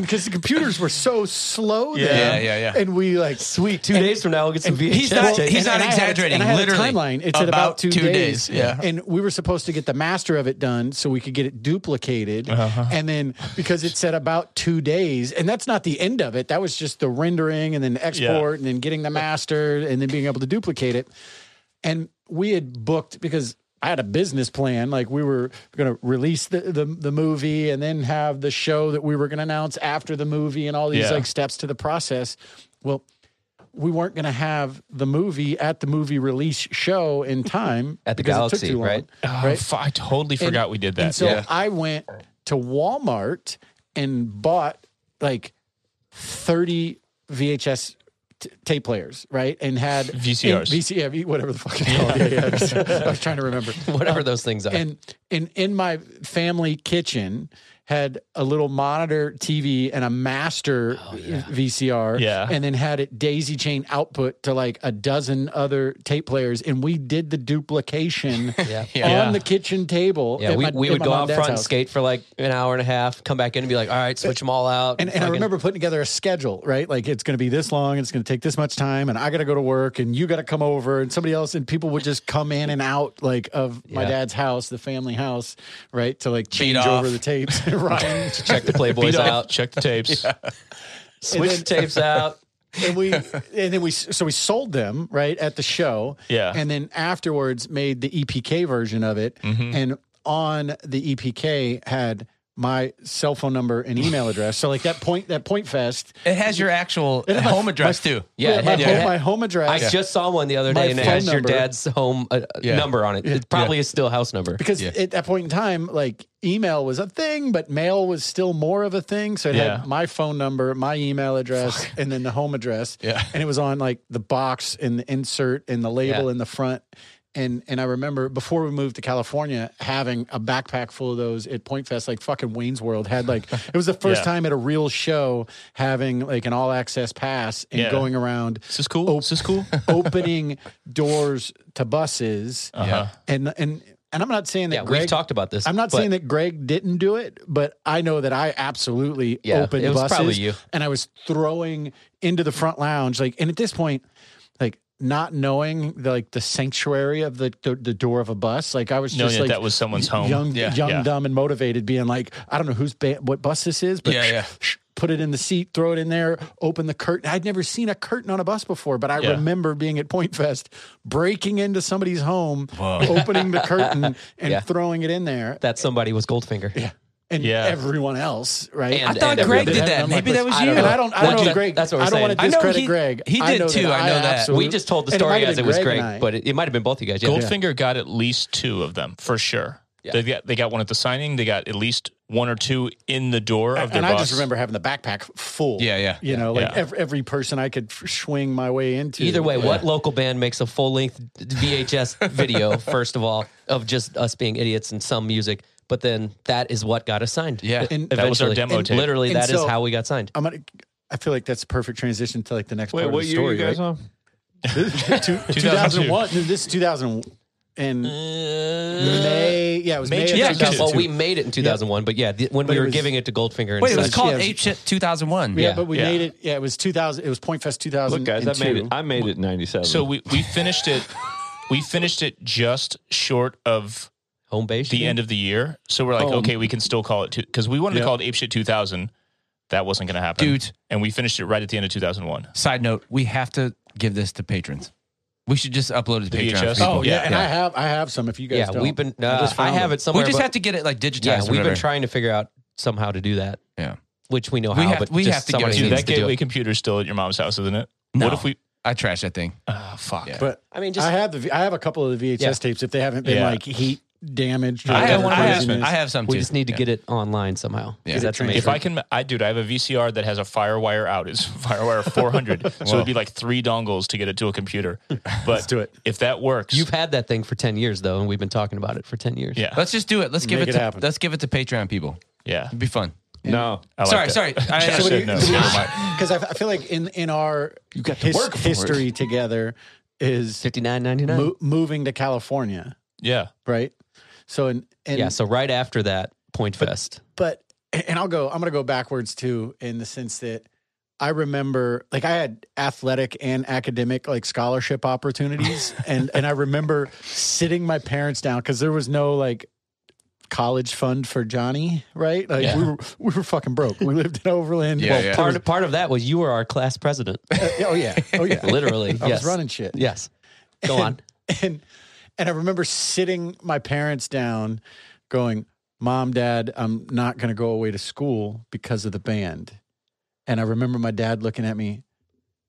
Speaker 1: because the computers were so slow then
Speaker 4: Yeah, yeah, yeah.
Speaker 1: and we like
Speaker 3: sweet two days from now we'll get some VHS.
Speaker 4: He's not.
Speaker 3: tape.
Speaker 1: and- and
Speaker 4: He's not
Speaker 1: I had a-
Speaker 4: exaggerating.
Speaker 1: and I had a
Speaker 4: literally,
Speaker 1: timeline. It said about, two, days.
Speaker 4: Yeah.
Speaker 1: And we were supposed to get the master of it done so we could get it duplicated.
Speaker 4: Uh-huh.
Speaker 1: And then because it said about two days, and that's not the end of it. That was just the rendering and then export and then getting the master and then being able to duplicate it. And we had booked because I had a business plan. Like we were going to release the, the the movie and then have the show that we were going to announce after the movie and all these
Speaker 5: Yeah.
Speaker 1: like steps to the process. Well, we weren't going to have the movie at the movie release show in time
Speaker 3: At the
Speaker 1: because
Speaker 3: Galaxy, right?
Speaker 5: Oh, fu- I totally forgot we did
Speaker 1: And
Speaker 5: that.
Speaker 1: so
Speaker 5: Yeah.
Speaker 1: I went to Walmart and bought like 30 VHS t- tape players, right? And had
Speaker 5: VCRs.
Speaker 1: and VC, yeah, V- whatever the fuck it's called. Yeah, yeah. I was trying to remember.
Speaker 3: whatever those things are.
Speaker 1: And in in my family kitchen had a little monitor TV and a master
Speaker 3: Oh,
Speaker 1: VCR,
Speaker 5: Yeah.
Speaker 1: and then had it daisy chain output to like a dozen other tape players, and we did the duplication
Speaker 3: Yeah.
Speaker 1: on
Speaker 5: Yeah.
Speaker 1: the kitchen table.
Speaker 3: yeah,
Speaker 1: at
Speaker 3: we,
Speaker 1: my-
Speaker 3: we
Speaker 1: at
Speaker 3: would
Speaker 1: my
Speaker 3: go
Speaker 1: mom
Speaker 3: out
Speaker 1: dad's
Speaker 3: front and
Speaker 1: house.
Speaker 3: skate for like an hour and a half, come back in and be like, all right, switch them all out.
Speaker 1: And, and I
Speaker 3: fucking-
Speaker 1: remember putting together a schedule, right? Like it's going to be this long, it's going to take this much time, and I got to go to work, and you got to come over, and somebody else, and people would just come in and out, like of my
Speaker 3: Yeah.
Speaker 1: dad's house, the family house, right? To like change
Speaker 4: off.
Speaker 1: over the tapes, Ryan.
Speaker 3: check the Playboys
Speaker 5: Beat off,
Speaker 3: out,
Speaker 5: check the tapes.
Speaker 3: switch
Speaker 1: then-
Speaker 3: the tapes out.
Speaker 1: and we and then we so we sold them right at the show.
Speaker 5: Yeah.
Speaker 1: And then afterwards made the EPK version of it,
Speaker 3: Mm-hmm.
Speaker 1: and on the EPK had my cell phone number and email address. So like that point that point fest.
Speaker 4: It has your actual
Speaker 1: had my-
Speaker 4: home address too.
Speaker 3: Yeah,
Speaker 1: my,
Speaker 3: yeah,
Speaker 1: home,
Speaker 3: yeah.
Speaker 1: my home
Speaker 3: I
Speaker 1: address.
Speaker 3: just saw one the other
Speaker 1: My
Speaker 3: day, and it
Speaker 1: phone
Speaker 3: has your
Speaker 1: number.
Speaker 3: dad's home uh,
Speaker 4: Yeah.
Speaker 3: number on it. It probably is still house number.
Speaker 1: because at that point in time, like email was a thing, but mail was still more of a thing. So it
Speaker 5: Yeah.
Speaker 1: had my phone number, my email address, and then the home address.
Speaker 4: Yeah.
Speaker 1: And it was on like the box and the insert and the label
Speaker 3: Yeah.
Speaker 1: in the front. And and I remember before we moved to California, having a backpack full of those at Point Fest, like fucking Wayne's World had like it was the first
Speaker 5: Yeah.
Speaker 1: time at a real show having like an all access pass and
Speaker 5: Yeah.
Speaker 1: going around
Speaker 5: Is this
Speaker 1: Oh.
Speaker 5: cool? Is this cool?
Speaker 1: opening doors to buses
Speaker 5: Uh-huh.
Speaker 1: and and and I'm not saying that
Speaker 3: Yeah,
Speaker 1: Greg
Speaker 3: we've talked about this.
Speaker 1: I'm not
Speaker 3: but-
Speaker 1: saying that Greg didn't do it, but I know that I absolutely
Speaker 3: Yeah,
Speaker 1: opened
Speaker 3: it was
Speaker 1: buses
Speaker 3: probably you.
Speaker 1: and I was throwing into the front lounge like and at this point like not knowing the, like the sanctuary of the, the the door of a bus like I was
Speaker 5: Knowing
Speaker 1: just
Speaker 5: that
Speaker 1: like
Speaker 5: that was someone's home.
Speaker 1: young
Speaker 4: Yeah.
Speaker 1: young
Speaker 5: Yeah.
Speaker 1: dumb and motivated being like I don't know who's ba- what bus this is but
Speaker 4: Yeah, yeah.
Speaker 1: put it in the seat throw it in there open the curtain I'd never seen a curtain on a bus before but I
Speaker 5: Yeah.
Speaker 1: remember being at Point Fest breaking into somebody's home opening the curtain and
Speaker 3: Yeah.
Speaker 1: throwing it in there
Speaker 3: that somebody was Goldfinger. Yeah.
Speaker 1: and
Speaker 5: Yeah.
Speaker 1: everyone else, right?
Speaker 3: And-
Speaker 4: I thought
Speaker 3: and
Speaker 4: Greg
Speaker 3: everything.
Speaker 4: did
Speaker 1: And
Speaker 4: that.
Speaker 1: I'm like,
Speaker 4: Maybe that was
Speaker 1: I
Speaker 4: you.
Speaker 1: don't know. I don't. I
Speaker 3: That's
Speaker 1: don't know
Speaker 3: what-
Speaker 1: Greg.
Speaker 3: that's what we're
Speaker 1: I don't want to
Speaker 3: saying.
Speaker 4: I know
Speaker 1: discredit
Speaker 4: he-
Speaker 1: Greg.
Speaker 4: he did too, I
Speaker 3: We
Speaker 4: know that. We
Speaker 1: absolutely-
Speaker 3: just told the
Speaker 1: and might
Speaker 3: story
Speaker 1: have
Speaker 3: as
Speaker 1: been
Speaker 3: it was
Speaker 1: Greg
Speaker 3: Greg,
Speaker 1: and I.
Speaker 3: but it, it might have been both you guys. Yeah.
Speaker 5: Goldfinger got at least two of them for sure.
Speaker 3: Yeah.
Speaker 5: They got they got one at the signing. They got at least one or two in the door of their
Speaker 1: and
Speaker 5: bus.
Speaker 1: I just remember having the backpack full.
Speaker 4: Yeah, yeah.
Speaker 1: You know, like
Speaker 5: Yeah.
Speaker 1: every, every person I could f- swing my way into.
Speaker 3: Either way, what local band makes a full length VHS video, first of all, of just us being idiots and some music, but then that is what got us signed.
Speaker 4: Yeah.
Speaker 1: And-
Speaker 5: That was our
Speaker 3: Eventually.
Speaker 5: demo
Speaker 1: and
Speaker 5: tape.
Speaker 3: Literally,
Speaker 1: And
Speaker 3: that is
Speaker 1: so-
Speaker 3: how we got signed.
Speaker 1: I'm gonna. I feel like that's a perfect transition to like the next part of the story.
Speaker 2: on?
Speaker 1: right? Two- 2001. No, This is 2000. and
Speaker 3: Uh,
Speaker 1: May. Yeah, it was
Speaker 5: May
Speaker 1: May. of
Speaker 3: yeah, 'cause-
Speaker 5: 2002.
Speaker 3: well, we made it in 2001, but yeah, the, when
Speaker 1: But
Speaker 3: we
Speaker 1: it
Speaker 3: were
Speaker 1: was-
Speaker 3: giving it to Goldfinger and
Speaker 4: Wait, it was
Speaker 3: such,
Speaker 4: called
Speaker 1: yeah.
Speaker 4: Ape Shit 2001.
Speaker 1: yeah,
Speaker 3: yeah.
Speaker 1: but we made it. Yeah, it was 2000. It was Point Fest 2000.
Speaker 2: Look, guys, I made it. I made it in '97.
Speaker 5: So we, we finished it. We finished it just short of
Speaker 3: home base.
Speaker 5: the end of the year. So we're like,
Speaker 1: Oh.
Speaker 5: okay, we can still call it because we wanted to call it Ape Shit 2000. That wasn't going to happen,
Speaker 4: Dude.
Speaker 5: And we finished it right at the end of 2001.
Speaker 4: Side note, we have to give this to patrons. We should just upload it to
Speaker 5: The
Speaker 4: patrons.
Speaker 5: VHS?
Speaker 1: oh yeah,
Speaker 5: Yeah.
Speaker 1: and I have I have some. If you guys
Speaker 3: yeah,
Speaker 1: don't.
Speaker 3: we've been.
Speaker 1: I
Speaker 3: Uh,
Speaker 1: just
Speaker 3: I
Speaker 1: found
Speaker 3: have
Speaker 1: it.
Speaker 3: it somewhere.
Speaker 4: we just
Speaker 3: but-
Speaker 4: have to get it like digitized.
Speaker 3: Yeah,
Speaker 4: or
Speaker 3: we've been
Speaker 4: whatever.
Speaker 3: trying to figure out somehow to do that.
Speaker 4: Yeah.
Speaker 3: which we know
Speaker 4: We
Speaker 3: how,
Speaker 4: have-
Speaker 3: but
Speaker 4: we
Speaker 3: just
Speaker 4: have to get
Speaker 3: somebody
Speaker 4: it.
Speaker 5: Dude,
Speaker 3: needs
Speaker 5: that
Speaker 3: to do
Speaker 5: gateway
Speaker 3: it.
Speaker 5: computer's still at your mom's house, isn't it?
Speaker 4: No.
Speaker 5: What if we?
Speaker 4: I trashed that thing.
Speaker 5: Uh, fuck.
Speaker 4: Yeah.
Speaker 1: But
Speaker 3: I mean, just
Speaker 1: I have the I have a couple of the VHS
Speaker 3: Yeah.
Speaker 1: tapes if they haven't been
Speaker 5: Yeah.
Speaker 1: like heat damaged. Or
Speaker 4: I have,
Speaker 1: whatever
Speaker 4: one, I, have,
Speaker 1: craziness.
Speaker 4: I have some
Speaker 3: we
Speaker 4: too.
Speaker 3: just need to
Speaker 4: Yeah.
Speaker 3: get it online somehow.
Speaker 4: Yeah.
Speaker 3: Yeah, that's
Speaker 1: Get it
Speaker 3: amazing.
Speaker 5: If I can, I dude, I have a VCR that has a FireWire out. It's FireWire 400, so it'd be like three dongles to get it to a computer. But
Speaker 1: Let's do it.
Speaker 5: If that works,
Speaker 3: You've had that thing for ten years though, and we've been talking about it for ten years.
Speaker 5: yeah,
Speaker 4: Let's just do it. Let's give
Speaker 1: Make
Speaker 4: it,
Speaker 1: it
Speaker 4: to
Speaker 1: happen.
Speaker 4: let's give it to Patreon people.
Speaker 5: yeah.
Speaker 4: It'd be fun.
Speaker 2: no,
Speaker 5: I like
Speaker 4: sorry,
Speaker 5: that.
Speaker 4: sorry. I,
Speaker 5: Josh
Speaker 1: So what do
Speaker 5: said
Speaker 1: you- so
Speaker 5: no.
Speaker 1: what do you-
Speaker 5: Never mind.
Speaker 1: Because I, f- I feel like in in our his-
Speaker 2: work for it.
Speaker 1: history together is
Speaker 3: fifty nine ninety nine.
Speaker 1: mo- moving to California,
Speaker 5: Yeah,
Speaker 1: right? So and, and
Speaker 3: Yeah, so right after that Point Fest.
Speaker 1: but and I'll go. I'm gonna go backwards too, in the sense that I remember, like I had athletic and academic like scholarship opportunities, and and I remember sitting my parents down because there was no like college fund for Johnny, right? Like we were we were fucking broke. We lived in Overland.
Speaker 4: Yeah, yeah.
Speaker 3: Part part of that was you were our class president,
Speaker 1: oh yeah, oh yeah.
Speaker 3: literally.
Speaker 1: I
Speaker 3: yes.
Speaker 1: was running shit.
Speaker 3: Yes. Go on.
Speaker 1: and and I remember sitting my parents down, going, "Mom, Dad, I'm not going to go away to school because of the band." And I remember my dad looking at me,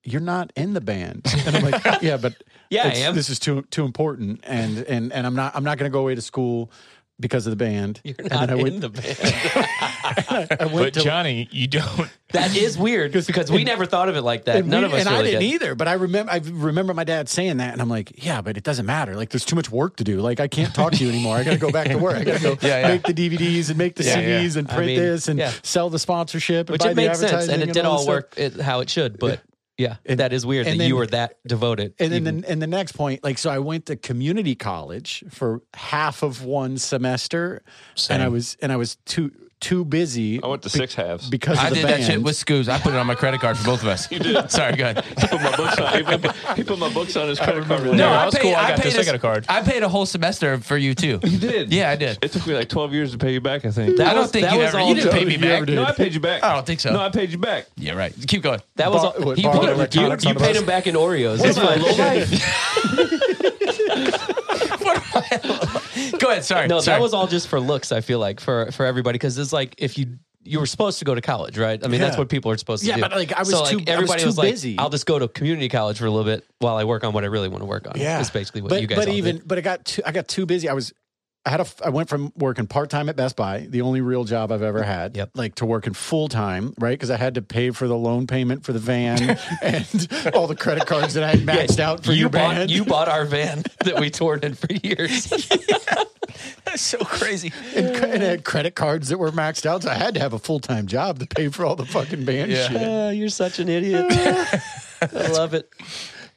Speaker 1: "You're not in the band," and I'm like, "Yeah, but
Speaker 3: Yeah, I
Speaker 1: it's-
Speaker 3: am.
Speaker 1: This is too too important, and and and I'm not I'm not going to go away to school." Because of the band,
Speaker 3: You're
Speaker 1: And then
Speaker 3: not
Speaker 1: I
Speaker 3: in
Speaker 1: went-
Speaker 3: the band.
Speaker 1: I
Speaker 5: but
Speaker 1: went to
Speaker 5: Johnny, you don't.
Speaker 3: that is weird because we never thought of it like that.
Speaker 1: And
Speaker 3: Uh, None
Speaker 1: we-
Speaker 3: of us
Speaker 1: and
Speaker 3: really
Speaker 1: I didn't
Speaker 3: did.
Speaker 1: either. But I remember I remember my dad saying that, and I'm like, yeah, but it doesn't matter. Like, there's too much work to do. Like, I can't talk to you anymore. I got to go back to work. I got to go
Speaker 4: Yeah, yeah.
Speaker 1: make the DVDs and make the
Speaker 4: Yeah, yeah.
Speaker 1: CDs and
Speaker 3: I
Speaker 1: print
Speaker 3: mean,
Speaker 1: this and
Speaker 3: yeah.
Speaker 1: sell the sponsorship. And
Speaker 3: Which
Speaker 1: buy
Speaker 3: it
Speaker 1: the
Speaker 3: makes sense,
Speaker 1: advertising
Speaker 3: and it did
Speaker 1: this
Speaker 3: all
Speaker 1: stuff.
Speaker 3: work it, how it should. But yeah,
Speaker 1: And-
Speaker 3: that is weird that
Speaker 1: and
Speaker 3: you
Speaker 1: then-
Speaker 3: were that devoted.
Speaker 1: And then
Speaker 3: even-
Speaker 1: the, and the next point, like, so I went to community college for half of one semester, and I was and I was too too busy
Speaker 2: I went to six halves.
Speaker 1: because of
Speaker 4: I
Speaker 1: the
Speaker 4: did
Speaker 1: band.
Speaker 4: that shit with Scoobs. I put it on my credit card for both of us. you did. Sorry, go ahead.
Speaker 2: put my books on, he, put, he put my books on his credit card.
Speaker 5: No,
Speaker 2: No,
Speaker 5: that was cool. I got
Speaker 4: paid
Speaker 5: this. I got a card.
Speaker 4: I paid a whole semester for you too.
Speaker 2: you did.
Speaker 4: Yeah, I did.
Speaker 2: It took me like 12 years to pay you back. I think.
Speaker 4: I don't
Speaker 3: was-
Speaker 4: think
Speaker 3: that
Speaker 4: you
Speaker 3: was
Speaker 4: ever.
Speaker 3: all
Speaker 4: You didn't pay me
Speaker 1: you
Speaker 4: back.
Speaker 1: ever did.
Speaker 2: no, I paid you back.
Speaker 4: I don't think so.
Speaker 2: No, I paid you back.
Speaker 4: Yeah, right. Keep going.
Speaker 3: that was
Speaker 1: Bar-
Speaker 3: all,
Speaker 1: what,
Speaker 3: he
Speaker 1: borrowed
Speaker 3: put
Speaker 1: electronics
Speaker 3: you, you
Speaker 1: on the
Speaker 3: paid
Speaker 1: bus?
Speaker 3: him back in Oreos. It's fine.
Speaker 4: go ahead. Sorry.
Speaker 3: No,
Speaker 4: sorry.
Speaker 3: that was all just for looks. I feel like for for everybody because it's like if you you were supposed to go to college, right? I mean, that's
Speaker 1: Yeah.
Speaker 3: what people are supposed to
Speaker 1: Yeah,
Speaker 3: do.
Speaker 1: but, like, I was too-
Speaker 3: so,
Speaker 1: I
Speaker 3: like,
Speaker 1: was
Speaker 3: everybody
Speaker 1: too
Speaker 3: was, like,
Speaker 1: busy.
Speaker 3: I'll just go to community college for a little bit while I work on what I really want to work on.
Speaker 1: Yeah,
Speaker 3: that's basically what
Speaker 1: but,
Speaker 3: you guys.
Speaker 1: But
Speaker 3: all
Speaker 1: even
Speaker 3: did.
Speaker 1: but I got too I got too busy. I was I had a f- I went from working part time at Best Buy, the only real job I've ever had,
Speaker 3: Yep.
Speaker 1: like to working full time, right? Because I had to pay for the loan payment for the van and all the credit cards that I had maxed out for
Speaker 3: you
Speaker 1: your
Speaker 3: bought
Speaker 1: band.
Speaker 3: you bought our van that we toured in for years.
Speaker 4: That's so crazy.
Speaker 1: and, cre- and I had credit cards that were maxed out, so I had to have a full time job to pay for all the fucking band
Speaker 4: Yeah.
Speaker 1: shit.
Speaker 3: Oh, you're such an idiot. I love it.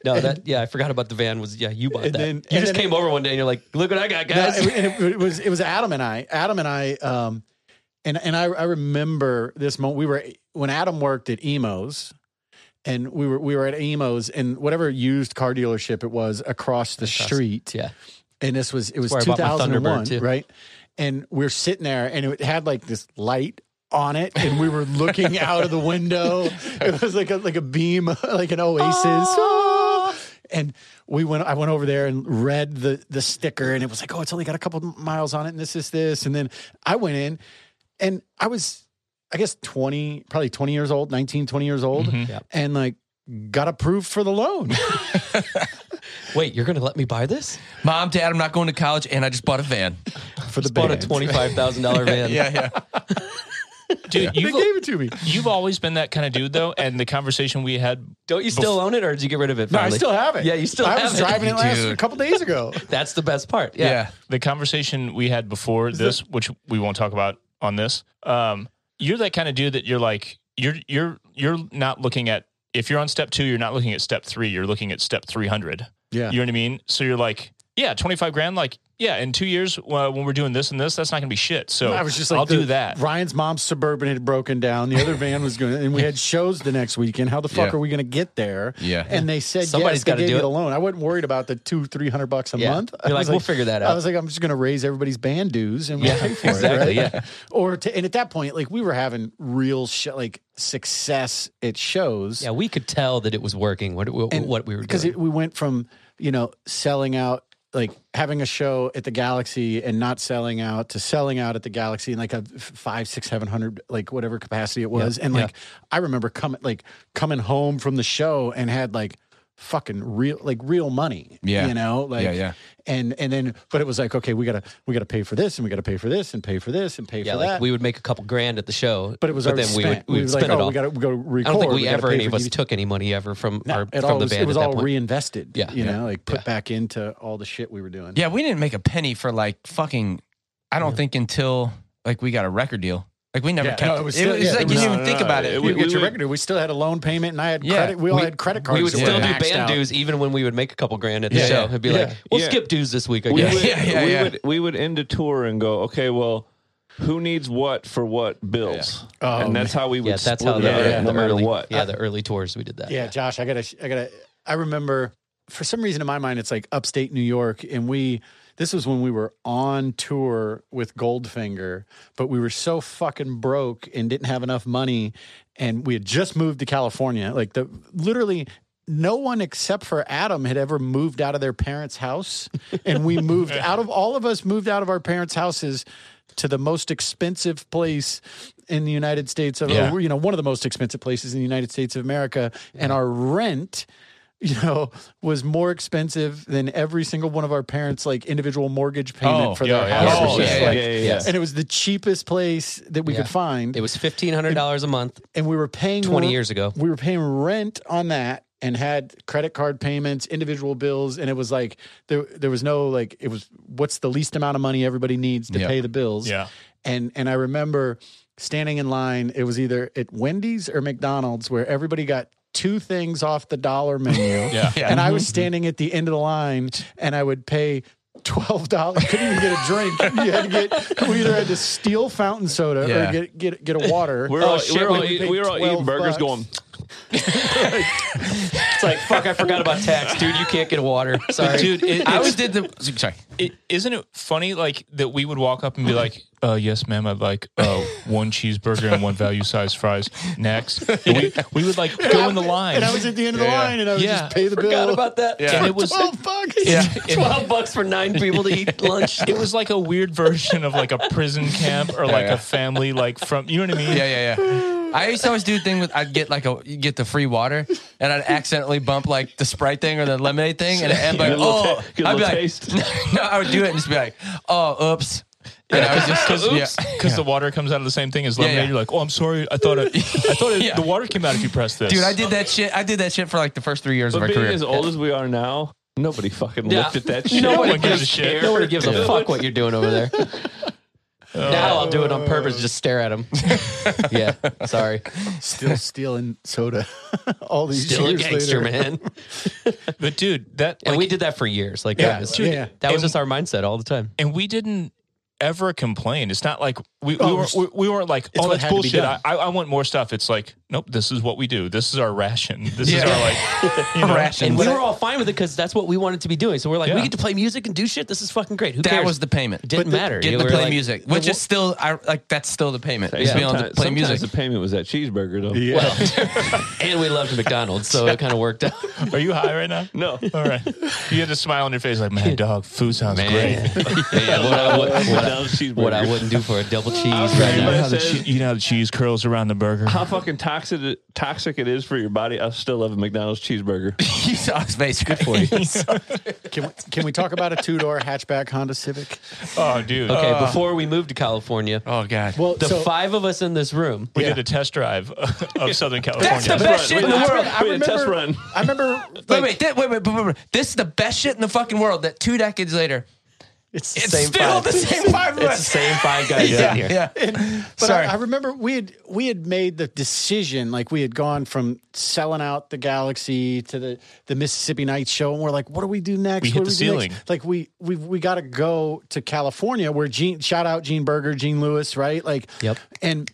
Speaker 3: No, that yeah, I forgot about the van. Was yeah, you bought
Speaker 1: And
Speaker 3: that.
Speaker 1: then-
Speaker 3: you
Speaker 1: and
Speaker 3: just
Speaker 1: then
Speaker 3: came
Speaker 1: it-
Speaker 3: over one day and you're like, look what I got,
Speaker 1: No,
Speaker 3: guys.
Speaker 1: it, it- it was it was Adam and I. Adam and I. Um, and and I, I remember this moment. We were when Adam worked at Emos, and we were we were at Emos and whatever used car dealership it was across the street.
Speaker 3: yeah,
Speaker 1: And this was it was
Speaker 3: where I
Speaker 1: two
Speaker 3: bought my
Speaker 1: thousand and one,
Speaker 3: Thunderbird, too.
Speaker 1: right? And we're sitting there, and it had like this light on it and we were looking out of the window it was like a like a beam like an oasis Ah. and we went i went over there and read the the sticker and it was like oh it's only got a couple miles on it and this is this and then i went in and i was i guess 20 probably 20 years old 19 20 years old
Speaker 3: Yep.
Speaker 1: and like got approved for the loan
Speaker 3: Wait, you're gonna let me buy this?
Speaker 4: Mom, Dad, I'm not going to college, and I just bought a van.
Speaker 1: for the
Speaker 3: Just bought a
Speaker 1: band.
Speaker 3: twenty five thousand dollar van.
Speaker 4: yeah.
Speaker 5: dude,
Speaker 1: they
Speaker 5: you've
Speaker 1: gave it to me
Speaker 5: you've always been that kind of dude though. And the conversation we had,
Speaker 3: Don't you still own it, or did you get rid of it?
Speaker 1: no, i
Speaker 3: finally?
Speaker 1: still have it
Speaker 3: Yeah, you still
Speaker 1: i
Speaker 3: have
Speaker 1: was
Speaker 3: it.
Speaker 1: driving it last
Speaker 4: Dude.
Speaker 1: a couple days ago
Speaker 3: That's the best part. Yeah.
Speaker 4: Yeah.
Speaker 5: the conversation we had before this, which we won't talk about on this. Um, you're that kind of dude that you're like you're you're you're not looking at if you're on step two, you're not looking at step three. You're looking at step three hundred.
Speaker 1: yeah
Speaker 5: You know what I mean? So you're like, yeah, 25 grand, like, yeah, in two years uh, when we're doing this and this, that's not going to be shit. So
Speaker 1: I was just like,
Speaker 5: I'll do
Speaker 1: the-
Speaker 5: that.
Speaker 1: Ryan's mom's suburban had broken down. The other van was going, and we had shows the next weekend. How the fuck
Speaker 4: Yeah.
Speaker 1: are we going to get there?
Speaker 4: Yeah.
Speaker 1: and they said
Speaker 3: Somebody's
Speaker 1: yes, they
Speaker 3: gotta
Speaker 1: gave
Speaker 3: do
Speaker 1: me
Speaker 3: it.
Speaker 1: the loan. I wasn't worried about the two, three hundred bucks a
Speaker 3: Yeah.
Speaker 1: month.
Speaker 3: You're
Speaker 1: I
Speaker 3: like,
Speaker 1: was
Speaker 3: "We'll figure that
Speaker 1: I
Speaker 3: out."
Speaker 1: was like, I'm just going to raise everybody's band dues and we'll pay for
Speaker 3: exactly,
Speaker 1: it. right?
Speaker 3: yeah.
Speaker 1: Or to, and at that point, like we were having real shit, like success at shows.
Speaker 3: Yeah, we could tell that it was working. What what,
Speaker 1: And-
Speaker 3: what we were
Speaker 1: because
Speaker 3: doing.
Speaker 1: it- we went from you know selling out like having a show at the galaxy and not selling out to selling out at the galaxy in like a f- five six seven hundred like whatever capacity it was and like i remember coming like coming home from the show and had like fucking real like real money
Speaker 4: Yeah.
Speaker 1: you know like
Speaker 4: Yeah, yeah.
Speaker 1: and and then but it was like okay we gotta we gotta pay for this and we gotta pay for this and pay for this and pay
Speaker 3: yeah,
Speaker 1: for
Speaker 3: like
Speaker 1: that
Speaker 3: we would make a couple grand at the show,
Speaker 1: but it was already
Speaker 3: then we
Speaker 1: spent.
Speaker 3: would, we would
Speaker 1: was
Speaker 3: spend
Speaker 1: like
Speaker 3: it
Speaker 1: oh
Speaker 3: all.
Speaker 1: we gotta we gotta record
Speaker 3: I don't think we,
Speaker 1: gotta
Speaker 3: ever
Speaker 1: pay
Speaker 3: any
Speaker 1: for
Speaker 3: of us
Speaker 1: DVD.
Speaker 3: took any money ever from
Speaker 1: No,
Speaker 3: our
Speaker 1: it
Speaker 3: from
Speaker 1: all
Speaker 3: the
Speaker 1: was,
Speaker 3: band
Speaker 1: it was
Speaker 3: at that
Speaker 1: all
Speaker 3: point.
Speaker 1: reinvested.
Speaker 3: Yeah,
Speaker 1: you
Speaker 3: yeah,
Speaker 1: know, like put back into all the shit we were doing.
Speaker 4: Yeah, we didn't make a penny for like fucking. I don't think until like we got a record deal. Like we never
Speaker 1: Yeah,
Speaker 4: kept.
Speaker 1: no, it
Speaker 4: it
Speaker 1: was
Speaker 4: was,
Speaker 1: still- yeah, it
Speaker 4: like you
Speaker 1: was-
Speaker 4: didn't
Speaker 2: no,
Speaker 4: even think
Speaker 2: no,
Speaker 4: about
Speaker 2: it
Speaker 4: it.
Speaker 1: we,
Speaker 2: We-
Speaker 1: got
Speaker 2: we
Speaker 1: your
Speaker 2: would-
Speaker 1: record. We still had a loan payment, and I had
Speaker 4: Yeah.
Speaker 1: credit. We all
Speaker 4: We-
Speaker 1: had credit cards.
Speaker 3: We would
Speaker 1: that were
Speaker 3: still do
Speaker 1: maxed
Speaker 3: band
Speaker 1: out.
Speaker 3: dues even when we would make a couple grand at the
Speaker 4: Yeah,
Speaker 3: show.
Speaker 4: yeah.
Speaker 3: It'd be
Speaker 1: Yeah.
Speaker 3: like, we'll
Speaker 2: Yeah.
Speaker 3: skip dues this week, I
Speaker 2: we
Speaker 3: guess.
Speaker 2: would,
Speaker 4: Yeah, yeah,
Speaker 2: we
Speaker 4: yeah.
Speaker 2: would we would end a tour and go, okay, well, who needs what for what bills?
Speaker 1: Yeah. Oh,
Speaker 2: and that's how we would
Speaker 3: Yeah, that's how
Speaker 2: split
Speaker 3: the,
Speaker 2: it
Speaker 1: yeah,
Speaker 2: up, no
Speaker 3: the
Speaker 2: matter
Speaker 3: early
Speaker 2: what.
Speaker 3: yeah the early tours we did that.
Speaker 1: Yeah, Josh, I gotta, I gotta. I remember for some reason in my mind, it's like upstate New York, and we. This was when we were on tour with Goldfinger, but we were so fucking broke and didn't have enough money, and we had just moved to California. Like the literally. No one except for Adam had ever moved out of their parents' house. And we moved out of all of us moved out of our parents' houses to the most expensive place in the United States of
Speaker 4: Yeah.
Speaker 1: you know one of the most expensive places in the United States of America and our rent you know was more expensive than every single one of our parents like individual mortgage payment
Speaker 4: Oh,
Speaker 1: for
Speaker 5: yeah,
Speaker 1: their
Speaker 5: yeah.
Speaker 1: house It was
Speaker 5: Oh,
Speaker 1: just
Speaker 4: yeah,
Speaker 1: like-
Speaker 2: yeah, yeah,
Speaker 3: yeah.
Speaker 1: and it was the cheapest place that we
Speaker 3: Yeah.
Speaker 1: could find
Speaker 3: It was fifteen hundred dollars a month
Speaker 1: and we were paying
Speaker 3: twenty
Speaker 1: re-
Speaker 3: years ago.
Speaker 1: we were paying rent on that and had credit card payments, individual bills, and it was like there there was no like it was what's the least amount of money everybody needs to
Speaker 4: Yeah.
Speaker 1: pay the bills.
Speaker 5: Yeah.
Speaker 1: And and I remember standing in line, it was either at Wendy's or McDonald's where everybody got two things off the dollar menu.
Speaker 5: Yeah.
Speaker 4: Yeah.
Speaker 1: And I was standing at the end of the line and I would pay twelve dollars. Couldn't even get a drink. You had to get we either had to steal fountain soda or
Speaker 4: Yeah.
Speaker 1: get get get a water.
Speaker 2: We're all,
Speaker 1: Oh, shit,
Speaker 2: we're all,
Speaker 1: we
Speaker 2: eat-
Speaker 1: paid
Speaker 2: we were all
Speaker 1: 12
Speaker 2: eating
Speaker 1: bucks.
Speaker 2: burgers going,
Speaker 3: It's like fuck, I forgot about tax, dude. You can't get water. Sorry,
Speaker 5: dude, it-
Speaker 4: I always did the. Sorry.
Speaker 5: It, isn't it funny, like, that we would walk up and be like, uh, yes, ma'am, I'd like uh, one cheeseburger and one value size fries next. And we, we would, like, go in the line.
Speaker 1: And I was at the end of the
Speaker 4: Yeah, yeah.
Speaker 1: line, and I would
Speaker 5: Yeah.
Speaker 1: just pay the
Speaker 3: forgot
Speaker 1: bill.
Speaker 3: about that.
Speaker 5: Yeah.
Speaker 1: For
Speaker 5: It was-
Speaker 1: twelve bucks.
Speaker 3: Twelve bucks for nine people to eat lunch.
Speaker 5: it was like a weird version of like a prison camp or like
Speaker 4: yeah.
Speaker 5: a family like from you know what I mean?
Speaker 4: Yeah, yeah, yeah. I used to always do the thing with I'd get like a you get the free water and I'd accidentally bump like the Sprite thing or the lemonade thing and I'd be like,
Speaker 2: Good little
Speaker 4: oh,
Speaker 2: ta- good
Speaker 4: I'd be
Speaker 2: little
Speaker 4: like,
Speaker 2: taste.
Speaker 4: No, I would do it and just be like, oh, oops. And I was just
Speaker 5: Because
Speaker 4: yeah.
Speaker 5: the water comes out of the same thing as
Speaker 4: Yeah,
Speaker 5: lemonade.
Speaker 4: yeah.
Speaker 5: You're like, oh, I'm sorry. I thought it. I thought it,
Speaker 4: Yeah.
Speaker 5: the water came out if you pressed this.
Speaker 4: Dude, I did that shit. I did that shit for like the first three years
Speaker 2: but
Speaker 4: of our
Speaker 2: being
Speaker 4: career.
Speaker 2: as old as we are now, nobody fucking
Speaker 3: Yeah.
Speaker 2: looked at that shit.
Speaker 5: one
Speaker 3: Nobody
Speaker 5: gives
Speaker 3: gives
Speaker 5: a shit.
Speaker 3: Nobody gives a fuck what you're doing over there. now I'll do it on purpose. Just stare at him. yeah, sorry.
Speaker 1: Still stealing soda. All these
Speaker 3: Still a
Speaker 1: years
Speaker 3: gangster,
Speaker 1: later.
Speaker 3: man.
Speaker 5: But dude, that
Speaker 3: And
Speaker 5: like,
Speaker 3: we did that for years. Like
Speaker 1: Yeah,
Speaker 3: that was,
Speaker 1: dude.
Speaker 3: that was
Speaker 5: And-
Speaker 3: just our mindset all the time.
Speaker 5: and we didn't ever complain. It's not like we we,
Speaker 1: Oh,
Speaker 5: were,
Speaker 1: it's-
Speaker 5: we, we weren't like, oh,
Speaker 1: what
Speaker 5: that's
Speaker 1: had to be
Speaker 5: bullshit. I,
Speaker 1: done.
Speaker 5: I I want more stuff. It's like, nope, this is what we do. This is our ration. This is
Speaker 4: Yeah.
Speaker 5: our like, you know,
Speaker 3: And we
Speaker 4: What
Speaker 3: were
Speaker 4: I-
Speaker 3: all fine with it because that's what we wanted to be doing. So we're like,
Speaker 5: Yeah.
Speaker 3: we get to play music and do shit. This is fucking great. Who
Speaker 4: that
Speaker 3: cares?
Speaker 4: was the payment.
Speaker 3: didn't
Speaker 1: the-
Speaker 3: matter.
Speaker 4: Getting
Speaker 3: You
Speaker 4: to
Speaker 3: were
Speaker 4: play
Speaker 3: like-
Speaker 4: music, which is still, I like that's still the payment.
Speaker 2: Hey,
Speaker 4: Just being able to
Speaker 2: sometimes-
Speaker 4: play
Speaker 2: sometimes
Speaker 4: music.
Speaker 2: the payment was that cheeseburger, though.
Speaker 1: Yeah.
Speaker 3: and we loved McDonald's, so it kind of worked out.
Speaker 5: Are you high right now?
Speaker 2: No.
Speaker 5: All right. You had a smile on your face like, man, dog, food sounds
Speaker 3: Man.
Speaker 5: great.
Speaker 3: Yeah, what, I would, what, I,
Speaker 2: McDonald's cheeseburger.
Speaker 3: what I wouldn't do for a double cheese right
Speaker 2: Everybody
Speaker 3: now.
Speaker 5: how the
Speaker 2: says-
Speaker 5: che- you know how the cheese curls around the burger.
Speaker 2: How fucking toxic it, toxic it is for your body. I still love a McDonald's cheeseburger.
Speaker 4: you saw his face. Good for you.
Speaker 1: Can we, can we talk about a two door hatchback Honda Civic?
Speaker 5: Oh, dude.
Speaker 3: Okay,
Speaker 5: Uh,
Speaker 3: before we moved to California,
Speaker 4: oh God.
Speaker 1: Well,
Speaker 3: the
Speaker 1: so
Speaker 3: five of us in this room.
Speaker 5: we did a test drive of Southern California.
Speaker 4: that's the best shit in the
Speaker 2: Wait,
Speaker 4: world.
Speaker 2: I remember, test run.
Speaker 1: I remember.
Speaker 4: Wait,
Speaker 1: like,
Speaker 4: wait, that, wait, wait, wait, wait, wait. This is the best shit in the fucking world that two decades later,
Speaker 1: It's the
Speaker 4: It's
Speaker 1: same
Speaker 4: still
Speaker 1: five.
Speaker 4: the same five
Speaker 3: It's the
Speaker 4: list.
Speaker 3: same five guys in here.
Speaker 4: yeah.
Speaker 1: But
Speaker 4: Sorry.
Speaker 1: I, I remember we had we had made the decision, like we had gone from selling out the Galaxy to the the Mississippi Night Show, and we're like, what do we do next?
Speaker 5: We hit
Speaker 1: What do
Speaker 5: the
Speaker 1: do
Speaker 5: ceiling.
Speaker 1: Like we we we got to go to California, where Gene shout out Gene Berger, Gene Lewis, right? Like,
Speaker 3: Yep.
Speaker 1: and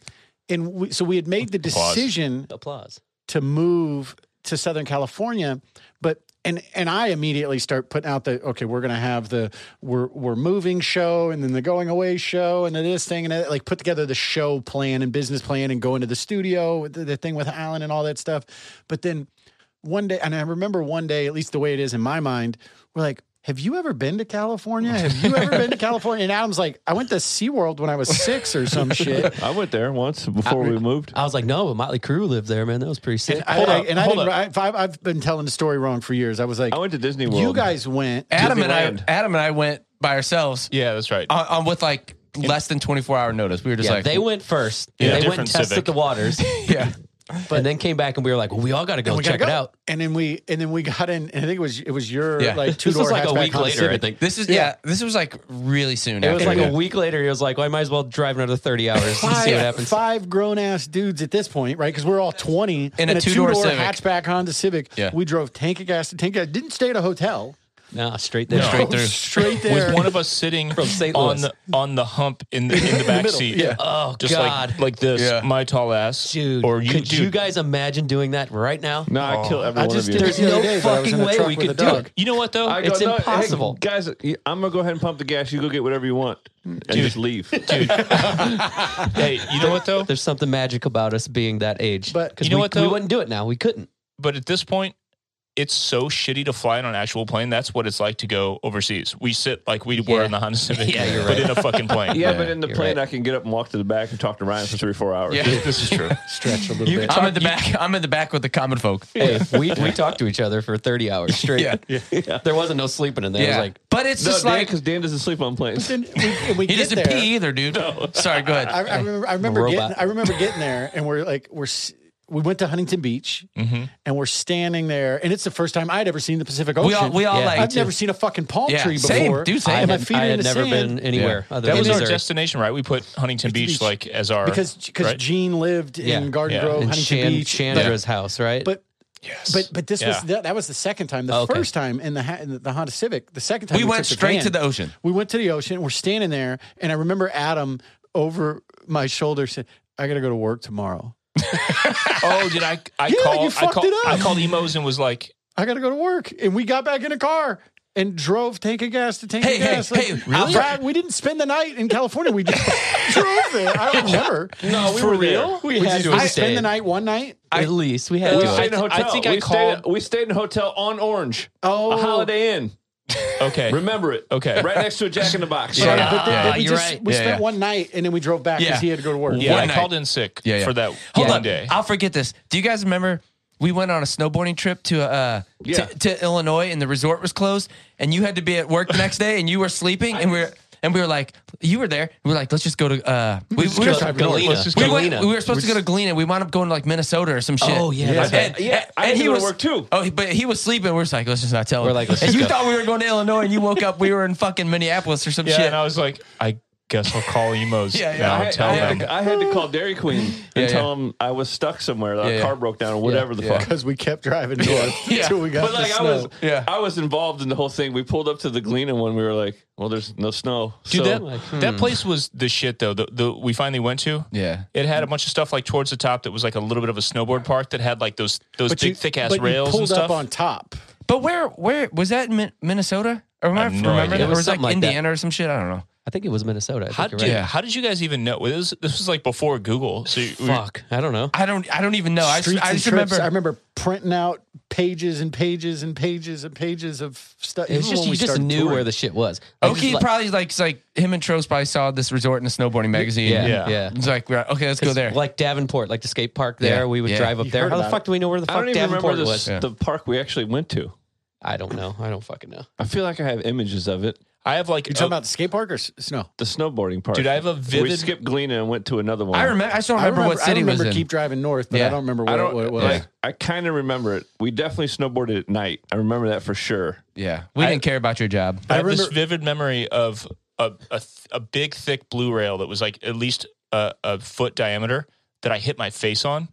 Speaker 1: and we, so we had made the
Speaker 5: Applause.
Speaker 1: decision
Speaker 3: Applause.
Speaker 1: to move to Southern California, but and and I immediately start putting out the okay, we're gonna have the we're we're moving show and then the going away show and then this thing and that, like put together the show plan and business plan and go into the studio with the, the thing with Alan and all that stuff. But then one day, and I remember one day, at least the way it is in my mind, we're like. Have you ever been to California? Have you ever been to California? And Adam's like, I went to SeaWorld when I was six or some shit.
Speaker 2: I went there once before we moved.
Speaker 3: I was like, no, but Motley Crue lived there, man. That was pretty sick.
Speaker 1: And I,
Speaker 5: Hold
Speaker 1: I-
Speaker 5: up,
Speaker 1: and I
Speaker 5: hold
Speaker 1: didn't. I, I've, I've been telling the story wrong for years. I was like,
Speaker 2: I went to Disney World.
Speaker 1: you guys went.
Speaker 4: Adam and I,
Speaker 2: Disneyland.
Speaker 4: Adam and I went by ourselves
Speaker 5: Yeah, that's right.
Speaker 4: on, on with like less than 24 hour notice. We were just
Speaker 3: yeah,
Speaker 4: like,
Speaker 3: they went first.
Speaker 5: Yeah,
Speaker 3: they went and
Speaker 5: different
Speaker 3: tested
Speaker 5: civic.
Speaker 3: the waters,
Speaker 4: yeah,
Speaker 3: and then came back, and we were like, well, we all got to go
Speaker 1: We
Speaker 3: check
Speaker 1: gotta
Speaker 3: it
Speaker 1: go.
Speaker 3: out.
Speaker 1: And then we and then we got in. And I think it was it was your
Speaker 4: Yeah.
Speaker 1: like two
Speaker 3: This
Speaker 1: door
Speaker 3: was like a week later, I think.
Speaker 4: This is yeah. This was like really soon.
Speaker 3: It was
Speaker 4: after
Speaker 3: like
Speaker 4: that.
Speaker 3: a week later. He was like, well, I might as well drive another 30 hours and see what
Speaker 1: Five,
Speaker 3: happens.
Speaker 1: five grown ass dudes at this point, right? Because we're all twenty
Speaker 4: In a two-door Civic.
Speaker 1: hatchback Honda Civic.
Speaker 4: Yeah.
Speaker 1: We drove tank of gas to tank. Of, didn't stay at a hotel.
Speaker 3: Nah, straight there.
Speaker 5: Straight
Speaker 1: Drove
Speaker 4: through.
Speaker 1: Straight there.
Speaker 5: with one of us sitting
Speaker 3: From St.
Speaker 5: on
Speaker 3: Louis.
Speaker 5: the on the hump in the in the back seat.
Speaker 1: yeah.
Speaker 3: Oh,
Speaker 5: just
Speaker 3: God.
Speaker 5: like like this,
Speaker 4: Yeah.
Speaker 5: my tall ass,
Speaker 3: dude.
Speaker 5: or you,
Speaker 3: could
Speaker 5: dude.
Speaker 3: you guys imagine doing that right now?
Speaker 2: No, I killed every
Speaker 1: I
Speaker 2: one
Speaker 1: just
Speaker 2: of
Speaker 1: did
Speaker 2: you.
Speaker 1: it the other
Speaker 3: no
Speaker 1: day, but I was in a
Speaker 3: fucking
Speaker 1: truck
Speaker 3: way we
Speaker 1: with a
Speaker 3: could do
Speaker 1: dog.
Speaker 3: it.
Speaker 5: You know what though?
Speaker 3: I go, It's "No, hey, impossible."
Speaker 2: guys, I'm gonna go ahead and pump the gas. You go get whatever you want and just leave.
Speaker 5: hey, you know what though?
Speaker 3: There's something magic about us being that age.
Speaker 1: But-
Speaker 3: 'Cause
Speaker 5: You know
Speaker 3: we,
Speaker 5: what,
Speaker 3: we
Speaker 5: though?
Speaker 3: wouldn't do it now. We couldn't.
Speaker 5: But at this point, it's so shitty to fly on an actual plane. That's what it's like to go overseas. We sit like we were
Speaker 3: Yeah.
Speaker 5: in the Honda Civic,
Speaker 3: Yeah, you're
Speaker 5: but
Speaker 3: right.
Speaker 5: in a fucking plane.
Speaker 2: yeah, but in the
Speaker 3: you're
Speaker 2: plane,
Speaker 3: right.
Speaker 2: I can get up and walk to the back and talk to Ryan for three, four hours.
Speaker 4: Yeah.
Speaker 5: This, this is true.
Speaker 1: Stretch a little bit.
Speaker 4: I'm in the back. I'm in the back with the common folk.
Speaker 3: Hey, we, we talked to each other for 30 hours straight.
Speaker 4: Yeah.
Speaker 3: There wasn't no sleeping in there. It
Speaker 4: Yeah,
Speaker 3: was like,
Speaker 4: but it's
Speaker 2: No,
Speaker 4: just
Speaker 2: Dan,
Speaker 4: like
Speaker 2: because Dan doesn't sleep on planes.
Speaker 1: And we, and we
Speaker 4: he
Speaker 1: get
Speaker 4: doesn't
Speaker 1: there.
Speaker 4: pee either, dude. Sorry, go ahead.
Speaker 1: I, I remember. I remember
Speaker 3: robot.
Speaker 1: getting. I remember getting there, and we're like, we're s- we went to Huntington Beach,
Speaker 4: Mm-hmm.
Speaker 1: and we're standing there, and it's the first time I'd ever seen the Pacific Ocean.
Speaker 4: we all we all
Speaker 3: Yeah.
Speaker 4: like.
Speaker 1: I've never seen a fucking palm
Speaker 4: Yeah,
Speaker 1: tree
Speaker 4: same,
Speaker 1: before.
Speaker 4: dude, same.
Speaker 3: I
Speaker 1: And my
Speaker 3: had,
Speaker 1: feet
Speaker 3: I
Speaker 1: are in
Speaker 3: had
Speaker 1: the
Speaker 3: never
Speaker 1: sand
Speaker 3: been anywhere other
Speaker 5: That
Speaker 3: than
Speaker 5: was our
Speaker 3: Missouri.
Speaker 5: destination, right? We put Huntington Beach,
Speaker 1: Beach.
Speaker 5: like as our
Speaker 1: because because
Speaker 5: right?
Speaker 1: Gene lived in
Speaker 3: Yeah.
Speaker 1: Garden
Speaker 5: Yeah.
Speaker 1: Grove,
Speaker 3: in
Speaker 1: Huntington
Speaker 3: Shan-
Speaker 1: Beach.
Speaker 3: Chandra's house, right?
Speaker 1: But but but this was
Speaker 5: Yeah.
Speaker 1: that, that was the second time. The
Speaker 3: Oh, Okay.
Speaker 1: first time in the ha- in the Honda Civic, the second time
Speaker 4: We went
Speaker 1: took the
Speaker 4: straight
Speaker 1: van,
Speaker 4: to the ocean.
Speaker 1: We went to the ocean. We're standing there, and I remember Adam over my shoulder said, "I got to go to work tomorrow.
Speaker 5: oh, did I? I
Speaker 1: Yeah,
Speaker 5: call.
Speaker 1: you
Speaker 5: I
Speaker 1: fucked
Speaker 5: call.
Speaker 1: it up.
Speaker 5: I called emos and was like,
Speaker 1: I got to go to work." And we got back in a car. And drove tank of gas to tank
Speaker 4: Hey,
Speaker 1: of
Speaker 4: hey,
Speaker 1: gas.
Speaker 4: hey, really?
Speaker 1: Brad, we didn't spend the night in California. We just drove there. I don't remember.
Speaker 5: "No, we were real."
Speaker 1: We
Speaker 3: We
Speaker 1: had
Speaker 3: just
Speaker 1: I
Speaker 3: stayed.
Speaker 1: spent the night one night.
Speaker 3: at least we had
Speaker 2: We
Speaker 3: to. do
Speaker 2: stayed in
Speaker 3: it.
Speaker 2: a
Speaker 5: I th- I
Speaker 2: hotel.
Speaker 5: think
Speaker 2: we,
Speaker 5: I
Speaker 2: stayed,
Speaker 5: called-
Speaker 2: we stayed in a hotel on Orange, a
Speaker 1: Oh,
Speaker 2: Holiday Inn.
Speaker 5: Okay.
Speaker 2: Remember it.
Speaker 5: Okay.
Speaker 2: Right next to a Jack in the Box.
Speaker 1: Right,
Speaker 4: Yeah.
Speaker 1: but then,
Speaker 4: Yeah,
Speaker 1: but we
Speaker 3: you're
Speaker 1: just
Speaker 3: right.
Speaker 1: we
Speaker 4: Yeah,
Speaker 1: spent
Speaker 4: yeah.
Speaker 1: one night and then we drove back because
Speaker 4: Yeah.
Speaker 1: he had to go to work.
Speaker 5: Yeah,
Speaker 4: One
Speaker 5: I
Speaker 4: night.
Speaker 5: called in sick
Speaker 4: Yeah, yeah.
Speaker 5: for that
Speaker 4: Hold
Speaker 5: one
Speaker 4: on, Oh,
Speaker 5: day.
Speaker 4: I'll forget this. Do you guys remember we went on a snowboarding trip to uh
Speaker 2: Yeah.
Speaker 4: to, to Illinois and the resort was closed and you had to be at work the next day and you were sleeping and we were and we were like you were there. We were like let's just go to uh we, we, were,
Speaker 1: go to
Speaker 3: Galena.
Speaker 5: Let's just
Speaker 4: we
Speaker 5: go-
Speaker 4: went-
Speaker 3: Galena.
Speaker 4: we were supposed to go to Galena. We wound up going to like Minnesota or some shit.
Speaker 3: Oh, yeah, Yeah. that's
Speaker 4: And-
Speaker 2: right. Yeah, I had to go to work, too.
Speaker 4: Oh, but he was sleeping. We were just like let's just not tell him.
Speaker 3: We're like, let's
Speaker 4: and
Speaker 3: just
Speaker 4: you
Speaker 3: go.
Speaker 4: thought we were going to Illinois and you woke up we were in fucking Minneapolis or some
Speaker 5: Yeah,
Speaker 4: shit.
Speaker 5: and I was like, I guess I'll call emos
Speaker 4: Yeah, yeah.
Speaker 5: now.
Speaker 4: I
Speaker 5: and
Speaker 2: had-
Speaker 5: tell
Speaker 2: had
Speaker 5: them.
Speaker 2: to- I had to call Dairy Queen and
Speaker 4: Yeah,
Speaker 2: tell them I was stuck somewhere. The
Speaker 4: Yeah, yeah.
Speaker 2: car broke down or whatever the fuck.
Speaker 1: because we kept driving north
Speaker 4: Yeah.
Speaker 1: until we got
Speaker 2: But
Speaker 1: to
Speaker 2: like I
Speaker 1: snow.
Speaker 2: was,
Speaker 4: Yeah.
Speaker 2: I was involved in the whole thing. We pulled up to the Gleana one. We were like, "Well, there's no snow."
Speaker 5: Dude,
Speaker 2: so
Speaker 5: that,
Speaker 1: hmm.
Speaker 5: that place was the shit though. The, the we finally went to.
Speaker 4: Yeah.
Speaker 5: It had a bunch of stuff like towards the top that was like a little bit of a snowboard park that had like those those
Speaker 1: But
Speaker 5: big
Speaker 1: you-
Speaker 5: thick ass
Speaker 1: but you
Speaker 5: rails
Speaker 1: pulled
Speaker 5: and stuff.
Speaker 1: up on top.
Speaker 4: But where where was that in Min- Minnesota? Or am I,
Speaker 5: have no
Speaker 4: remember
Speaker 5: idea.
Speaker 4: that?
Speaker 5: It
Speaker 4: Or
Speaker 5: was
Speaker 4: was like,
Speaker 3: something like that.
Speaker 4: Indiana or some shit? I don't know.
Speaker 3: I think it was Minnesota. I
Speaker 5: how
Speaker 3: think
Speaker 5: did
Speaker 3: you're right.
Speaker 4: yeah.
Speaker 5: how did you guys even know? This this was like before Google. So you, we-
Speaker 3: Fuck, I don't know.
Speaker 4: I don't I don't even know. I just,
Speaker 1: Streets
Speaker 4: I
Speaker 1: and
Speaker 4: just
Speaker 1: trips.
Speaker 4: remember
Speaker 1: I remember printing out pages and pages and pages and pages of stuff.
Speaker 3: It was just you just knew where the shit was. Like,
Speaker 4: Oki
Speaker 3: just like-
Speaker 4: probably like like him and Tros probably saw this resort in a snowboarding magazine.
Speaker 3: yeah,
Speaker 5: Yeah.
Speaker 3: yeah.
Speaker 4: It's like we're- okay, let's go there.
Speaker 3: Like Davenport, like the skate park there.
Speaker 4: Yeah.
Speaker 3: We would
Speaker 4: Yeah.
Speaker 3: drive up
Speaker 1: You
Speaker 3: there.
Speaker 1: heard
Speaker 3: How the
Speaker 1: about
Speaker 3: fuck do we know where the
Speaker 2: I
Speaker 3: fuck
Speaker 2: don't even remember
Speaker 3: Davenport
Speaker 2: the,
Speaker 3: was?
Speaker 2: the park we actually went to.
Speaker 3: I don't know. I don't fucking know.
Speaker 2: I feel like I have images of it.
Speaker 5: I have like
Speaker 1: You're talking about the skate park or s- snow?
Speaker 2: The snowboarding part.
Speaker 5: Dude, I have a
Speaker 2: We
Speaker 5: vivid-
Speaker 2: skipped Galena and went to another one.
Speaker 4: I remember. I just don't remember, what city
Speaker 1: I remember
Speaker 4: was in.
Speaker 1: keep driving north, but I
Speaker 4: Yeah.
Speaker 1: don't remember
Speaker 2: I
Speaker 1: where,
Speaker 2: don't
Speaker 1: what it was.
Speaker 2: like. I kind of remember it. We definitely snowboarded at night. I remember that for sure.
Speaker 4: yeah, we
Speaker 5: I-
Speaker 4: didn't care about your job.
Speaker 5: I,
Speaker 1: I
Speaker 5: have this
Speaker 1: remember-
Speaker 5: vivid memory of a, a, th- a big, thick blue rail that was like at least a, a foot diameter that I hit my face on.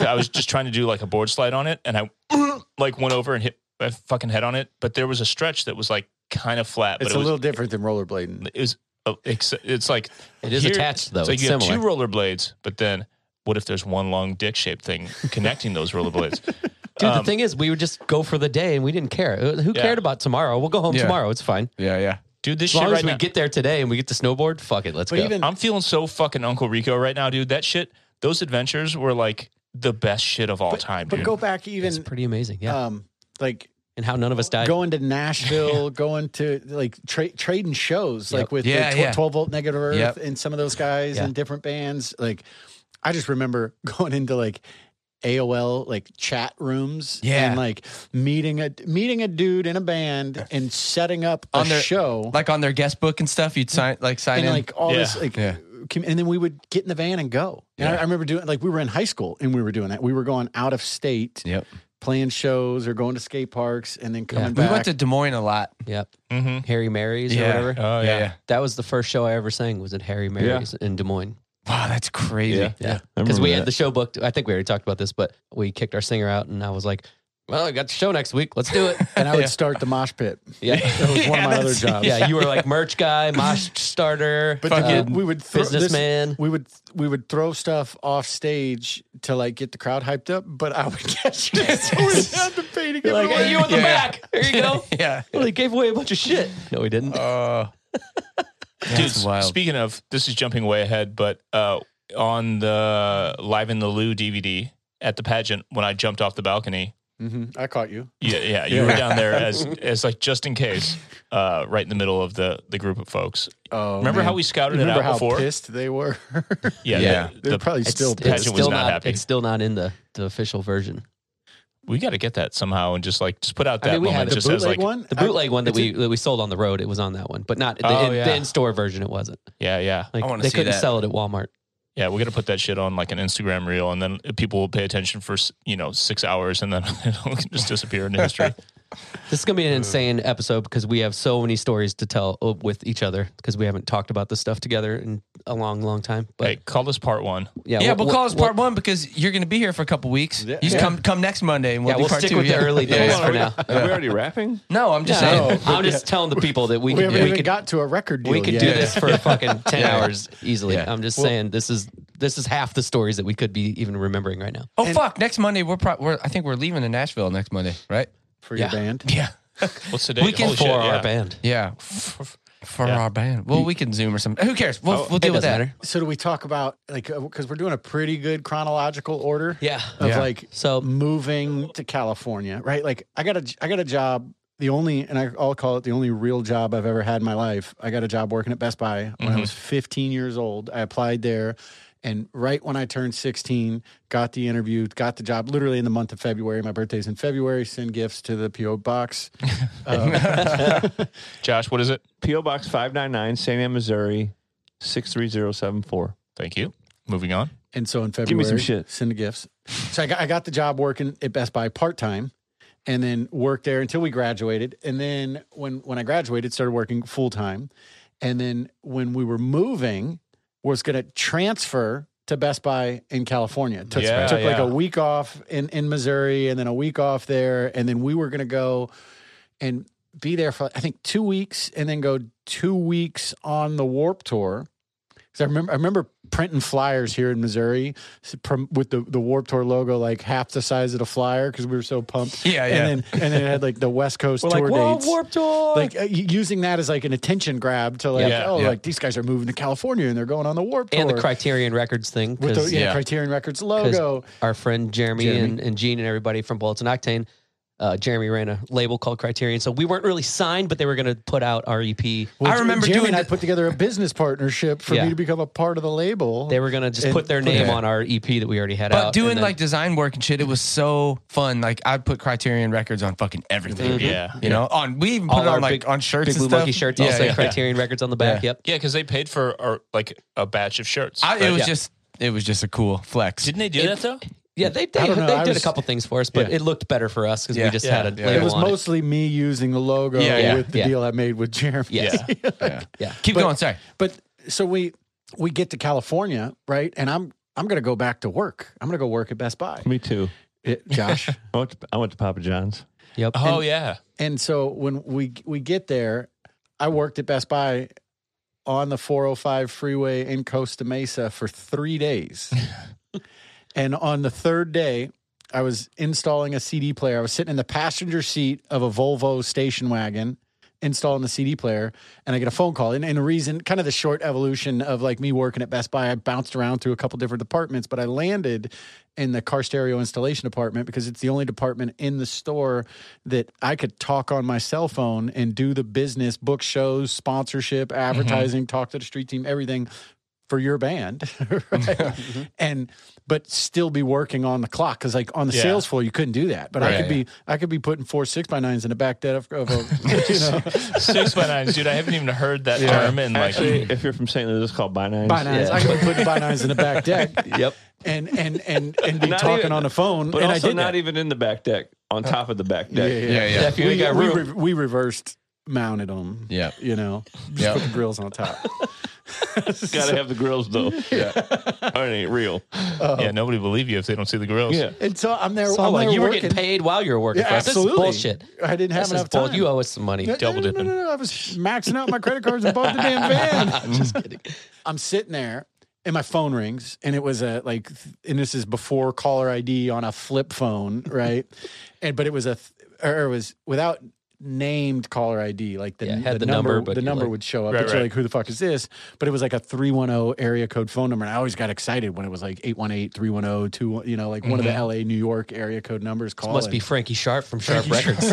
Speaker 5: I was just trying to do like a board slide on it and I like went over and hit my fucking head on it. But there was a stretch that was like kind of flat, but
Speaker 1: it's
Speaker 5: it
Speaker 1: a
Speaker 5: was,
Speaker 1: little different than rollerblading.
Speaker 5: it was, oh, it's, it's like,
Speaker 3: It is
Speaker 5: Here-
Speaker 3: attached though.
Speaker 5: it's
Speaker 3: It's,
Speaker 5: like you
Speaker 3: similar.
Speaker 5: have two roller blades, but then what if there's one long dick shaped thing connecting those roller blades?
Speaker 3: Dude, the
Speaker 5: Um,
Speaker 3: thing is, we would just go for the day and we didn't care. Uh, Who
Speaker 5: Yeah.
Speaker 3: cared about tomorrow? We'll go home
Speaker 4: Yeah.
Speaker 3: tomorrow. It's fine.
Speaker 4: Yeah, yeah.
Speaker 5: Dude, this
Speaker 3: As
Speaker 5: shit
Speaker 3: long
Speaker 5: right
Speaker 3: as we
Speaker 5: now-
Speaker 3: get there today and we get to snowboard, fuck it, let's
Speaker 1: But
Speaker 3: go.
Speaker 1: even
Speaker 5: I'm feeling so fucking Uncle Rico right now, dude. That shit, those adventures were like the best shit of all time,
Speaker 1: but
Speaker 5: dude.
Speaker 1: go back
Speaker 3: it's
Speaker 1: even
Speaker 3: pretty amazing. Yeah.
Speaker 1: um like
Speaker 3: and how none of us died.
Speaker 1: going to Nashville, going to like tra- trading shows, like with
Speaker 4: Yeah,
Speaker 1: the
Speaker 4: yeah.
Speaker 1: tw- 12 volt negative earth
Speaker 4: Yep.
Speaker 1: and some of those guys
Speaker 3: Yeah.
Speaker 1: and different bands. Like, I just remember going into like AOL like chat rooms,
Speaker 4: Yeah.
Speaker 1: and like meeting a meeting a dude in a band and setting up a
Speaker 4: On their-
Speaker 1: show,
Speaker 4: Like on their guest book and stuff, you'd sign like sign
Speaker 1: and
Speaker 4: in.
Speaker 1: like all this
Speaker 5: Yeah.
Speaker 1: like.
Speaker 4: Yeah.
Speaker 1: com- And then we would get in the van and go. And I,
Speaker 4: Yeah.
Speaker 1: I remember doing like we were in high school and we were doing that. We were going out of state,
Speaker 4: Yep.
Speaker 1: playing shows or going to skate parks, and then coming
Speaker 4: We
Speaker 1: back.
Speaker 4: went to Des Moines a lot.
Speaker 3: Yep.
Speaker 5: Mm-hmm.
Speaker 3: Harry Mary's or
Speaker 4: Yeah.
Speaker 3: whatever.
Speaker 5: Oh, yeah.
Speaker 3: That was the first show I ever sang was at Harry Mary's in Des Moines.
Speaker 4: Wow, that's crazy.
Speaker 2: Yeah.
Speaker 3: Yeah.
Speaker 2: I
Speaker 3: Because
Speaker 2: remember
Speaker 3: we had
Speaker 2: that.
Speaker 3: the show booked. I think we already talked about this, but we kicked our singer out and I was like, well, I got the show next week. Let's do it.
Speaker 1: and I would start the mosh pit.
Speaker 3: Yeah.
Speaker 1: That was one of my other
Speaker 4: that's-
Speaker 1: jobs.
Speaker 3: yeah. You were like merch guy, mosh starter,
Speaker 1: But
Speaker 3: uh,
Speaker 1: then we would throw this-
Speaker 3: businessman.
Speaker 1: we would we would throw stuff off stage to like get the crowd hyped up, but I would catch it. so we'd have to pay to get
Speaker 3: like,
Speaker 1: it away.
Speaker 3: hey, you in the
Speaker 4: Yeah.
Speaker 3: back. There you go.
Speaker 4: Yeah.
Speaker 3: Well, they gave away a bunch of shit. No, we didn't.
Speaker 4: Uh,
Speaker 5: Dude,
Speaker 4: that's
Speaker 5: s-
Speaker 4: wild.
Speaker 5: speaking of, this is jumping way ahead, but uh, on the Live in the Lou DVD at the pageant, when I jumped off the balcony,
Speaker 1: Mhm, I caught you.
Speaker 5: yeah, yeah, you were down there as, as like just in case, uh, right in the middle of the, the group of folks.
Speaker 1: Oh,
Speaker 5: Remember
Speaker 1: man.
Speaker 5: how we scouted
Speaker 1: Remember
Speaker 5: it
Speaker 1: how
Speaker 5: out before?
Speaker 1: pissed they were?
Speaker 5: Yeah,
Speaker 4: Yeah.
Speaker 5: the-
Speaker 1: They're
Speaker 5: the-
Speaker 1: probably still
Speaker 3: it's,
Speaker 5: pageant
Speaker 1: pissed.
Speaker 5: was
Speaker 3: still
Speaker 5: not
Speaker 3: not
Speaker 5: happy.
Speaker 3: It's still not in the, the official version.
Speaker 5: we got to get that somehow and just like just put out
Speaker 3: I
Speaker 5: that
Speaker 3: mean, we had
Speaker 5: moment
Speaker 1: The
Speaker 5: just
Speaker 1: bootleg
Speaker 5: as like
Speaker 1: one.
Speaker 3: The bootleg
Speaker 1: I-
Speaker 3: one that
Speaker 1: it's a-
Speaker 3: we that we sold on the road, it was on that one, but not the,
Speaker 5: Oh,
Speaker 3: in,
Speaker 5: yeah.
Speaker 3: the in-store version. It wasn't.
Speaker 5: yeah, yeah.
Speaker 3: Like
Speaker 4: I wanna
Speaker 3: they
Speaker 4: see
Speaker 3: couldn't
Speaker 4: that.
Speaker 3: sell it at Walmart.
Speaker 5: Yeah, we're gonna put that shit on like an Instagram reel, and then people will pay attention for you know six hours, and then it'll just disappear into history.
Speaker 3: This is gonna be an insane episode because we have so many stories to tell uh, with each other because we haven't talked about this stuff together in a long, long time. But
Speaker 5: hey, call this part one.
Speaker 3: yeah,
Speaker 4: yeah,
Speaker 3: we'll-
Speaker 4: we'll call this
Speaker 3: we'll-
Speaker 4: part one because you're going to be here for a couple weeks.
Speaker 1: Yeah.
Speaker 4: You just
Speaker 1: Yeah.
Speaker 4: come come next Monday and we'll
Speaker 3: Yeah,
Speaker 4: do
Speaker 3: we'll
Speaker 4: part
Speaker 3: stick
Speaker 4: two.
Speaker 3: with the
Speaker 4: yeah.
Speaker 3: early
Speaker 4: yeah,
Speaker 3: things
Speaker 4: yeah.
Speaker 3: for
Speaker 2: we,
Speaker 3: now.
Speaker 2: Are we already rapping?
Speaker 4: No, I'm just
Speaker 3: Yeah,
Speaker 4: saying.
Speaker 3: I'm just telling the people that
Speaker 1: We
Speaker 3: we, could,
Speaker 1: haven't
Speaker 3: we
Speaker 1: even
Speaker 3: could
Speaker 1: got to a record deal
Speaker 3: we could
Speaker 1: yet.
Speaker 3: do this for fucking ten
Speaker 4: Yeah.
Speaker 3: hours easily.
Speaker 4: Yeah.
Speaker 3: I'm just
Speaker 1: Well-
Speaker 3: saying this is this is half the stories that we could be even remembering right now.
Speaker 4: Oh fuck! Next Monday we're, pro- we're I think we're leaving to Nashville next Monday, right?
Speaker 1: for your
Speaker 3: Yeah.
Speaker 1: band.
Speaker 4: Yeah,
Speaker 5: What's the date?
Speaker 4: We can
Speaker 5: Holy
Speaker 3: for
Speaker 5: shit,
Speaker 3: our
Speaker 5: yeah.
Speaker 3: band.
Speaker 4: yeah. For
Speaker 5: Yeah.
Speaker 4: our band, well, we can Zoom or something. Who cares? We'll we'll deal
Speaker 3: it
Speaker 4: with
Speaker 3: doesn't
Speaker 4: that.
Speaker 3: matter.
Speaker 1: So do we talk about like because we're doing a pretty good chronological order?
Speaker 3: Yeah.
Speaker 1: of
Speaker 4: Yeah.
Speaker 1: like
Speaker 3: So-
Speaker 1: moving to California, right? Like I got a I got a job. The only and I, I'll call it the only real job I've ever had in my life. I got a job working at Best Buy when
Speaker 3: Mm-hmm.
Speaker 1: I was 15 years old. I applied there, and right when I turned 16, got the interview, got the job. Literally in the month of February. My birthday's in February. Send gifts to the PO box. Um,
Speaker 5: Josh, what is it?
Speaker 2: PO Box five nine nine, St. Anne, Missouri, six three zero seven four.
Speaker 5: Thank you. Moving on.
Speaker 1: And so in February,
Speaker 2: me some shit.
Speaker 1: send the gifts. So I got, I got the job working at Best Buy part time and then worked there until we graduated. And then when, when I graduated, started working full time. And then when we were moving, was going to transfer to Best Buy in California. Took,
Speaker 5: Yeah,
Speaker 1: took like
Speaker 5: yeah.
Speaker 1: a week off in, in Missouri and then a week off there. And then we were going to go and be there for, I think, two weeks and then go two weeks on the Warp Tour. Because I remember, I remember printing flyers here in Missouri s- prom- with the, the Warp Tour logo like half the size of the flyer because we were so pumped.
Speaker 4: Yeah, yeah.
Speaker 1: And then, and then it had like the West Coast
Speaker 3: We're
Speaker 1: tour
Speaker 3: like, whoa,
Speaker 1: dates
Speaker 3: warp tour.
Speaker 1: like uh, y- using that as like an attention grab to like,
Speaker 5: Yeah,
Speaker 1: oh,
Speaker 4: yeah.
Speaker 1: like these guys are moving to California and they're going on the warp
Speaker 3: and the
Speaker 1: Tour
Speaker 3: Criterion Records thing.
Speaker 1: with the
Speaker 3: 'cause-
Speaker 1: yeah,
Speaker 4: yeah.
Speaker 1: Criterion Records
Speaker 3: 'cause
Speaker 1: logo.
Speaker 3: Our friend Jeremy,
Speaker 1: Jeremy.
Speaker 3: And, and Gene and everybody from Bolton Octane, uh, Jeremy ran a label called Criterion. So we weren't really signed, but they were going to put out our E EP.
Speaker 1: Well,
Speaker 4: I remember
Speaker 1: Jeremy
Speaker 4: doing
Speaker 1: and I
Speaker 4: the-
Speaker 1: put together a business partnership for
Speaker 3: Yeah.
Speaker 1: me to become a part of the label.
Speaker 3: They were going to just
Speaker 1: And-
Speaker 3: put their name
Speaker 1: okay.
Speaker 3: on our EP that we already had out.
Speaker 4: But
Speaker 3: and
Speaker 4: doing
Speaker 3: then-
Speaker 4: like design work and shit, it was so fun. Like I'd put Criterion records on fucking everything.
Speaker 5: Yeah.
Speaker 4: You know, on we even put
Speaker 3: All
Speaker 4: it
Speaker 3: our
Speaker 4: on like
Speaker 3: big-
Speaker 4: on shirts
Speaker 3: Big
Speaker 4: and
Speaker 3: Blue
Speaker 4: stuff.
Speaker 3: Monkey shirts,
Speaker 4: Yeah,
Speaker 3: all say
Speaker 4: yeah.
Speaker 3: Criterion Records on the back. Yep.
Speaker 5: Yeah, because they paid for our, like a batch of shirts.
Speaker 4: I, it
Speaker 5: right?
Speaker 4: was
Speaker 5: Yeah.
Speaker 4: just it was just a cool flex.
Speaker 5: Didn't they do
Speaker 3: It-
Speaker 5: that though?
Speaker 3: Yeah, they they,
Speaker 1: I don't know,
Speaker 3: they
Speaker 1: I
Speaker 3: did
Speaker 1: was-
Speaker 3: a couple things for us, but
Speaker 1: Yeah.
Speaker 3: it looked better for us because
Speaker 4: Yeah.
Speaker 3: we just
Speaker 5: Yeah.
Speaker 3: had a
Speaker 5: Yeah.
Speaker 1: it
Speaker 3: label
Speaker 1: was
Speaker 3: on it.
Speaker 1: mostly me using the logo
Speaker 4: Yeah, yeah,
Speaker 1: with the
Speaker 3: yeah.
Speaker 1: deal I made with Jeremy.
Speaker 3: Yes.
Speaker 5: Yeah.
Speaker 3: Yeah.
Speaker 4: Keep
Speaker 1: But-
Speaker 4: going. Sorry.
Speaker 1: But so we we get to California, right? And I'm I'm gonna go back to work. I'm gonna go work at Best Buy.
Speaker 2: Me too.
Speaker 1: It- Josh.
Speaker 2: I went, to, I went to Papa John's.
Speaker 3: Yep.
Speaker 5: Oh yeah.
Speaker 1: and so when we we get there, I worked at Best Buy on the 405 freeway in Costa Mesa for three days. and on the third day, I was installing a CD player. I was sitting in the passenger seat of a Volvo station wagon installing the CD player and I get a phone call. And, and a reason, kind of the short evolution of like me working at Best Buy, I bounced around through a couple different departments, but I landed in the car stereo installation department because it's the only department in the store that I could talk on my cell phone and do the business, book shows, sponsorship,
Speaker 5: Mm-hmm.
Speaker 1: advertising, talk to the street team, everything for your band. right?
Speaker 5: Mm-hmm.
Speaker 1: And, but still be working on the clock because like on the
Speaker 5: Yeah.
Speaker 1: sales floor you couldn't do that but i
Speaker 5: Right.
Speaker 1: could be i could be putting four six by nines in the back dead of, of a you know
Speaker 5: Six by nines, dude. I haven't even heard that
Speaker 1: Yeah.
Speaker 5: term in like
Speaker 2: Actually, if you're from St. Louis, it's called By Nines.
Speaker 1: by nines.
Speaker 3: Yeah.
Speaker 1: I could put by nines in the back deck.
Speaker 3: Yep.
Speaker 1: And and and and be
Speaker 2: Not
Speaker 1: talking
Speaker 2: even-
Speaker 1: on the phone.
Speaker 2: But
Speaker 1: and
Speaker 2: also
Speaker 1: I did
Speaker 2: not
Speaker 1: that.
Speaker 2: even in the back deck, on top of the back deck.
Speaker 4: Yeah, yeah.
Speaker 3: If you ain't got
Speaker 1: We, we,
Speaker 3: room.
Speaker 1: re- we reversed mounted them.
Speaker 4: Yeah.
Speaker 1: You know, just
Speaker 4: Yeah.
Speaker 1: put the grills on top.
Speaker 2: Gotta have the grills though. Yeah. or it ain't real.
Speaker 5: yeah, nobody believe you if they don't see the grills.
Speaker 2: Yeah.
Speaker 1: And so I'm there.
Speaker 3: So
Speaker 1: I'm
Speaker 3: I'm like,
Speaker 1: there
Speaker 3: you were
Speaker 1: working.
Speaker 3: getting paid while you were working
Speaker 1: Yeah,
Speaker 3: for us.
Speaker 1: absolutely.
Speaker 3: This is bullshit.
Speaker 1: I didn't have
Speaker 3: This is
Speaker 1: enough
Speaker 3: bull-
Speaker 1: time.
Speaker 3: You owe us some money.
Speaker 1: No, no,
Speaker 5: double
Speaker 1: no,
Speaker 5: dipping.
Speaker 1: No, no, no, I was maxing out my credit cards above the damn van. Just kidding. I'm sitting there and my phone rings and it was a like and this is before caller ID on a flip phone, right? and but it was a th- or it was without named caller ID, like the,
Speaker 3: Yeah, it had
Speaker 1: the,
Speaker 3: the
Speaker 1: number,
Speaker 3: number, but
Speaker 1: the
Speaker 3: you're
Speaker 1: number
Speaker 3: like-
Speaker 1: would show up.
Speaker 5: Right,
Speaker 1: but you're
Speaker 5: right.
Speaker 1: like, who the fuck is this? But it was like a 310 area code phone number. And I always got excited when it was like 818 310 2, oh, you know, like one of the LA, New York area code numbers calling.
Speaker 3: Mm-hmm. Must be Frankie Sharp from Sharp Records.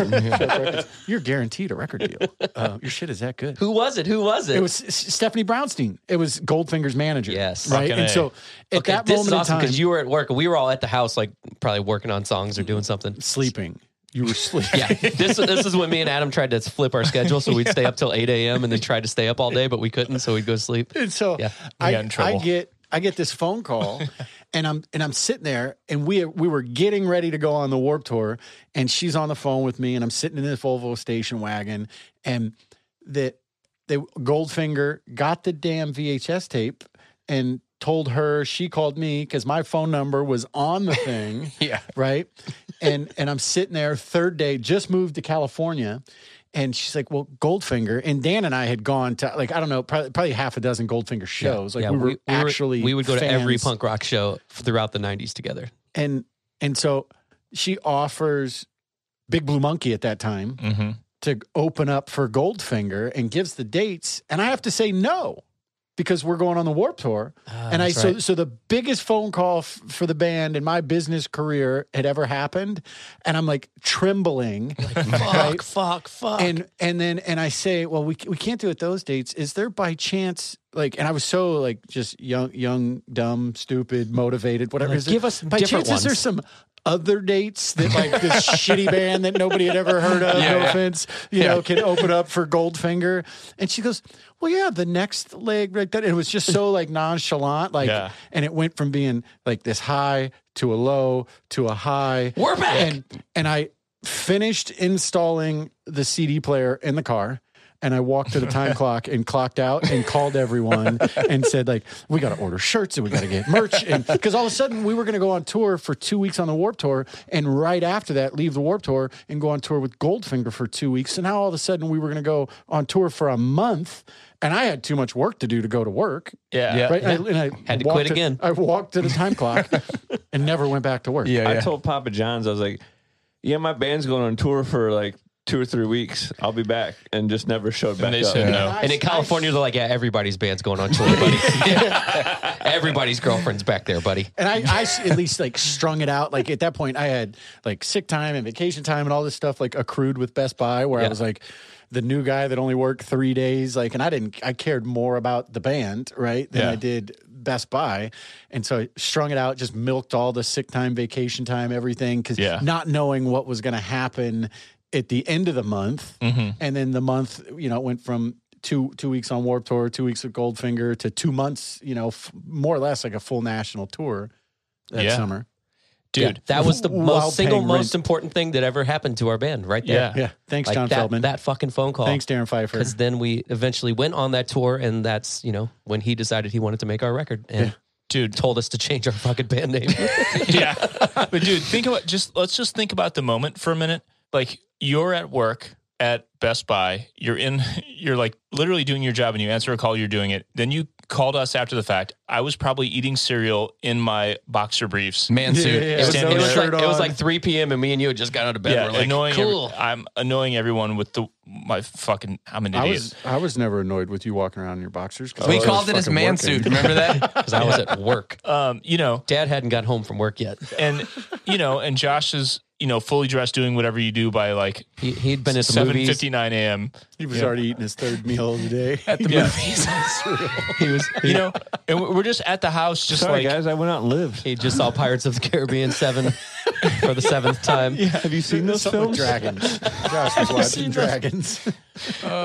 Speaker 1: You're guaranteed a record deal. Uh, your shit is that good.
Speaker 3: Who was it? Who was it?
Speaker 1: It was S- S- Stephanie Brownstein. It was Goldfinger's manager.
Speaker 3: Yes.
Speaker 1: Right.
Speaker 5: Fucking
Speaker 1: And
Speaker 5: A.
Speaker 1: so at
Speaker 3: okay,
Speaker 1: that
Speaker 3: this
Speaker 1: moment
Speaker 3: is awesome
Speaker 1: in time,
Speaker 3: because you were at work. and We were all at the house, like probably working on songs or doing something.
Speaker 1: sleeping. You were sleeping.
Speaker 3: Yeah, this this is when me and Adam tried to flip our schedule, so we'd stay up till eight a.m. and then tried to stay up all day, but we couldn't, so we'd go to sleep.
Speaker 1: And so
Speaker 3: Yeah,
Speaker 1: I,
Speaker 5: got in
Speaker 1: I
Speaker 5: trouble.
Speaker 1: get I get this phone call and I'm and I'm sitting there and we we were getting ready to go on the warp tour and she's on the phone with me and I'm sitting in this Volvo station wagon and that the Goldfinger got the damn VHS tape and told her she called me because my phone number was on the thing.
Speaker 4: Yeah.
Speaker 1: Right. And and I'm sitting there third day, just moved to California. And she's like, Well, Goldfinger. And Dan and I had gone to like, I don't know, probably, probably half a dozen Goldfinger shows. Like
Speaker 3: yeah,
Speaker 1: we were actually
Speaker 3: we would go to every
Speaker 1: fans.
Speaker 3: punk rock show throughout the '90s together.
Speaker 1: And and so she offers Big Blue Monkey at that time
Speaker 5: Mm-hmm.
Speaker 1: to open up for Goldfinger and gives the dates, and I have to say no because we're going on the Warp Tour.
Speaker 3: Ah,
Speaker 1: and I
Speaker 3: that's
Speaker 1: so
Speaker 3: right.
Speaker 1: so the biggest phone call f- for the band in my business career had ever happened, and I'm like trembling.
Speaker 3: fuck, fuck, fuck.
Speaker 1: And and then and I say, well, we we can't do it those dates. Is there by chance like? And I was so like just young, young, dumb, stupid, motivated, whatever.
Speaker 3: Like,
Speaker 1: Is there-
Speaker 3: give us
Speaker 1: by
Speaker 3: different
Speaker 1: chance. Is there some
Speaker 3: ones.
Speaker 1: other dates that like this shitty band that nobody had ever heard of? no offense, you know, can open up for Goldfinger. And she goes, well, yeah, the next leg right there. It was just so like nonchalant, like,
Speaker 5: Yeah.
Speaker 1: and it went from being like this high to a low to a high.
Speaker 3: We're back.
Speaker 1: And and I finished installing the CD player in the car. And I walked to the time clock and clocked out and called everyone and said, like, we got to order shirts and we got to get merch. And because all of a sudden we were going to go on tour for two weeks on the Warp Tour. And right after that, leave the Warp Tour and go on tour with Goldfinger for two weeks. And now all of a sudden we were going to go on tour for a month. And I had too much work to do to go to work.
Speaker 5: Yeah.
Speaker 4: Yeah.
Speaker 1: Right. And I, and I
Speaker 3: Had to
Speaker 1: walked
Speaker 3: quit again.
Speaker 1: I walked to the time clock and never went back to work.
Speaker 4: Yeah.
Speaker 2: I told Papa John's, I was like, yeah, my band's going on tour for like two or three weeks. I'll be back, and just never showed back
Speaker 5: And they
Speaker 2: up.
Speaker 5: said no.
Speaker 3: And in California, they're like, yeah, everybody's band's going on tour, buddy. everybody's girlfriend's back there, buddy.
Speaker 1: And I, I s- at least like strung it out. Like at that point, I had like sick time and vacation time and all this stuff like accrued with Best Buy, where I
Speaker 3: Yeah.
Speaker 1: was like the new guy that only worked three days. Like, and I didn't, I cared more about the band, right, than I
Speaker 5: Yeah.
Speaker 1: did Best Buy. And so I strung it out, just milked all the sick time, vacation time, everything, because
Speaker 5: Yeah.
Speaker 1: not knowing what was going to happen at the end of the month.
Speaker 5: Mhm.
Speaker 1: And then the month, you know, it went from two two weeks on Warp Tour, two weeks with Goldfinger, to two months, you know, f- more or less like a full national tour that
Speaker 5: Yeah.
Speaker 1: summer.
Speaker 5: Dude,
Speaker 3: Yeah, that was the
Speaker 1: While
Speaker 3: most single
Speaker 1: paying
Speaker 3: most important thing that ever happened to our band right there.
Speaker 5: Yeah.
Speaker 1: Yeah, thanks,
Speaker 3: Like
Speaker 1: John
Speaker 3: that,
Speaker 1: Feldman.
Speaker 3: that fucking phone call.
Speaker 1: thanks, Darren Pfeiffer.
Speaker 3: Because then we eventually went on that tour, and that's, you know, when he decided he wanted to make our record and
Speaker 5: dude.
Speaker 3: told us to change our fucking band name.
Speaker 5: yeah. But dude, think about just let's just think about the moment for a minute. Like you're at work at Best Buy, you're in you're like literally doing your job and you answer a call, you're doing it. Then you called us after the fact. I was probably eating cereal in my boxer briefs.
Speaker 4: Man suit.
Speaker 1: yeah, yeah.
Speaker 3: it, was,
Speaker 5: Standing
Speaker 3: it was
Speaker 1: there.
Speaker 3: like, it was like 3 p.m., and me and you had just got out of bed.
Speaker 5: Yeah,
Speaker 3: We're like,
Speaker 5: annoying every-
Speaker 3: cool.
Speaker 5: I'm annoying everyone with the my fucking I'm an
Speaker 1: I
Speaker 5: idiot.
Speaker 1: was I was never annoyed with you walking around in your boxers. 'cause I
Speaker 4: We
Speaker 1: was
Speaker 4: called it his
Speaker 1: Oh, fucking
Speaker 4: man
Speaker 1: working.
Speaker 4: suit. Remember that?
Speaker 3: Because I was at work.
Speaker 5: um, you know,
Speaker 3: Dad hadn't got home from work yet.
Speaker 5: and you know, and Josh is, you know, fully dressed doing whatever you do by like
Speaker 3: He, he'd been at the
Speaker 5: seven
Speaker 3: movies.
Speaker 5: fifty nine AM.
Speaker 1: He was already eating his third meal of the day. At the
Speaker 3: He was,
Speaker 5: You know, and we're just at the house just
Speaker 2: Sorry
Speaker 5: like
Speaker 2: guys, I went out and lived.
Speaker 3: He just saw Pirates of the Caribbean 7 for the seventh time.
Speaker 2: Have you seen those films?
Speaker 1: dragons. Josh was watching dragons.
Speaker 5: But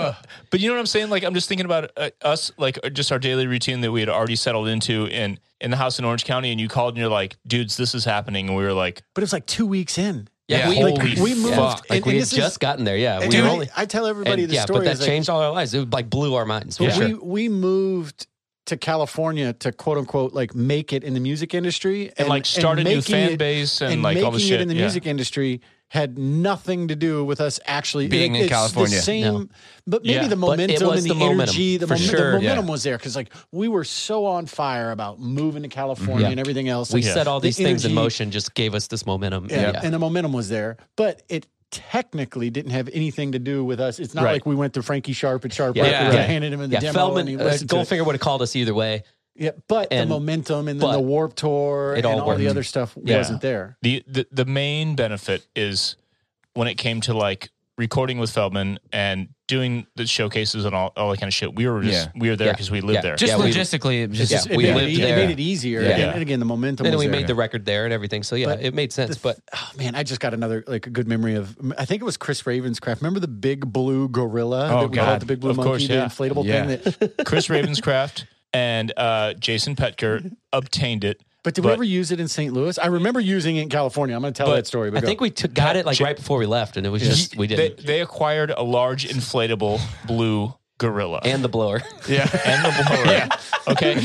Speaker 5: you know what I'm saying? Like I'm just thinking about uh, us, like uh, just our daily routine that we had already settled into in in the house in Orange County, and you called and you're like, "Dudes, this is happening," and we were like,
Speaker 1: But it was like two weeks in.
Speaker 4: Yeah,
Speaker 3: we,
Speaker 5: holy
Speaker 3: like,
Speaker 1: We moved.
Speaker 3: yeah,
Speaker 1: and-
Speaker 3: like
Speaker 1: and
Speaker 3: we had
Speaker 1: this is-
Speaker 3: just gotten there. Yeah,
Speaker 1: and
Speaker 3: we
Speaker 1: I-
Speaker 3: were only,
Speaker 1: I tell everybody
Speaker 3: and,
Speaker 1: the
Speaker 3: yeah,
Speaker 1: story.
Speaker 3: but that
Speaker 1: is like,
Speaker 3: changed all our lives. It like blew our minds. for
Speaker 1: But
Speaker 3: sure.
Speaker 1: we we moved to California to quote unquote like make it in the music industry and,
Speaker 5: like, start a new
Speaker 1: making
Speaker 5: fan
Speaker 1: it-
Speaker 5: base and, like, all this
Speaker 1: making
Speaker 5: shit,
Speaker 1: it in the
Speaker 5: yeah.
Speaker 1: music industry had nothing to do with us actually
Speaker 4: Being
Speaker 1: like,
Speaker 4: in
Speaker 1: it's
Speaker 4: California.
Speaker 1: The same,
Speaker 3: No.
Speaker 1: but maybe
Speaker 5: Yeah.
Speaker 1: the
Speaker 3: But it
Speaker 1: momentum
Speaker 3: was
Speaker 1: and
Speaker 3: the
Speaker 1: the,
Speaker 3: momentum,
Speaker 1: energy, the,
Speaker 3: for
Speaker 1: momentum,
Speaker 3: sure.
Speaker 1: the
Speaker 3: Yeah.
Speaker 1: momentum was there because like we were so on fire about moving to California
Speaker 3: Yeah.
Speaker 1: and everything else.
Speaker 3: we
Speaker 1: Like,
Speaker 3: set all
Speaker 1: the
Speaker 3: these things in
Speaker 1: energy-
Speaker 3: motion, just gave us this momentum.
Speaker 1: yeah.
Speaker 3: Yeah, yeah.
Speaker 1: and the momentum was there, but it technically didn't have anything to do with us. It's not
Speaker 5: Right.
Speaker 1: like we went to Frankie Sharp at Sharp
Speaker 3: Yeah.
Speaker 1: Records and
Speaker 3: Yeah.
Speaker 1: handed him in the demo and he
Speaker 3: Feldman, uh,
Speaker 1: listened to it.
Speaker 3: Goldfinger would have called us either way.
Speaker 1: Yeah, but
Speaker 3: And-
Speaker 1: the momentum and
Speaker 3: but
Speaker 1: then the warp tour
Speaker 3: it
Speaker 1: and
Speaker 3: all
Speaker 1: all the
Speaker 3: worked.
Speaker 1: other stuff
Speaker 5: Yeah.
Speaker 1: wasn't there.
Speaker 5: the, the the main benefit is when it came to like recording with Feldman and doing the showcases and all all that kind of shit. We were just we were there
Speaker 3: Yeah.
Speaker 5: because we lived
Speaker 3: Yeah.
Speaker 5: there.
Speaker 4: Just
Speaker 3: Yeah, we-
Speaker 4: logistically, it was just
Speaker 3: Yeah,
Speaker 1: it
Speaker 3: we
Speaker 1: made,
Speaker 3: lived
Speaker 1: it,
Speaker 3: there.
Speaker 1: it made it easier.
Speaker 3: Yeah.
Speaker 1: And, and again, the momentum
Speaker 3: And then
Speaker 1: was
Speaker 3: we
Speaker 1: there.
Speaker 3: made the record there and everything. So yeah,
Speaker 1: But
Speaker 3: it made sense. But
Speaker 1: Oh man, I just got another like a good memory of. I think it was Chris Ravenscraft. Remember the big blue gorilla
Speaker 4: Oh,
Speaker 1: that we
Speaker 4: God.
Speaker 1: called the big blue
Speaker 5: Of
Speaker 1: monkey,
Speaker 5: course,
Speaker 1: the
Speaker 5: yeah.
Speaker 1: inflatable
Speaker 4: Yeah.
Speaker 1: thing. That,
Speaker 5: Chris Ravenscraft and uh, Jason Petker obtained it.
Speaker 1: but did we ever use it in St. Louis? I remember using it in California. I'm going to tell
Speaker 5: But
Speaker 1: that story. But
Speaker 3: I
Speaker 1: go.
Speaker 3: think we took, got it like right before we left, and it was just we
Speaker 5: They,
Speaker 3: didn't.
Speaker 5: they acquired a large inflatable blue gorilla
Speaker 3: and the blower.
Speaker 5: and the blower. Okay.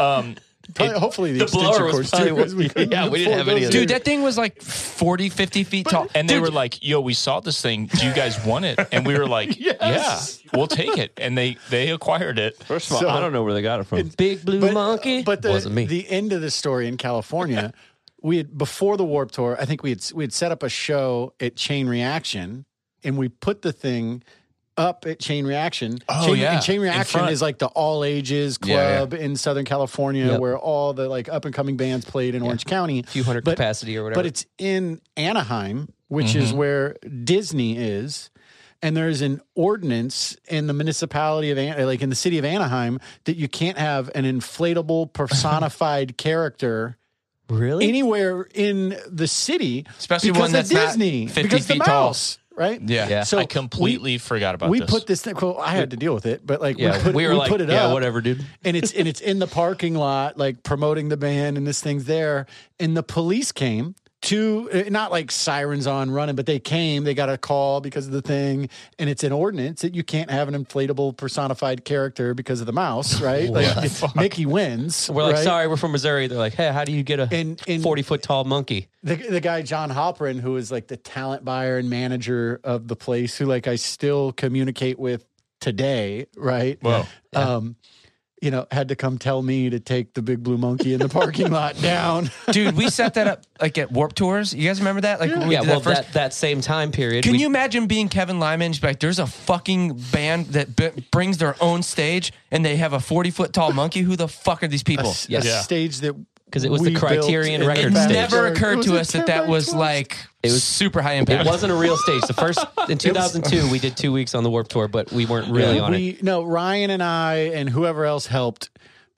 Speaker 5: Um,
Speaker 1: Probably- hopefully the,
Speaker 3: the
Speaker 1: extension
Speaker 3: blower was
Speaker 1: cords
Speaker 3: probably
Speaker 1: too,
Speaker 3: what-
Speaker 1: 'cause we couldn't
Speaker 3: yeah, we didn't
Speaker 1: afford
Speaker 3: have any
Speaker 1: those
Speaker 3: of
Speaker 1: either.
Speaker 4: dude, that thing was like 40, 50 feet tall.
Speaker 5: And they were like, "Yo, we saw this thing. Do you guys want it?" And we were like,
Speaker 1: Yes.
Speaker 5: "Yeah, we'll take it." And they they acquired it.
Speaker 2: First of all,
Speaker 1: So-
Speaker 2: I don't know where they got it from.
Speaker 3: Big blue
Speaker 1: but,
Speaker 3: monkey.
Speaker 1: But the,
Speaker 3: wasn't me.
Speaker 1: the end of the story in California, we had before the Warp Tour, I think we had we had set up a show at Chain Reaction, and we put the thing up at Chain Reaction.
Speaker 5: Oh,
Speaker 1: Chain,
Speaker 5: yeah.
Speaker 1: and Chain
Speaker 5: In
Speaker 1: Reaction
Speaker 5: front.
Speaker 1: is like the all ages
Speaker 4: Yeah, yeah.
Speaker 1: club in Southern California
Speaker 3: Yep.
Speaker 1: where all the like up and coming bands played in Orange County.
Speaker 3: few hundred
Speaker 1: but-
Speaker 3: capacity or whatever.
Speaker 1: But it's in Anaheim, which is
Speaker 4: Mm-hmm.
Speaker 1: where Disney is. And there is an ordinance in the municipality of, An- like in the city of Anaheim, that you can't have an inflatable personified character
Speaker 3: really
Speaker 1: anywhere in the city,
Speaker 4: Especially
Speaker 1: because
Speaker 4: one that's
Speaker 1: of
Speaker 4: not
Speaker 1: Disney,
Speaker 4: 50
Speaker 1: because the
Speaker 4: feet tall.
Speaker 1: mouse, right?
Speaker 4: Yeah.
Speaker 3: Yeah.
Speaker 1: So
Speaker 5: I completely forgot about
Speaker 1: we, we
Speaker 5: this.
Speaker 1: put this thing. Well, I had to deal with it, but like
Speaker 3: yeah,
Speaker 1: we put,
Speaker 3: we were
Speaker 1: we
Speaker 3: like,
Speaker 1: put it
Speaker 3: yeah,
Speaker 1: up
Speaker 3: whatever, dude.
Speaker 1: and it's and it's in the parking lot, like promoting the band, and this thing's there. And the police came to eh, not like sirens on running, but they came. They got a call because of the thing, and it's an ordinance that you can't have an inflatable personified character because of the mouse, right? like if Mickey wins.
Speaker 3: We're like,
Speaker 1: right?
Speaker 3: sorry, we're from Missouri. They're like, hey, how do you get a
Speaker 1: And- and-
Speaker 3: 40 foot tall monkey?
Speaker 1: the, the guy John Hopperin, who is like the talent buyer and manager of the place, who like I still communicate with today, right?
Speaker 5: Whoa.
Speaker 1: Um, you know, had to come tell me to take the big blue monkey in the parking lot down.
Speaker 4: Dude, we set that up like at Warp Tours. You guys remember that? Like when we
Speaker 3: yeah,
Speaker 4: did
Speaker 3: well,
Speaker 4: that first.
Speaker 3: that, that same time period.
Speaker 4: Can
Speaker 3: we-
Speaker 4: you imagine being Kevin Lyman? Just be like, there's a fucking band that b- brings their own stage and they have a 40 foot tall monkey. Who the fuck are these people?
Speaker 1: s-
Speaker 3: Yes.
Speaker 1: a
Speaker 5: Yeah.
Speaker 1: stage that
Speaker 3: 'Cause it was the
Speaker 1: we built
Speaker 3: Criterion
Speaker 1: in the
Speaker 3: record
Speaker 4: It
Speaker 3: Third stage.
Speaker 4: never
Speaker 1: backyard. It
Speaker 4: occurred
Speaker 1: was
Speaker 4: to
Speaker 1: a
Speaker 4: us that that
Speaker 1: 10 by
Speaker 4: was
Speaker 1: 12.
Speaker 4: like
Speaker 3: It was-
Speaker 4: super high
Speaker 3: It
Speaker 4: impact.
Speaker 3: wasn't a real stage. The first in 2002, we did two weeks on the Warp Tour, but we weren't really on it.
Speaker 1: we, No, Ryan and I and whoever else helped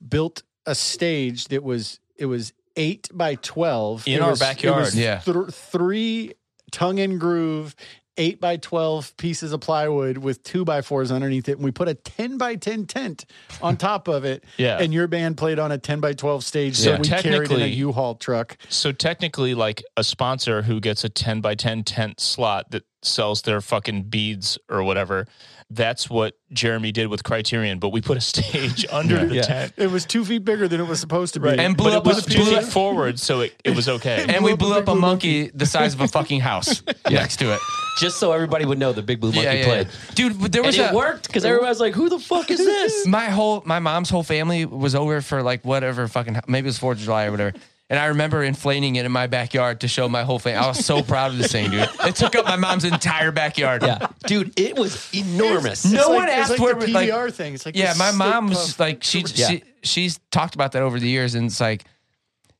Speaker 1: built a stage that was it was eight by twelve
Speaker 5: In
Speaker 1: It
Speaker 5: our
Speaker 1: was-
Speaker 5: backyard.
Speaker 1: It was
Speaker 4: Yeah.
Speaker 1: thr- three tongue and groove. Eight by 12 pieces of plywood with two by fours underneath it. And we put a 10 by 10 tent on top of it.
Speaker 5: Yeah.
Speaker 1: And your band played on a 10 by 12 stage.
Speaker 5: So
Speaker 1: So we carried in a
Speaker 5: technically-
Speaker 1: U Haul truck.
Speaker 5: So technically, like a sponsor who gets a ten by ten tent slot that sells their fucking beads or whatever, that's what Jeremy did with Criterion. But we put a stage under the
Speaker 4: Yeah.
Speaker 5: tent
Speaker 1: It was two feet bigger than it was supposed to be.
Speaker 4: And blew
Speaker 5: but
Speaker 4: up
Speaker 5: it was
Speaker 4: a-
Speaker 5: two
Speaker 4: blew
Speaker 5: feet
Speaker 4: up-
Speaker 5: forward, so it, it was okay.
Speaker 4: and we blew up a monkey the size of a fucking house next to it.
Speaker 3: Just so everybody would know, the Big Blue Monkey
Speaker 4: Yeah, yeah,
Speaker 3: played.
Speaker 4: yeah. Dude, but there
Speaker 3: And
Speaker 4: was
Speaker 3: it
Speaker 4: a,
Speaker 3: worked because everybody's like, "Who the fuck is this?"
Speaker 4: My whole my mom's whole family was over for like whatever fucking maybe it was Fourth of July or whatever. And I remember inflating it in my backyard to show my whole family. I was so proud of this thing, dude. It took up my mom's entire backyard.
Speaker 3: yeah, dude, it was enormous.
Speaker 4: No
Speaker 1: It's
Speaker 4: one
Speaker 1: like- it's
Speaker 4: asked
Speaker 1: like
Speaker 4: where
Speaker 1: the
Speaker 4: like-
Speaker 1: PBR thing. It's like
Speaker 4: yeah,
Speaker 1: the
Speaker 4: my
Speaker 1: steak
Speaker 4: mom's
Speaker 1: puff.
Speaker 4: like she,
Speaker 3: Yeah.
Speaker 4: she she's talked about that over the years, and it's like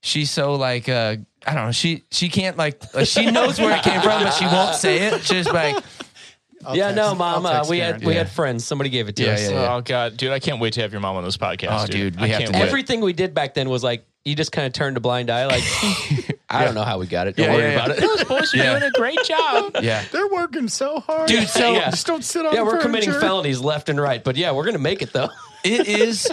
Speaker 4: she's so like uh I don't know she she can't like like, she knows where it came from, but she won't say it. She's just like
Speaker 1: I'll
Speaker 3: yeah,
Speaker 1: text-
Speaker 3: no,
Speaker 1: I'll
Speaker 3: mom, uh,
Speaker 1: text
Speaker 3: we
Speaker 1: Karen.
Speaker 3: had we had friends. Somebody gave it to
Speaker 4: Yeah,
Speaker 3: us.
Speaker 4: yeah,
Speaker 5: Oh god, dude, I can't wait to have your mom on this podcast.
Speaker 4: Oh, dude, we
Speaker 5: I
Speaker 4: have
Speaker 5: can't
Speaker 4: to do
Speaker 5: wait.
Speaker 4: it.
Speaker 3: Everything we did back then was like you just kind of turned a blind eye. Like I don't know how we got it. Don't
Speaker 4: Yeah,
Speaker 3: worry
Speaker 4: yeah, yeah.
Speaker 3: about it.
Speaker 4: yeah.
Speaker 5: a great job.
Speaker 4: yeah.
Speaker 1: They're working so hard,
Speaker 3: Dude,
Speaker 1: So
Speaker 3: yeah.
Speaker 1: just don't sit on.
Speaker 3: Yeah, we're committing
Speaker 1: furniture.
Speaker 3: felonies left and right, but yeah, we're gonna make it though.
Speaker 4: It is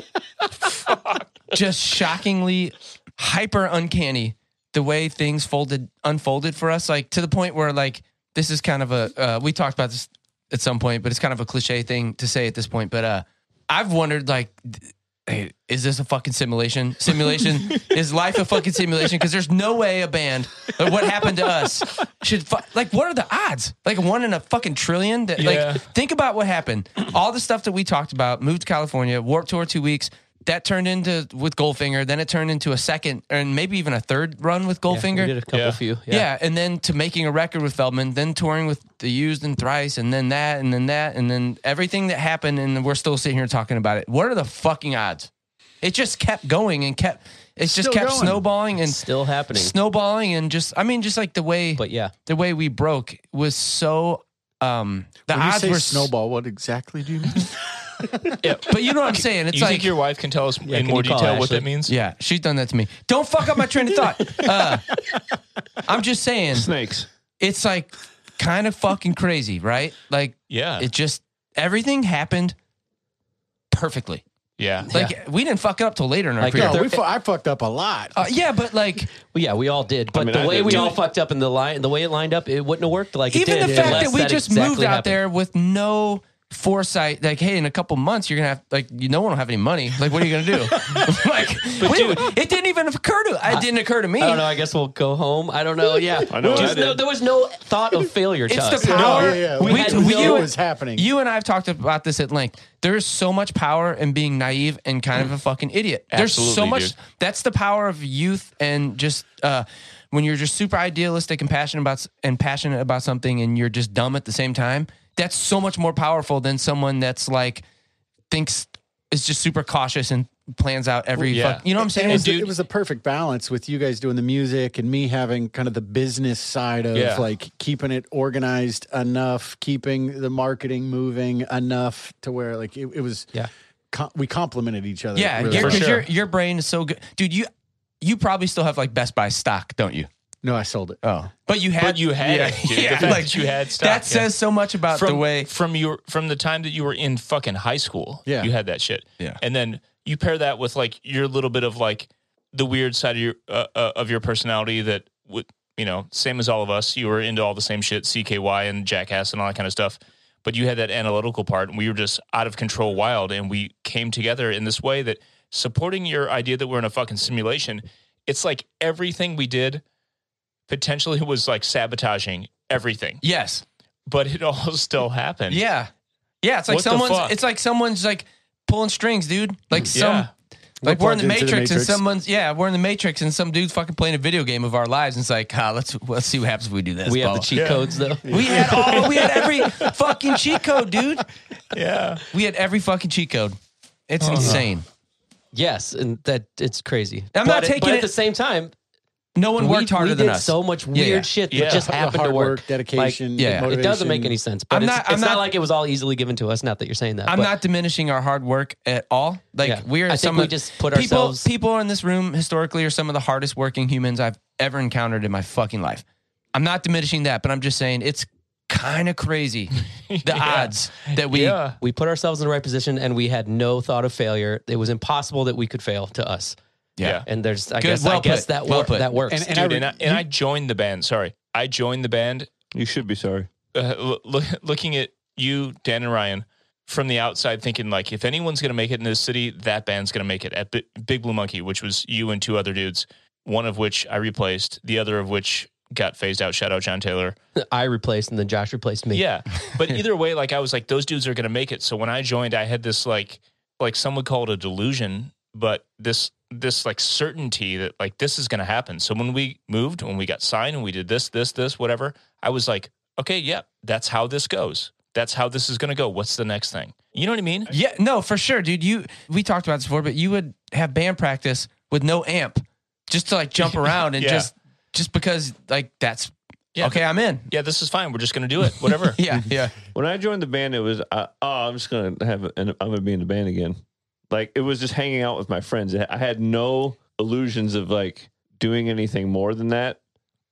Speaker 4: just shockingly hyper uncanny the way things folded unfolded for us, like to the point where like this is kind of a uh, we talked about this at some point, but it's kind of a cliche thing to say at this point. But uh, I've wondered like. th- Hey, is this a fucking simulation? Simulation is life a fucking simulation? Because there's no way a band or what happened to us should fu- like. What are the odds? Like one in a fucking trillion. That
Speaker 5: Yeah.
Speaker 4: like think about what happened. All the stuff that we talked about, moved to California, warp tour two weeks. That turned into with Goldfinger. Then it turned into a second and maybe even a third run with Goldfinger.
Speaker 3: We did a couple
Speaker 5: Yeah.
Speaker 3: few.
Speaker 4: yeah. and then to making a record with Feldman, then touring with the Used and Thrice, and then that, and then that, and then everything that happened, and we're still sitting here talking about it. What are the fucking odds? It just kept going and kept. It just
Speaker 1: Still
Speaker 4: kept
Speaker 1: going.
Speaker 4: snowballing and
Speaker 3: still happening.
Speaker 4: snowballing and just. I mean, just like the way
Speaker 3: But yeah,
Speaker 4: the way we broke was so. Um, the
Speaker 1: When you
Speaker 4: odds
Speaker 1: say
Speaker 4: were s-
Speaker 1: snowball, what exactly do you mean?
Speaker 4: but you know what I'm saying. It's
Speaker 5: You
Speaker 4: like
Speaker 5: think your wife can tell us in
Speaker 3: can
Speaker 5: more
Speaker 3: you call
Speaker 5: detail what
Speaker 3: Ashley?
Speaker 5: that means?
Speaker 4: Yeah, she's done that to me. Don't fuck up my train of thought. Uh, I'm just saying,
Speaker 2: Snakes.
Speaker 4: it's like kind of fucking crazy, right? Like
Speaker 5: Yeah.
Speaker 4: it just everything happened perfectly.
Speaker 5: yeah.
Speaker 4: Like we didn't fuck up till later in our
Speaker 3: Like,
Speaker 4: career.
Speaker 1: no,
Speaker 3: there-
Speaker 1: we fu- I fucked up a lot.
Speaker 4: Uh, yeah, but like
Speaker 3: well, yeah, we all did. But
Speaker 2: mean,
Speaker 3: the
Speaker 2: I
Speaker 3: way
Speaker 2: did
Speaker 3: we
Speaker 2: too.
Speaker 3: all fucked up in the line, the way it lined up, it wouldn't have worked like it
Speaker 4: even
Speaker 3: did.
Speaker 4: the fact that
Speaker 3: unless
Speaker 4: we just
Speaker 3: exactly
Speaker 4: moved out
Speaker 3: happened.
Speaker 4: there with no foresight, like hey, in a couple months you're gonna have like you no one will have any money. Like what are you gonna do? like we- it didn't even occur to it didn't occur to me.
Speaker 3: I don't know. I guess we'll go home. I don't know. Yeah,
Speaker 2: I know what
Speaker 3: There was
Speaker 2: I
Speaker 3: no-
Speaker 2: did.
Speaker 3: there was no thought of failure. To
Speaker 4: It's
Speaker 3: us.
Speaker 4: the power.
Speaker 1: yeah, yeah. We
Speaker 3: had
Speaker 4: we-
Speaker 3: no-
Speaker 4: you-
Speaker 1: it was happening.
Speaker 4: You and I have talked about this at length. There is so much power in being naive and kind of a fucking idiot. There's so
Speaker 5: Absolutely,
Speaker 4: much.
Speaker 5: dude.
Speaker 4: That's the power of youth and just uh, when you're just super idealistic and passionate about s- and passionate about something, and you're just dumb at the same time. That's so much more powerful than someone that's like thinks is just super cautious and plans out every.
Speaker 5: Yeah.
Speaker 4: Fuck, you know what I'm
Speaker 1: And
Speaker 4: saying?
Speaker 1: it, was,
Speaker 5: dude-
Speaker 1: it was a perfect balance with you guys doing the music and me having kind of the business side of
Speaker 5: Yeah.
Speaker 1: like keeping it organized enough, keeping the marketing moving enough to where like it, it was.
Speaker 3: Yeah.
Speaker 1: co- we complemented each other.
Speaker 4: yeah,
Speaker 1: really
Speaker 4: because
Speaker 1: well.
Speaker 4: your your brain is so good, dude. You you probably still have like Best Buy stock, don't you?
Speaker 1: no, I sold it.
Speaker 4: Oh, but you had
Speaker 5: But you had it, dude. The fact that you had stock,
Speaker 4: That
Speaker 5: yeah.
Speaker 4: says so much about
Speaker 5: from
Speaker 4: the way.
Speaker 5: from your from the time that you were in fucking high school.
Speaker 1: Yeah.
Speaker 5: you had that shit.
Speaker 4: Yeah.
Speaker 5: and then you pair that with like your little bit of like the weird side of your uh, uh, of your personality that would you know same as all of us. You were into all the same shit, CKY and Jackass and all that kind of stuff. But you had that analytical part, and we were just out of control, wild, and we came together in this way that supporting your idea that we're in a fucking simulation. It's like everything we did potentially was like sabotaging everything,
Speaker 4: Yes.
Speaker 5: but it all still happened.
Speaker 4: Yeah. Yeah. It's like
Speaker 5: What the
Speaker 4: someone's.
Speaker 5: fuck?
Speaker 4: It's like someone's like pulling strings, dude. Like
Speaker 5: Yeah.
Speaker 4: some. Like we're in the
Speaker 1: plugged into
Speaker 4: Matrix,
Speaker 1: the
Speaker 4: and
Speaker 1: Matrix.
Speaker 4: someone's yeah, we're in the Matrix, and some dude's fucking playing a video game of our lives, and it's like, ah, let's let's see what happens if we do this.
Speaker 3: we have
Speaker 4: Blah,
Speaker 3: the
Speaker 4: blah.
Speaker 3: cheat codes though.
Speaker 4: We had all we had every fucking cheat code, dude.
Speaker 5: Yeah.
Speaker 4: We had every fucking cheat code. It's insane.
Speaker 3: Yes, and that it's crazy. But
Speaker 4: I'm not
Speaker 3: it-
Speaker 4: taking
Speaker 3: but at
Speaker 4: it-
Speaker 3: the same time.
Speaker 4: No one worked
Speaker 3: we,
Speaker 4: harder
Speaker 3: we
Speaker 4: than
Speaker 3: did
Speaker 4: us.
Speaker 3: so much weird
Speaker 4: Yeah, yeah.
Speaker 3: shit that
Speaker 5: Yeah.
Speaker 3: just happened
Speaker 1: hard
Speaker 3: to work.
Speaker 1: work, dedication,
Speaker 4: Like, yeah.
Speaker 3: Like, it doesn't make any sense. But
Speaker 4: I'm
Speaker 3: it's,
Speaker 4: not- I'm
Speaker 3: it's not,
Speaker 4: not-
Speaker 3: like it was all easily given to us. Not that you're saying that.
Speaker 4: I'm
Speaker 3: but
Speaker 4: not diminishing our hard work at all. Like
Speaker 3: Yeah.
Speaker 4: we're
Speaker 3: I think
Speaker 4: some
Speaker 3: we
Speaker 4: of,
Speaker 3: just put
Speaker 4: people,
Speaker 3: ourselves-
Speaker 4: People in this room historically are some of the hardest working humans I've ever encountered in my fucking life. I'm not diminishing that, but I'm just saying it's kind of crazy the odds that we.
Speaker 5: yeah.
Speaker 3: We put ourselves in the right position, and we had no thought of failure. It was impossible that we could fail to us.
Speaker 5: Yeah.
Speaker 3: And there's, I
Speaker 4: Good.
Speaker 3: guess, I
Speaker 4: Well
Speaker 3: guess
Speaker 4: put.
Speaker 3: that
Speaker 4: Well
Speaker 3: wor-
Speaker 4: put.
Speaker 3: that works.
Speaker 1: And-
Speaker 5: Dude,
Speaker 1: I
Speaker 5: and, I,
Speaker 1: would-
Speaker 5: and I joined the band. Sorry. I joined the band
Speaker 2: You should be sorry.
Speaker 5: uh, lo- look, looking at you, Dan and Ryan, from the outside, thinking like, if anyone's going to make it in this city, that band's going to make it at B- Big Blue Monkey, which was you and two other dudes, one of which I replaced, the other of which got phased out. Shout out John Taylor.
Speaker 3: I replaced, and then Josh replaced me.
Speaker 5: Yeah, but either way, like I was like, those dudes are going to make it. So when I joined, I had this like, like some would call it a delusion, but this this like certainty that like this is going to happen. So when we moved, when we got signed, and we did this, this, this, whatever, I was like, okay, yeah, that's how this goes. That's how this is going to go. What's the next thing? You know what I mean?
Speaker 4: Yeah, no, for sure, dude. You we talked about this before, but you would have band practice with no amp, just to like jump around and
Speaker 5: Yeah.
Speaker 4: just just because like that's
Speaker 5: Yeah.
Speaker 4: okay. I'm in.
Speaker 5: Yeah, this is fine. We're just going to do it. Whatever.
Speaker 4: Yeah, yeah.
Speaker 2: When I joined the band, it was uh, oh, I'm just gonna have and I'm gonna be in the band again. Like it was just hanging out with my friends. I had no illusions of like doing anything more than that.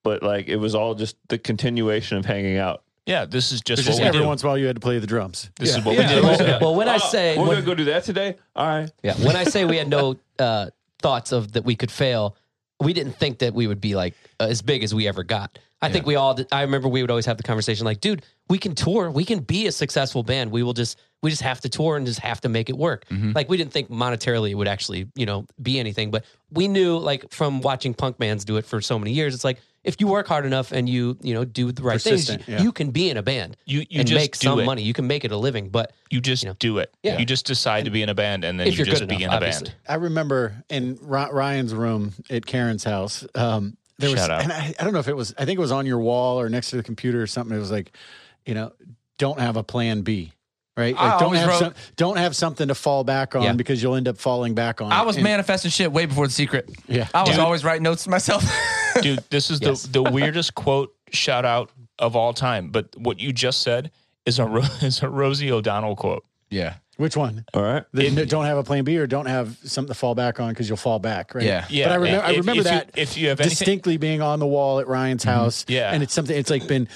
Speaker 2: But like it was all just the continuation of hanging out.
Speaker 5: yeah, this is just
Speaker 1: It's
Speaker 5: what
Speaker 1: just
Speaker 5: we
Speaker 1: every
Speaker 5: do.
Speaker 1: once in a while you had to play the drums.
Speaker 5: This is what
Speaker 2: Yeah.
Speaker 5: we do.
Speaker 2: Yeah.
Speaker 5: Yeah.
Speaker 3: Well, when I
Speaker 2: Oh,
Speaker 3: say
Speaker 2: we're
Speaker 3: when-
Speaker 2: gonna go do that today. All right.
Speaker 3: Yeah. When I say we had no uh, thoughts of that we could fail, we didn't think that we would be like uh, as big as we ever got. I think we all. Did, I remember we would always have the conversation like, "Dude, we can tour. We can be a successful band. We will just we just have to tour and just have to make it work."
Speaker 5: Mm-hmm.
Speaker 3: Like we didn't think monetarily it would actually you know be anything, but we knew like from watching punk bands do it for so many years, it's like if you work hard enough and you you know do the right things,
Speaker 1: Persistent, yeah.
Speaker 3: you can be in a band.
Speaker 5: You you
Speaker 3: and
Speaker 5: just
Speaker 3: make
Speaker 5: do
Speaker 3: some
Speaker 5: it.
Speaker 3: money. You can make it a living, but
Speaker 5: You just
Speaker 3: You know.
Speaker 5: do it.
Speaker 3: Yeah.
Speaker 5: You just decide to be in a band, and then
Speaker 3: if
Speaker 5: you
Speaker 3: you are
Speaker 5: just
Speaker 3: good
Speaker 5: be in
Speaker 3: enough,
Speaker 5: a
Speaker 3: obviously.
Speaker 5: band.
Speaker 1: I remember in Ry- Ryan's room at Karen's house. Um, there was,
Speaker 5: Shout out.
Speaker 1: and I, I don't know if it was. I think it was on your wall or next to the computer or something. It was like, you know, don't have a plan B, right?
Speaker 4: I
Speaker 1: Like, don't
Speaker 4: always
Speaker 1: have
Speaker 4: wrote-
Speaker 1: some, don't have something to fall back on
Speaker 3: Yeah.
Speaker 1: because you'll end up falling back on.
Speaker 4: I
Speaker 1: it.
Speaker 4: was
Speaker 1: And-
Speaker 4: manifesting shit way before the secret.
Speaker 1: Yeah.
Speaker 4: I was
Speaker 5: Dude.
Speaker 4: always writing notes to myself.
Speaker 5: dude this is
Speaker 3: Yes.
Speaker 5: the, the weirdest quote shout out of all time but what you just said is a, Ro- is a rosie o'donnell quote
Speaker 4: yeah.
Speaker 1: Which one?
Speaker 2: All right.
Speaker 1: The, don't have a plan B or don't have something to fall back on because you'll fall back, right?
Speaker 4: Yeah.
Speaker 5: yeah
Speaker 1: But I remember, I
Speaker 5: if-
Speaker 1: remember
Speaker 5: if you-
Speaker 1: that
Speaker 5: if you have anything Mm-hmm.
Speaker 1: distinctly being on the wall at Ryan's house.
Speaker 5: Yeah.
Speaker 1: And it's something. It's like been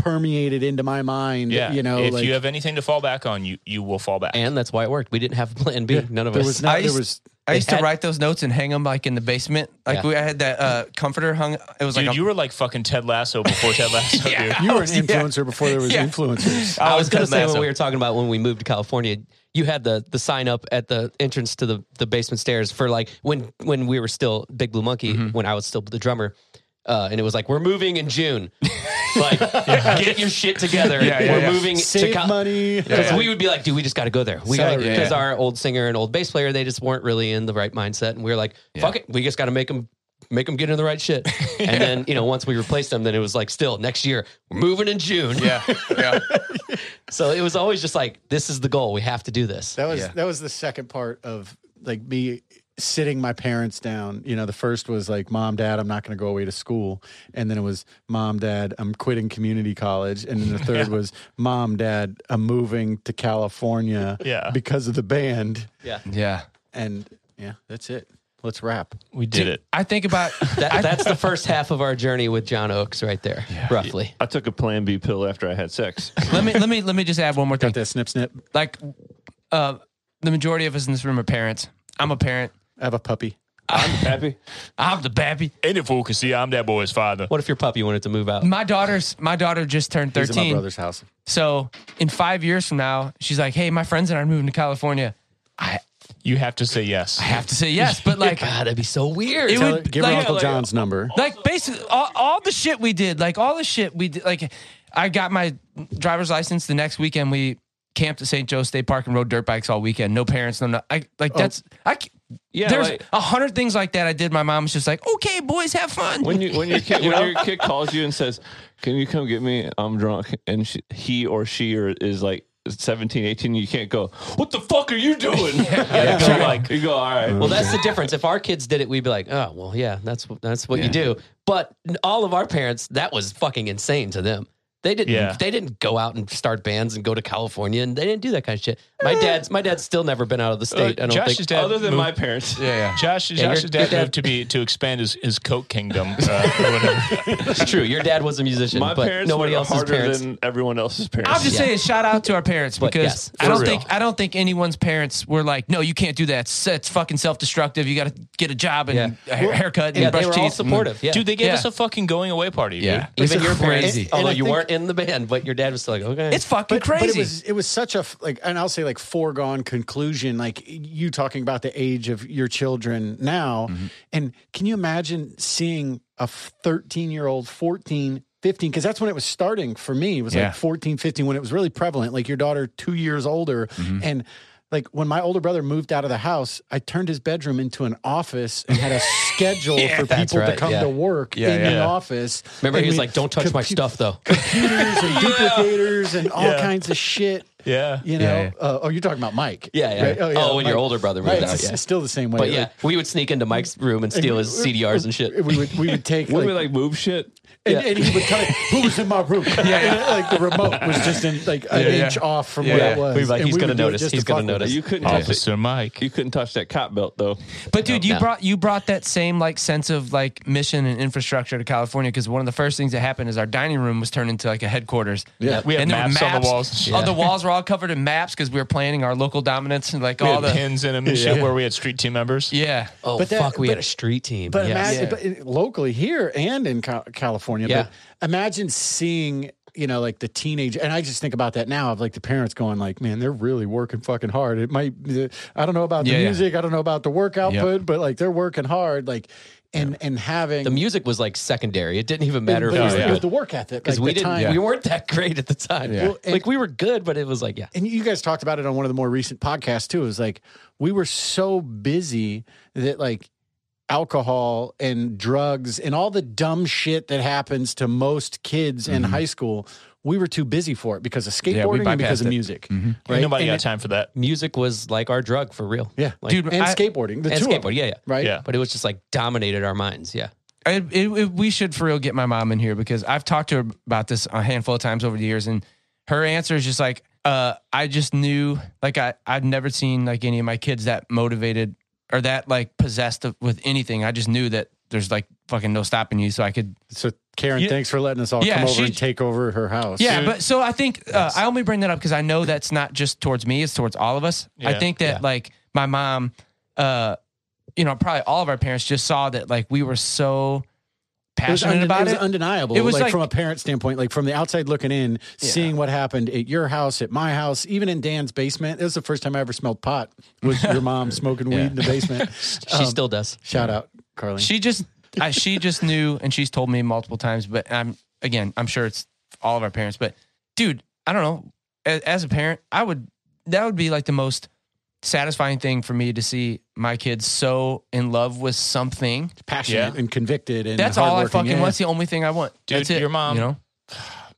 Speaker 1: permeated into my mind.
Speaker 5: yeah
Speaker 1: You know,
Speaker 5: if
Speaker 1: like
Speaker 5: you have anything to fall back on you you will fall back
Speaker 3: and that's why it worked. We didn't have a plan B. None of
Speaker 1: there
Speaker 3: us.
Speaker 1: was not,
Speaker 4: I
Speaker 1: there
Speaker 4: used-
Speaker 1: was
Speaker 4: I used
Speaker 3: had-
Speaker 4: to write those notes and hang them like in the basement. Like
Speaker 3: Yeah.
Speaker 4: we, I had that uh, comforter hung. It was
Speaker 5: dude
Speaker 4: like a-
Speaker 5: you were like fucking ted lasso before ted lasso dude
Speaker 1: You were an
Speaker 4: was- yeah.
Speaker 1: influencer before there was
Speaker 4: Yeah.
Speaker 1: influencers.
Speaker 3: I was going to
Speaker 4: Ted
Speaker 3: say
Speaker 4: Lasso.
Speaker 3: when we were talking about when we moved to California, you had the the sign up at the entrance to the the basement stairs for like when when we were still Big Blue Monkey
Speaker 4: Mm-hmm.
Speaker 3: when I was still the drummer. Uh, and it was like we're moving in June, like get your shit together.
Speaker 4: Yeah, yeah,
Speaker 3: we're
Speaker 4: yeah.
Speaker 3: moving to
Speaker 1: Save
Speaker 3: Cal-
Speaker 1: money.
Speaker 3: Because we would be like, dude, we just got to go there. We
Speaker 1: Sell
Speaker 3: got
Speaker 1: it,
Speaker 4: yeah,
Speaker 3: because
Speaker 4: yeah.
Speaker 3: our old singer and old bass player they just weren't really in the right mindset, and we were like, fuck it, we just got to make them make them get in the right shit. And then you know once we replaced them, then it was like still next year we're moving in June.
Speaker 4: yeah, yeah.
Speaker 3: So it was always just like this is the goal. We have to do this.
Speaker 1: That was
Speaker 4: Yeah.
Speaker 1: that was the second part of like me sitting my parents down. You know, the first was like, "Mom, Dad, I'm not going to go away to school," and then it was, "Mom, Dad, I'm quitting community college," and then the third was, "Mom, Dad, I'm moving to California
Speaker 5: Yeah.
Speaker 1: because of the band,"
Speaker 3: Yeah,
Speaker 4: yeah.
Speaker 1: and yeah, that's it. Let's wrap.
Speaker 5: we did it
Speaker 4: I think about
Speaker 3: that, that's the first half of our journey with John Oakes, right there, roughly.
Speaker 2: I took a plan B pill after I had sex.
Speaker 4: let me let me let me just add one more thing.
Speaker 1: Got that snip snip.
Speaker 4: Like uh, the majority of us in this room are parents. I'm a parent.
Speaker 1: I have a puppy.
Speaker 2: Happy?
Speaker 4: I'm the baby.
Speaker 5: and if fool can see i'm that boy's father
Speaker 3: What if your puppy wanted to move out?
Speaker 4: My daughter's my daughter just turned
Speaker 1: He's at my
Speaker 4: thirteen.
Speaker 1: brother's house.
Speaker 4: So in five years from now, she's like, "Hey, my friends and I are moving to California." I
Speaker 5: you have to say yes
Speaker 4: have to say yes, but like
Speaker 3: God, that'd be so weird.
Speaker 4: It
Speaker 3: Tell
Speaker 4: would-
Speaker 1: Give her
Speaker 4: Like-
Speaker 1: Uncle
Speaker 4: like-
Speaker 1: John's number.
Speaker 4: like basically all, all the shit we did like all the shit we did like i got my driver's license the next weekend we camped at St. Joe State Park and rode dirt bikes all weekend. No parents, no, no I like that's I. c-
Speaker 2: Yeah,
Speaker 4: there's
Speaker 2: like-
Speaker 4: a hundred things like that I did. My mom was just like, "Okay, boys, have fun."
Speaker 2: When you when your kid when your kid calls you and says, "Can you come get me? I'm drunk," and she, he or she or is like 17, 18, you can't go. What the fuck are you doing?
Speaker 3: Yeah.
Speaker 2: You go like you go. All right.
Speaker 3: Well, that's the difference. If our kids did it, we'd be like, oh, well, yeah, that's that's what you do. But all of our parents, that was fucking insane to them. They didn't.
Speaker 5: Yeah.
Speaker 3: They didn't go out and start bands and go to California, and they didn't do that kind of shit. My dad's. My dad's still never been out of the state. I don't
Speaker 5: Uh, Josh's
Speaker 3: think.
Speaker 5: dad
Speaker 2: other than
Speaker 5: moved-
Speaker 2: my parents.
Speaker 4: yeah, yeah.
Speaker 5: Josh,
Speaker 3: your-
Speaker 5: Josh's
Speaker 3: your
Speaker 5: dad,
Speaker 3: dad-
Speaker 5: moved to be to expand his, his coke kingdom. Uh, or whatever.
Speaker 3: It's true. Your dad was a musician,
Speaker 2: My
Speaker 3: but
Speaker 2: parents
Speaker 3: nobody
Speaker 2: were
Speaker 3: else's
Speaker 2: harder
Speaker 3: parents.
Speaker 2: than everyone else's parents.
Speaker 4: I'm just
Speaker 3: Yeah.
Speaker 4: saying, shout out to our parents
Speaker 3: But
Speaker 4: because
Speaker 3: yes,
Speaker 4: I
Speaker 5: for
Speaker 4: don't
Speaker 5: real.
Speaker 4: think I don't think anyone's parents were like, "No, you can't do that. It's, it's fucking self destructive. You got to get a job and a ha- haircut and
Speaker 3: yeah,
Speaker 4: brush
Speaker 3: they were
Speaker 4: teeth."
Speaker 3: all supportive. Yeah.
Speaker 5: Dude, they gave
Speaker 4: Yeah.
Speaker 5: us a fucking going away party.
Speaker 4: yeah,
Speaker 5: Dude.
Speaker 4: It's
Speaker 3: even your
Speaker 4: crazy.
Speaker 3: parents, although
Speaker 1: I
Speaker 3: you
Speaker 1: think-
Speaker 3: weren't in the band, but your dad was still like, okay,
Speaker 4: It's fucking crazy.
Speaker 1: But it was it was such a f- like, and I'll say like foregone conclusion. Like you talking about the age of your children now,
Speaker 3: Mm-hmm.
Speaker 1: and can you imagine seeing a thirteen year old, 14, 15, because that's when it was starting for me. It was
Speaker 4: Yeah.
Speaker 1: like 14, 15, when it was really prevalent. Like your daughter, two years older,
Speaker 3: Mm-hmm.
Speaker 1: and. Like when my older brother moved out of the house, I turned his bedroom into an office and had a schedule for
Speaker 3: that's
Speaker 1: people to
Speaker 3: right,
Speaker 1: come
Speaker 3: yeah.
Speaker 1: to work
Speaker 4: Yeah,
Speaker 1: in the
Speaker 5: yeah.
Speaker 1: office.
Speaker 3: Remember,
Speaker 1: And
Speaker 3: he was
Speaker 1: we-
Speaker 3: like, "Don't touch my
Speaker 1: compu-
Speaker 3: stuff, though."
Speaker 1: computers and duplicators and all
Speaker 5: Yeah.
Speaker 1: kinds of shit.
Speaker 5: Yeah.
Speaker 1: You know,
Speaker 4: Yeah,
Speaker 1: Uh, oh, you're talking about Mike.
Speaker 3: Yeah, yeah.
Speaker 1: Right?
Speaker 3: Oh, when your
Speaker 1: Mike.
Speaker 3: older brother moved
Speaker 1: Right,
Speaker 3: out,
Speaker 1: it's
Speaker 3: yeah.
Speaker 1: still the same way.
Speaker 3: But yeah,
Speaker 1: like,
Speaker 3: we would sneak into Mike's room and steal his CDRs and shit.
Speaker 1: we would we would take
Speaker 2: Wouldn't
Speaker 1: like,
Speaker 2: we like move shit?
Speaker 1: and,
Speaker 3: yeah.
Speaker 1: and he would tell you who was in my room. yeah, like the remote was just in like an
Speaker 4: Yeah, yeah.
Speaker 1: inch off from
Speaker 4: Yeah,
Speaker 1: where
Speaker 4: yeah.
Speaker 1: it was.
Speaker 3: We'd be like,
Speaker 1: and
Speaker 3: "He's
Speaker 1: we
Speaker 3: gonna
Speaker 1: would do it
Speaker 3: notice.
Speaker 1: just
Speaker 3: He's
Speaker 1: to
Speaker 3: gonna
Speaker 1: fuck with
Speaker 3: notice.
Speaker 1: us.
Speaker 2: You couldn't touch it.
Speaker 5: Officer Mike.
Speaker 2: You couldn't touch that cop belt though.
Speaker 4: But dude, you
Speaker 3: no.
Speaker 4: brought you brought that same like sense of like mission and infrastructure to California because one of the first things that happened is our dining room was turned into like a headquarters.
Speaker 1: Yeah.
Speaker 5: We had
Speaker 4: there were
Speaker 5: maps on the walls and shit.
Speaker 4: All the walls were all covered in maps because we were planning our local dominance and like
Speaker 5: We
Speaker 4: all
Speaker 5: had
Speaker 4: the
Speaker 5: pins in them and shit where we had street team members.
Speaker 4: yeah.
Speaker 3: Oh
Speaker 1: But that-
Speaker 3: fuck, we had
Speaker 1: but-
Speaker 3: a street team.
Speaker 1: But
Speaker 3: Yes.
Speaker 1: imagine but it- locally here and in Cal- California.
Speaker 3: Yeah.
Speaker 1: But imagine seeing, you know, like the teenage, and I just think about that now of like the parents going, like, man, they're really working fucking hard. It might, I don't know about the
Speaker 4: Yeah, yeah.
Speaker 1: music, I don't know about the work output, but like they're working hard, like, and and having
Speaker 3: the music was like secondary. It didn't even
Speaker 1: but
Speaker 3: matter if
Speaker 1: it
Speaker 3: we
Speaker 1: was-
Speaker 3: were
Speaker 1: it was
Speaker 3: good
Speaker 1: the work ethic
Speaker 3: because
Speaker 1: like
Speaker 3: we
Speaker 1: the
Speaker 3: didn't.
Speaker 1: time-
Speaker 3: We weren't that great at the time.
Speaker 1: Well, and-
Speaker 3: like we were good, but it was like yeah.
Speaker 1: and you guys talked about it on one of the more recent podcasts too. It was like we were so busy that like alcohol and drugs and all the dumb shit that happens to most kids in
Speaker 4: Mm-hmm.
Speaker 1: high school, we were too busy for it because of skateboarding and because of
Speaker 4: bypassed it. Mm-hmm.
Speaker 1: music.
Speaker 5: Ain't
Speaker 1: Right?
Speaker 5: Nobody
Speaker 1: And
Speaker 5: got
Speaker 1: it-
Speaker 5: time for that.
Speaker 3: Music was like our drug for real.
Speaker 1: Yeah.
Speaker 3: like,
Speaker 4: Dude,
Speaker 1: and
Speaker 4: I-
Speaker 1: skateboarding. The
Speaker 3: and
Speaker 1: two of
Speaker 3: skateboard.
Speaker 1: them,
Speaker 3: Yeah, yeah.
Speaker 1: Right?
Speaker 5: Yeah.
Speaker 3: But it was just like dominated our minds. Yeah.
Speaker 4: It, it, it- we should for real get my mom in here because I've talked to her about this a handful of times over the years, and her answer is just like, uh, "I just knew, like I I've never seen like any of my kids that motivated or that like possessed of, with anything. I just knew that there's like fucking no stopping you, so I could
Speaker 1: So Karen, thanks for letting us all
Speaker 4: Yeah,
Speaker 1: come over
Speaker 4: she-
Speaker 1: and take over her house.
Speaker 4: Yeah, but so I think uh, I only bring that up because I know that's not just towards me; it's towards all of us. I
Speaker 5: Yeah.
Speaker 4: think that like my mom, uh, you know, probably all of our parents just saw that like we were so
Speaker 1: It was,
Speaker 4: passionate
Speaker 1: unden-
Speaker 4: about
Speaker 1: it was undeniable.
Speaker 4: It was
Speaker 1: like,
Speaker 4: like-
Speaker 1: from a parent standpoint, like from the outside looking in, seeing what happened at your house, at my house, even in Dan's basement. It was the first time I ever smelled pot. Was your mom smoking weed in the basement?
Speaker 3: She still does.
Speaker 1: Shout out, Carly.
Speaker 4: She just, I, she just knew, and she's told me multiple times. But I'm again, I'm sure it's all of our parents. But dude, I don't know. As, as a parent, I would that would be like the most satisfying thing for me to see my kids so in love with something.
Speaker 1: passionate
Speaker 5: Yeah.
Speaker 1: and convicted, and
Speaker 4: That's all I
Speaker 1: hardworking.
Speaker 4: fucking
Speaker 1: Yeah.
Speaker 4: want. That's the only thing I want.
Speaker 5: Dude,
Speaker 4: That's it,
Speaker 5: your mom-
Speaker 4: You know,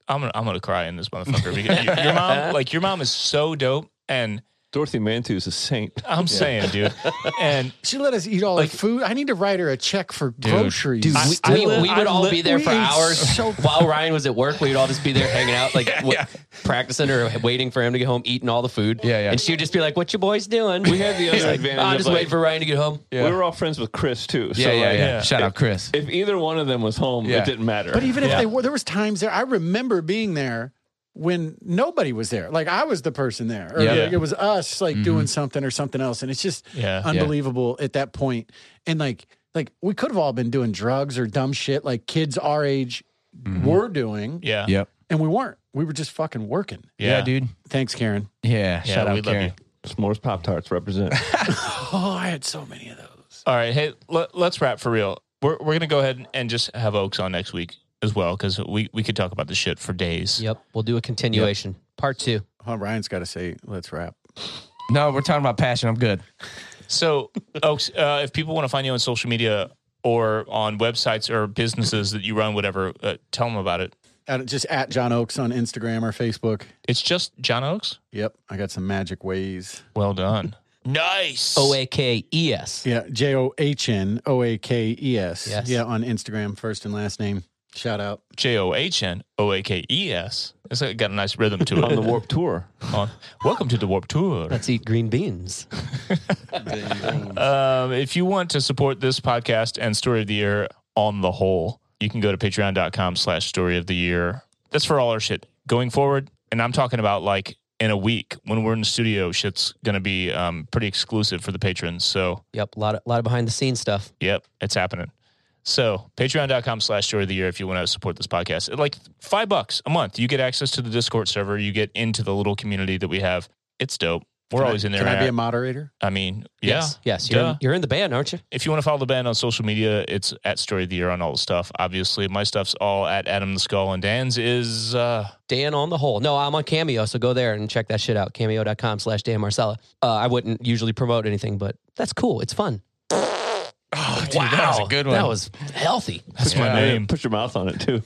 Speaker 5: I'm gonna I'm gonna cry in this motherfucker because your, your mom like your mom is so dope and
Speaker 2: Dorothy Mantu is a saint.
Speaker 5: I'm saying, dude, and
Speaker 1: She let us eat all
Speaker 5: Like-
Speaker 1: her food. I need to write her a check for groceries.
Speaker 3: Dude,
Speaker 5: I-
Speaker 3: we,
Speaker 5: I
Speaker 3: we-
Speaker 5: li-
Speaker 3: we
Speaker 5: I
Speaker 3: would all
Speaker 5: li-
Speaker 3: be there
Speaker 1: we
Speaker 3: for
Speaker 1: ate
Speaker 3: hours.
Speaker 1: so-
Speaker 3: While Ryan was at work, we would all just be there hanging out, like wa- practicing or waiting for him to get home, eating all the food.
Speaker 4: Yeah, yeah.
Speaker 3: And she would just be like, "What you boys doing?" We
Speaker 2: had the other advantage
Speaker 3: I'm
Speaker 2: of,
Speaker 3: just
Speaker 2: like-
Speaker 3: waiting for Ryan to get home.
Speaker 4: Yeah.
Speaker 2: We were all friends with Chris too.
Speaker 4: yeah,
Speaker 2: so
Speaker 4: yeah,
Speaker 2: like,
Speaker 4: yeah,
Speaker 5: yeah.
Speaker 4: Shout out, Chris.
Speaker 2: If either one of them was home,
Speaker 4: Yeah.
Speaker 2: it didn't matter.
Speaker 1: But even if they were, there was times there. I remember being there when nobody was there. Like I was the person there, or
Speaker 4: Yeah. Mm-hmm.
Speaker 1: like, it was us, like doing something or something else. And it's just
Speaker 5: Yeah. Yeah.
Speaker 1: unbelievable at that point. And like, like we could have all been doing drugs or dumb shit, like kids our age
Speaker 5: Mm-hmm.
Speaker 1: were doing,
Speaker 5: yeah,
Speaker 4: yep.
Speaker 1: and we weren't. We were just fucking working.
Speaker 4: Yeah. dude.
Speaker 1: Thanks, Karen.
Speaker 4: Yeah.
Speaker 5: Yeah,
Speaker 4: shout
Speaker 5: we
Speaker 4: out,
Speaker 5: love you.
Speaker 4: Karen.
Speaker 2: S'mores Pop Tarts represent.
Speaker 1: Oh, I had so many of those.
Speaker 5: All right, hey, let, us wrap for real. We're we're gonna go ahead and just have Oaks on next week as well because we we could talk about this shit for days.
Speaker 3: Yep. We'll do a continuation, part two.
Speaker 1: Huh, Ryan's got to say, let's wrap.
Speaker 4: No, we're talking about passion. I'm good.
Speaker 5: So, Oaks, uh, if people want to find you on social media or on websites or businesses that you run, whatever, uh, tell them about it.
Speaker 1: At, just at John Oaks on Instagram or Facebook.
Speaker 5: It's just John Oaks.
Speaker 1: Yep. I got some magic ways.
Speaker 5: Well done. nice.
Speaker 3: O A K E S.
Speaker 1: Yeah. J O H N O A K E S.
Speaker 3: Yes.
Speaker 1: Yeah. On Instagram, first and last name. Shout out.
Speaker 5: J O H N O A K E S. It's like got a nice rhythm to it.
Speaker 2: on the Warp Tour.
Speaker 5: On- Welcome to the Warp Tour.
Speaker 3: Let's eat green beans.
Speaker 5: Um, if you want to support this podcast and Story of the Year on the whole, you can go to patreon.com slash story of the year. That's for all our shit going forward. And I'm talking about like in a week when we're in the studio, shit's going to be um, pretty exclusive for the patrons. So,
Speaker 3: Yep, a lot of, lot of behind the scenes stuff.
Speaker 5: yep, it's happening. So, patreon.com slash story of the year if you want to support this podcast. At like five bucks a month, you get access to the Discord server, you get into the little community that we have. It's dope. We're
Speaker 1: Can I-
Speaker 5: always in there.
Speaker 1: Can I be a
Speaker 5: I
Speaker 1: moderator?
Speaker 5: mean, yeah
Speaker 3: Yes, yes. You're,
Speaker 5: Duh.
Speaker 3: you're in the band, aren't you?
Speaker 5: if you want to follow the band on social media, it's at Story of the Year on all the stuff. Obviously, my stuff's all at Adam the Skull, and Dan's is uh,
Speaker 3: Dan on the whole. No, I'm on Cameo, so go there and check that shit out. Cameo.com slash Dan Marcella. Uh, I wouldn't usually promote anything, but that's cool. It's fun.
Speaker 4: Oh, dude, that was a good one.
Speaker 3: That was healthy.
Speaker 5: that's my
Speaker 4: Yeah.
Speaker 5: name.
Speaker 2: Put your mouth on it too.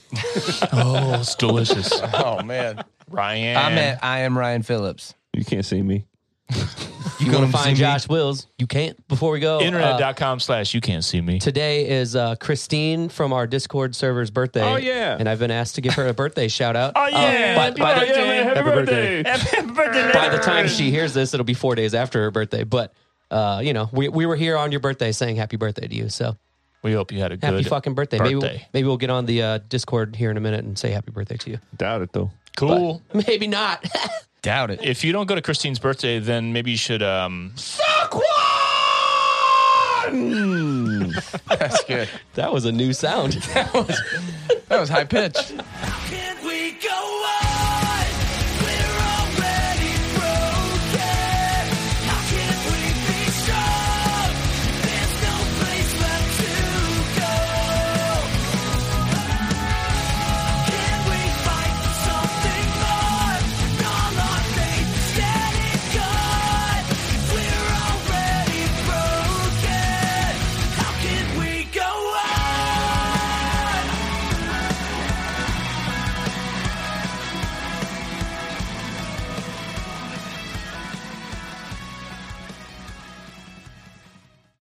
Speaker 5: oh, it's delicious.
Speaker 4: Oh man,
Speaker 5: Ryan,
Speaker 4: I'm at I am Ryan Phillips.
Speaker 2: You can't see me.
Speaker 3: You want
Speaker 4: wanna
Speaker 3: to
Speaker 4: see me?
Speaker 3: find Josh Wills? You can't. Before we go, uh,
Speaker 5: internet.com slash you can't see me.
Speaker 3: today is uh, Christine from our Discord server's birthday.
Speaker 2: Oh, yeah.
Speaker 3: and I've been asked to give her a birthday shout out.
Speaker 5: Oh, yeah.
Speaker 3: by,
Speaker 5: Happy
Speaker 3: by the-
Speaker 5: birthday.
Speaker 2: man, happy
Speaker 1: Happy
Speaker 2: birthday.
Speaker 1: birthday.
Speaker 3: by the time she hears this, it'll be four days after her birthday. But uh, you know, we, we were here on your birthday saying happy birthday to you. So
Speaker 5: We hope you had a good
Speaker 3: happy fucking birthday. Maybe we'll,
Speaker 5: birthday.
Speaker 3: maybe we'll get on the uh, Discord here in a minute and say happy birthday to you.
Speaker 2: Doubt it though.
Speaker 5: cool.
Speaker 3: Maybe not.
Speaker 4: Doubt it.
Speaker 5: If you don't go to Christine's birthday, then maybe you should um,
Speaker 4: That's good.
Speaker 3: that was a new sound.
Speaker 4: That was high pitched.